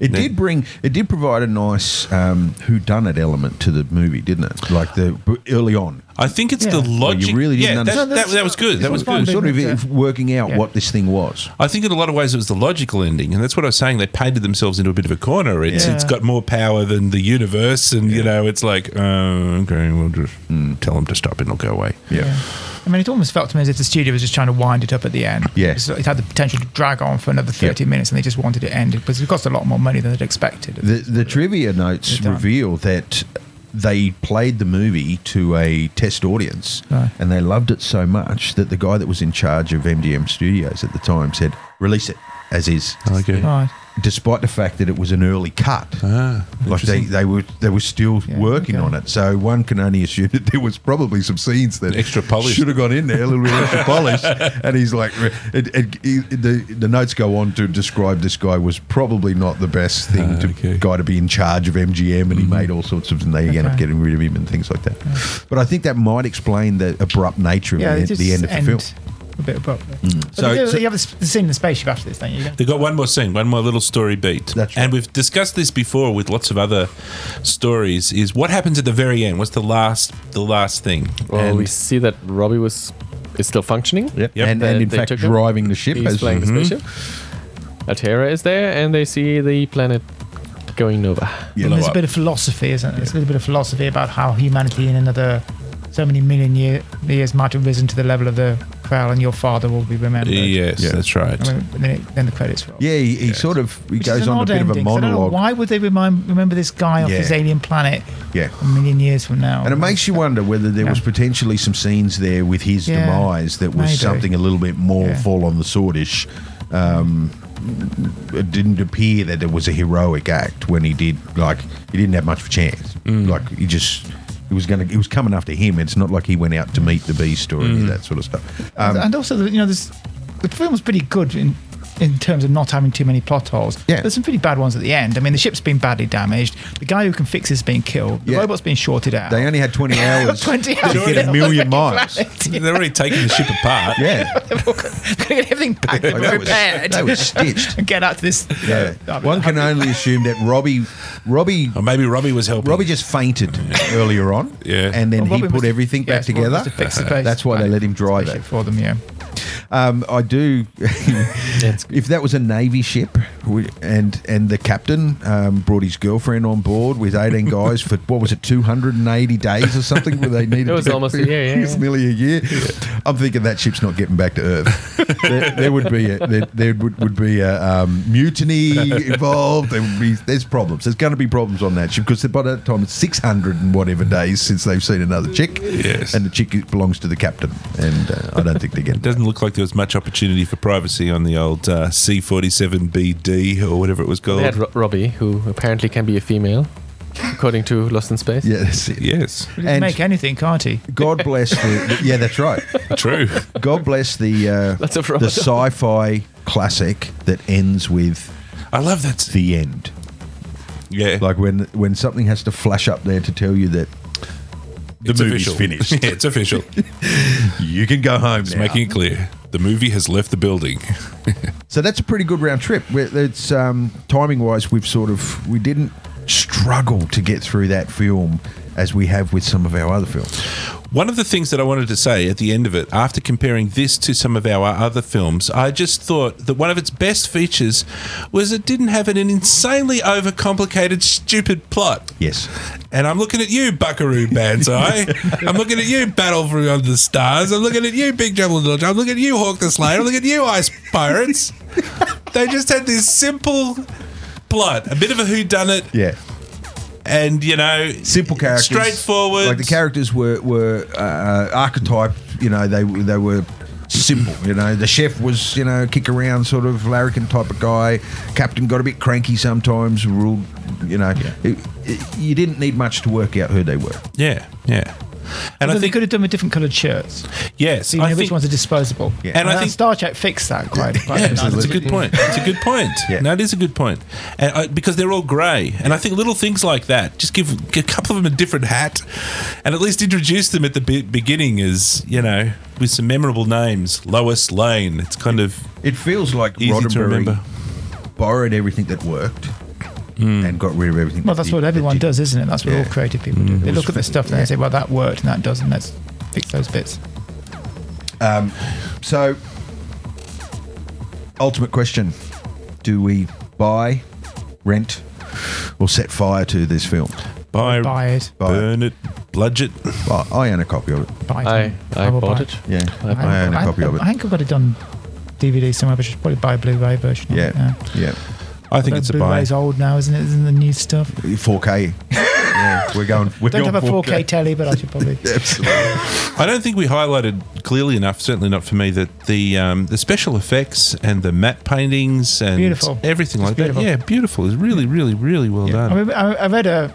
A: It did bring, it did provide a nice um, whodunit element to the movie, didn't it? Like the early on,
B: I think it's the
C: Yeah.
B: logic.
A: you really didn't
B: yeah, that,
A: understand-
B: that, that was good. That was
A: It was
B: good.
A: sort of if- working out
C: Yeah.
A: what this thing was.
B: I think in a lot of ways it was the logical ending, and that's what I was saying. They painted themselves into a bit of a corner. It's
C: Yeah.
B: it's got more power than the universe, and you know it's like oh, okay, we'll just
A: Hmm.
B: tell them to stop and it'll go away.
C: Yeah. I mean, it almost felt to me as if the studio was just trying to wind it up at the end.
A: Yeah.
C: So it had the potential to drag on for another 30 minutes and they just wanted it ended because it cost a lot more money than they'd expected.
A: The the trivia notes
C: They're done.
A: reveal that they played the movie to a test audience
C: Right.
A: and they loved it so much that the guy that was in charge of MDM Studios at the time said, "Release it as is."
B: Okay.
C: right.
A: Despite the fact that it was an early cut,
B: Ah,
A: like they,
B: interesting.
A: they were they were still
C: Yeah,
A: working
C: okay.
A: on it, so one can only assume that there was probably some scenes that
B: Extra polish.
A: should have gone in there a little bit extra polish. And he's like, it, it, he- the the notes go on to describe this guy was probably not the best thing
B: Ah,
A: to
B: okay. Mm-hmm.
A: guy to be in charge of MGM, and he made all sorts of, and they end up
C: Okay.
A: getting rid of him and things like that. But I think that might explain the abrupt nature of
C: Yeah,
A: the,
C: it just
A: the end of the film. Mm.
C: A bit abruptly. But
B: So-
C: so, you,
B: so-
C: you have the sp- the scene in the spaceship after this, don't you?
B: They got one more scene, one more little story beat.
A: That's
B: And we've discussed this before with lots of other stories. Is what happens at the very end? What's the last, the last thing?
D: Well,
B: And-
D: we see that Robbie was is still functioning.
B: Yep. mm-hmm.
A: And,
D: They-
A: and in
D: they
A: fact,
D: took him.
A: driving the ship
D: He's
A: as
C: "Hmm,
D: flying the spaceship. Atera is there, and they see the planet going nova.
C: And there's
B: Blow
C: a bit of philosophy, isn't there? There's a little bit of philosophy about how humanity in another so many million year, years might have risen to the level of the crow and your father will be remembered.
B: Yes,
A: Yeah.
B: that's right.
C: I mean, then, it, then the credits roll.
A: Yeah, he, he sort of he
C: Which is
A: goes
C: an
A: on a
C: odd
A: bit of a
C: ending, 'cause I don't know
A: monologue.
C: Why would they remind, remember this guy off
A: Yeah.
C: his alien planet
A: Yeah.
C: a million years from now?
A: And it makes you wonder whether there was
C: Yeah.
A: potentially some scenes there with his
C: Yeah,
A: demise that was
C: maybe.
A: something a little bit more
C: Yeah.
A: fall on the swordish. Um, it didn't appear that it was a heroic act when he did like he didn't have much of a chance. Like he just it was gonna it was coming after him. It's not like he went out to meet the beast or any of that sort of stuff. Um,
C: and also, the- you know, this, the film was pretty good in in terms of not having too many plot holes.
A: Yeah.
C: There's some pretty bad ones at the end. I mean, the ship's been badly damaged. The guy who can fix it's been killed. The
A: Yeah.
C: robot's been shorted out.
A: they only had twenty hours
C: 20 hours
A: to get
C: on
A: a
C: the
A: million
C: freaking
A: miles.
C: planet.
B: They're already taking the ship apart.
A: Yeah,
C: They've all got- gotta get everything packed
A: Like,
C: and
A: that was-
C: repaired.
A: that was stitched.
C: and get out to this. uh,
A: yeah.
C: I mean,
A: One can only assume that Robbie, Robbie
B: Or maybe Robbie was helping.
A: Robbie just fainted earlier on.
B: Yeah.
A: And then
C: Well,
A: he
C: Robbie
A: put
C: must-
A: everything back
C: yes, Robbie
A: together.
C: must have fixed the base-
A: That's why they let him drive
C: spaceship
A: it.
C: for them. Yeah,
A: Um, I do. if that was a navy ship, we- and and the captain um, brought his girlfriend on board with eighteen guys for what was it, two hundred and eighty days or something, where they needed.
D: It was
A: to-
D: almost a year, yeah,
A: it was
D: yeah.
A: nearly a year. I'm thinking that ship's not getting back to Earth. there, there would be a, there, there would, would be a um, mutiny involved. There would be there's problems. There's going to be problems on that ship because by that time it's six hundred and whatever days since they've seen another chick.
B: Yes.
A: and the chick belongs to the captain, and uh, I don't think they're getting.
B: It doesn't look like there was much opportunity for privacy on the old uh, C47BD or whatever it was
D: They had
B: called.
D: Ro- Robbie, who apparently can be a female, according to Lost in Space.
A: Yeah, that's it.
B: Yes,
C: he can
A: And-
C: make anything, can't he?
A: God bless the. Yeah, that's right.
B: true.
A: God bless the
D: That's
A: uh,
D: a fraud.
A: the sci-fi classic that ends with
B: I love that. scene.
A: the end.
B: Yeah,
A: Like when when something has to flash up there to tell you that the
B: It's
A: movie's
B: official.
A: finished.
B: yeah, it's official.
A: you can go home
B: It's
A: now.
B: making it clear the movie has left the building.
A: so that's a pretty good round trip. We're- It's um, timing wise, we've sort of we didn't struggle to get through that film as we have with some of our other films.
B: One of the things that I wanted to say at the end of it, after comparing this to some of our other films, I just thought that one of its best features was it didn't have an insanely overcomplicated, stupid plot.
A: Yes.
B: And I'm looking at you, Buckaroo Banzai. I'm looking at you, Battle for Under the Stars. I'm looking at you, Big Trouble in Little China. I'm looking at you, Hawk the Slayer. I'm looking at you, Ice Pirates. they just had this simple plot, a bit of a whodunit,
A: Yeah.
B: and you know,
A: simple characters,
B: straightforward.
A: Like the characters were were uh, archetype. You know, they they were simple. You know, the chef was you know kick around sort of larrikin type of guy. Captain got a bit cranky sometimes. Ruled. You know, it, it, you didn't need much to work out who they were.
B: Yeah, yeah. And I
C: they
B: think
C: could have done with different coloured shirts.
B: yes,
C: So you know
B: I
C: which
B: think
C: ones are disposable.
A: Yeah.
B: And I think-
C: Star Trek fixed that quite. quite
B: Yeah, that's a
C: nicely.
B: good point. It's a good point.
A: Yeah.
B: No, it is a good point, and I, because they're all grey, and I think little things like that just give, give a couple of them a different hat, and at least introduce them at the be- beginning as you know with some memorable names. Lois Lane. It's kind of
A: It feels like
B: easy to
A: Roddenberry
B: remember.
A: borrowed everything that worked
B: Hmm.
A: and got rid of everything. that
C: Well, that's
A: did-
C: what
A: that
C: everyone
A: did-
C: does, isn't it? That's what
A: Yeah.
C: all creative people do. They
A: It
C: look
A: was
C: at the stuff and
A: yeah.
C: they say, well, that worked and that doesn't. Let's fix those bits.
A: So, ultimate question: Do we buy, rent, or set fire to this film?
B: Buy,
C: Buy it.
A: Buy it.
B: burn it, bludge it.
A: Well, I own a copy of it.
C: Buy it.
D: I, I
C: will
D: bought
C: buy
D: it.
A: Yeah,
D: I bought
A: I own a copy of it.
C: I think I've got it on DVD somewhere, but I should probably buy a Blu-ray version. of it,
A: Yeah, yeah.
B: I think it's a buy.
C: Blu-ray's old now, isn't it? Isn't the new stuff?
A: 4K. yeah, we're going. We're
C: Don't
A: going
C: have a 4K, telly, but I should probably.
B: I don't think we highlighted clearly enough, certainly not for me, that the um, the special effects and the matte paintings and
C: Beautiful.
B: everything
C: It's
B: like
C: beautiful.
B: that. Yeah, beautiful. It's really, really, really well
C: I,
B: done.
C: mean, I, I read a,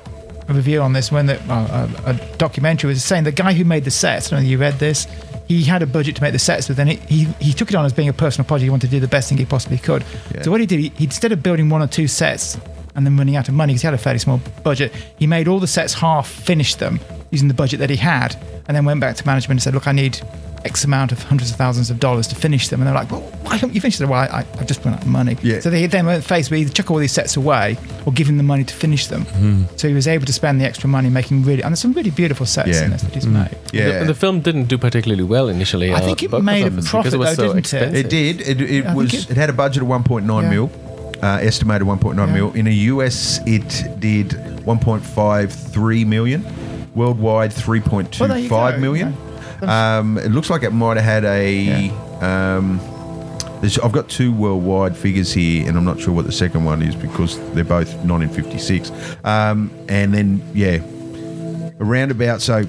C: a review on this when the, well, a, a documentary was saying the guy who made the sets. I don't know if you read this. He had a budget to make the sets, but then he, he, he took it on as being a personal project. He wanted to do the best thing he possibly could. So what he did, he, he instead of building one or two sets and then running out of money because he had a fairly small budget, he made all the sets half finished them using the budget that he had, and then went back to management and said, "Look, I need." X amount of hundreds of thousands of dollars to finish them, and they're like, "Well, why don't you finish them?" Well, I, I, I've just run out of money.
A: Yeah.
C: So they then went face where either chuck all these sets away or give him the money to finish them.
A: Mm-hmm.
C: So he was able to spend the extra money making really, and there's some really beautiful sets
A: Yeah. Mm-hmm.
C: in this that he's made.
A: yeah.
D: The, the film didn't do particularly well initially.
C: I
D: uh,
C: think it
D: box
C: made a
D: office
C: profit
D: because it was
C: though,
D: so
C: didn't it?
D: expensive.
A: It did. It,
C: I
A: it
C: think
A: was.
C: it-
A: It, had a budget of 1.9
C: Yeah.
A: mil, uh, estimated 1.9
C: Yeah.
A: mil. In the US, it did 1.53 million. Worldwide, 3.25
C: Well,
A: million.
C: there you go,
A: Um, it looks like it might have had a. Um, there's- I've got two worldwide figures here, and I'm not sure what the second one is because they're both 1956. Um, and then, yeah, around about so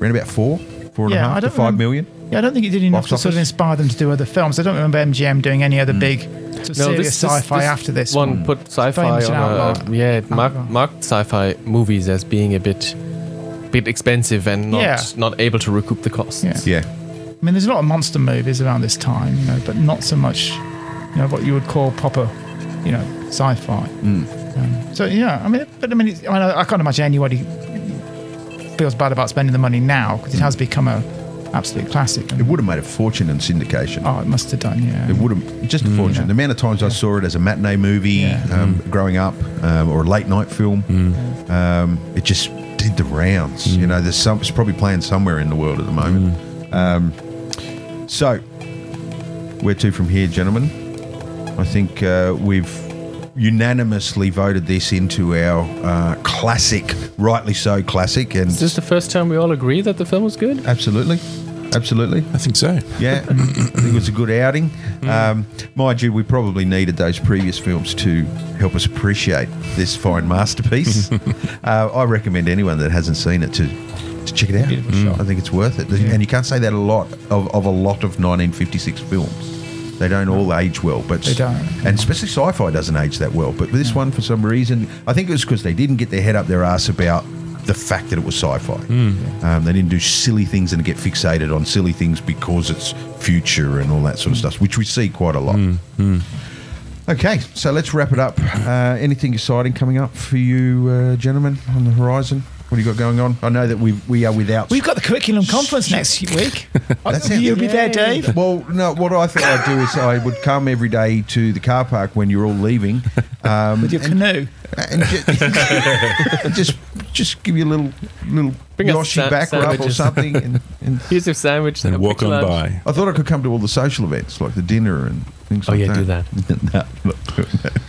A: around about four, four and a
C: Yeah,
A: half
C: I
A: to
C: don't
A: five
C: remem-
A: million.
C: Yeah, I don't think it did enough
A: Box
C: to sort of
A: office? Mm.
C: inspire them to do other films. I don't remember MGM doing any other big sort of serious sci-fi after this
D: one,
C: one. Oh,
D: put sci-fi
C: famous
D: on
C: and
D: a,
C: outlawed.
D: yeah it marked,
C: Outlawed.
D: marked sci-fi movies as being a bit bit expensive and not
C: Yeah.
D: not able to recoup the costs
C: Yeah.
A: Yeah.
C: I mean, there's a lot of monster movies around this time, you know, but not so much, you know, what you would call proper, you know, sci-fi.
A: Mm.
C: Um, so yeah, I mean, but I mean, it's, I, mean I, I can't imagine anybody feels bad about spending the money now because it has become a absolute classic.
A: It
C: And,
A: would have made a fortune in syndication.
C: oh, it must have done, yeah.
A: It would have just a fortune.
C: Yeah.
A: The amount of times I saw it as a matinee movie
C: Yeah. Mm.
A: um, growing up, um, or a late night film, um, it just did the rounds.
C: Mm.
A: You know, there's some. It's probably playing somewhere in the world at the moment. Um, so, where to from here, gentlemen? I think uh, we've unanimously voted this into our uh, classic, rightly so classic, and
D: is this the first time we all agree that the film was good
A: absolutely, absolutely.
B: I think so.
A: Yeah, I think it was a good outing. Um, mind you, we probably needed those previous films to help us appreciate this fine masterpiece. uh, I recommend anyone that hasn't seen it to, to check it out. I think it's worth it. And you can't say that a lot of, of a lot of 1956 films. They don't all age well, but
C: They don't.
A: and especially sci-fi doesn't age that well. But
C: Hmm.
A: this one, for some reason, I think it was because they didn't get their head up their ass about the fact that it was sci-fi.
C: Hmm.
A: Um, they didn't do silly things and get fixated on silly things because it's future and all that sort of
C: Hmm.
A: stuff, which we see quite a lot. Okay, so let's wrap it up. Uh, anything exciting coming up for you, uh, gentlemen, on the horizon? What do you got going on? I know that we we are without.
C: We've got the curriculum conference next week. Uh,
A: sounds-
C: You'll be there, Dave.
A: Well, no. What I thought I'd do is I would come every day to the car park when you're all leaving, um,
C: With your canoe.
A: and just, just just give you a little little
D: Bring us
A: Yoshi
D: sa-
A: back rub or
D: sandwiches.
A: something. And, and
D: here's your sandwich
B: And
D: a
B: walk
D: quick
B: on
D: lunch.
B: by.
A: I thought I could come to all the social events like the dinner and things
D: oh
A: like
D: yeah do
A: that.
D: that
A: no, I'm not doing that.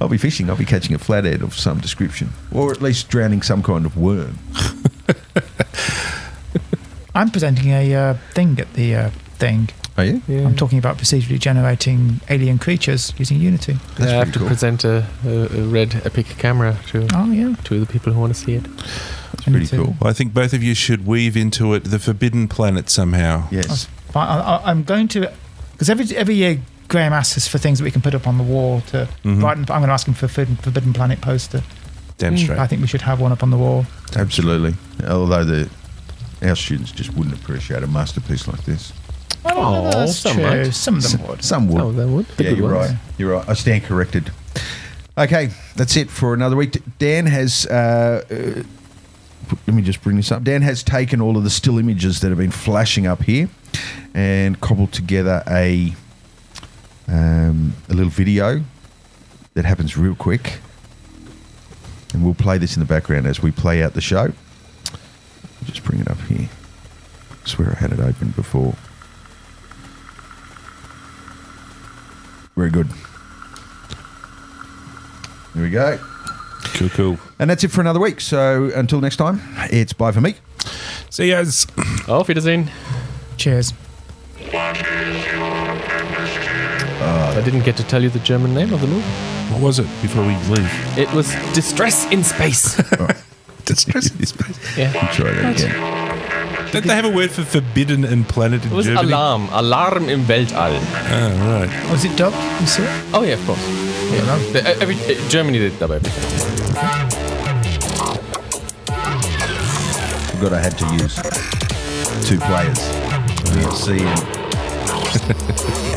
A: I'll be fishing. I'll be catching a flathead of some description, or at least drowning some kind of worm.
C: I'm presenting a uh, thing at the uh, thing.
A: Are you?
C: I'm talking about procedurally generating alien creatures using Unity.
D: Yeah, I have
A: pretty
D: to
A: cool.
D: present a, a, a red epic camera to
C: Oh, yeah.
D: to the people who want to see it
A: That's pretty cool.
B: Well, I think both of you should weave into it the Forbidden Planet somehow.
A: Yes.
D: Oh.
C: But I, I, I'm going to because every every year Graham asks us for things that we can put up on the wall to
A: Mm-hmm.
C: brighten. I'm going to ask him for Forbidden, Forbidden Planet poster.
B: Damn
D: Mm,
B: straight.
C: I think we should have one up on the wall.
A: Absolutely. Although the our students just wouldn't appreciate a masterpiece like this.
C: I don't know whether
D: Aw,
C: Oh, that's
D: some
C: true.
D: might.
C: Some of them
A: S-
C: would.
A: Some would.
D: oh that would the
A: yeah,
D: good
A: you're
D: ones.
A: right. You're right. I stand corrected. Okay, that's it for another week. Dan has. Uh, uh, let me just bring this up. Dan has taken all of the still images that have been flashing up here, and cobbled together a um, a little video that happens real quick. And we'll play this in the background as we play out the show. Just bring it up here. swear I had it open before. Very good. There we go.
B: Cool, cool.
A: And that's it for another week. So until next time, it's bye for me.
B: See yous.
D: Auf Wiedersehen.
C: Cheers.
D: I didn't get to tell you the German name of the movie.
B: What was it before we leave?
D: It was Distress in Space.
B: Distress.
D: yeah.
A: Try that again.
B: Don't they have a word for forbidden and planet in
D: It was
B: Germany?
D: Alarm. Alarm im Weltall.
B: Oh, right.
C: Was it dubbed? You see it?
D: Oh, yeah, of course. Yeah. The- uh, every, uh, Germany did dub everything.
A: Forgot I had to use two players. VFC and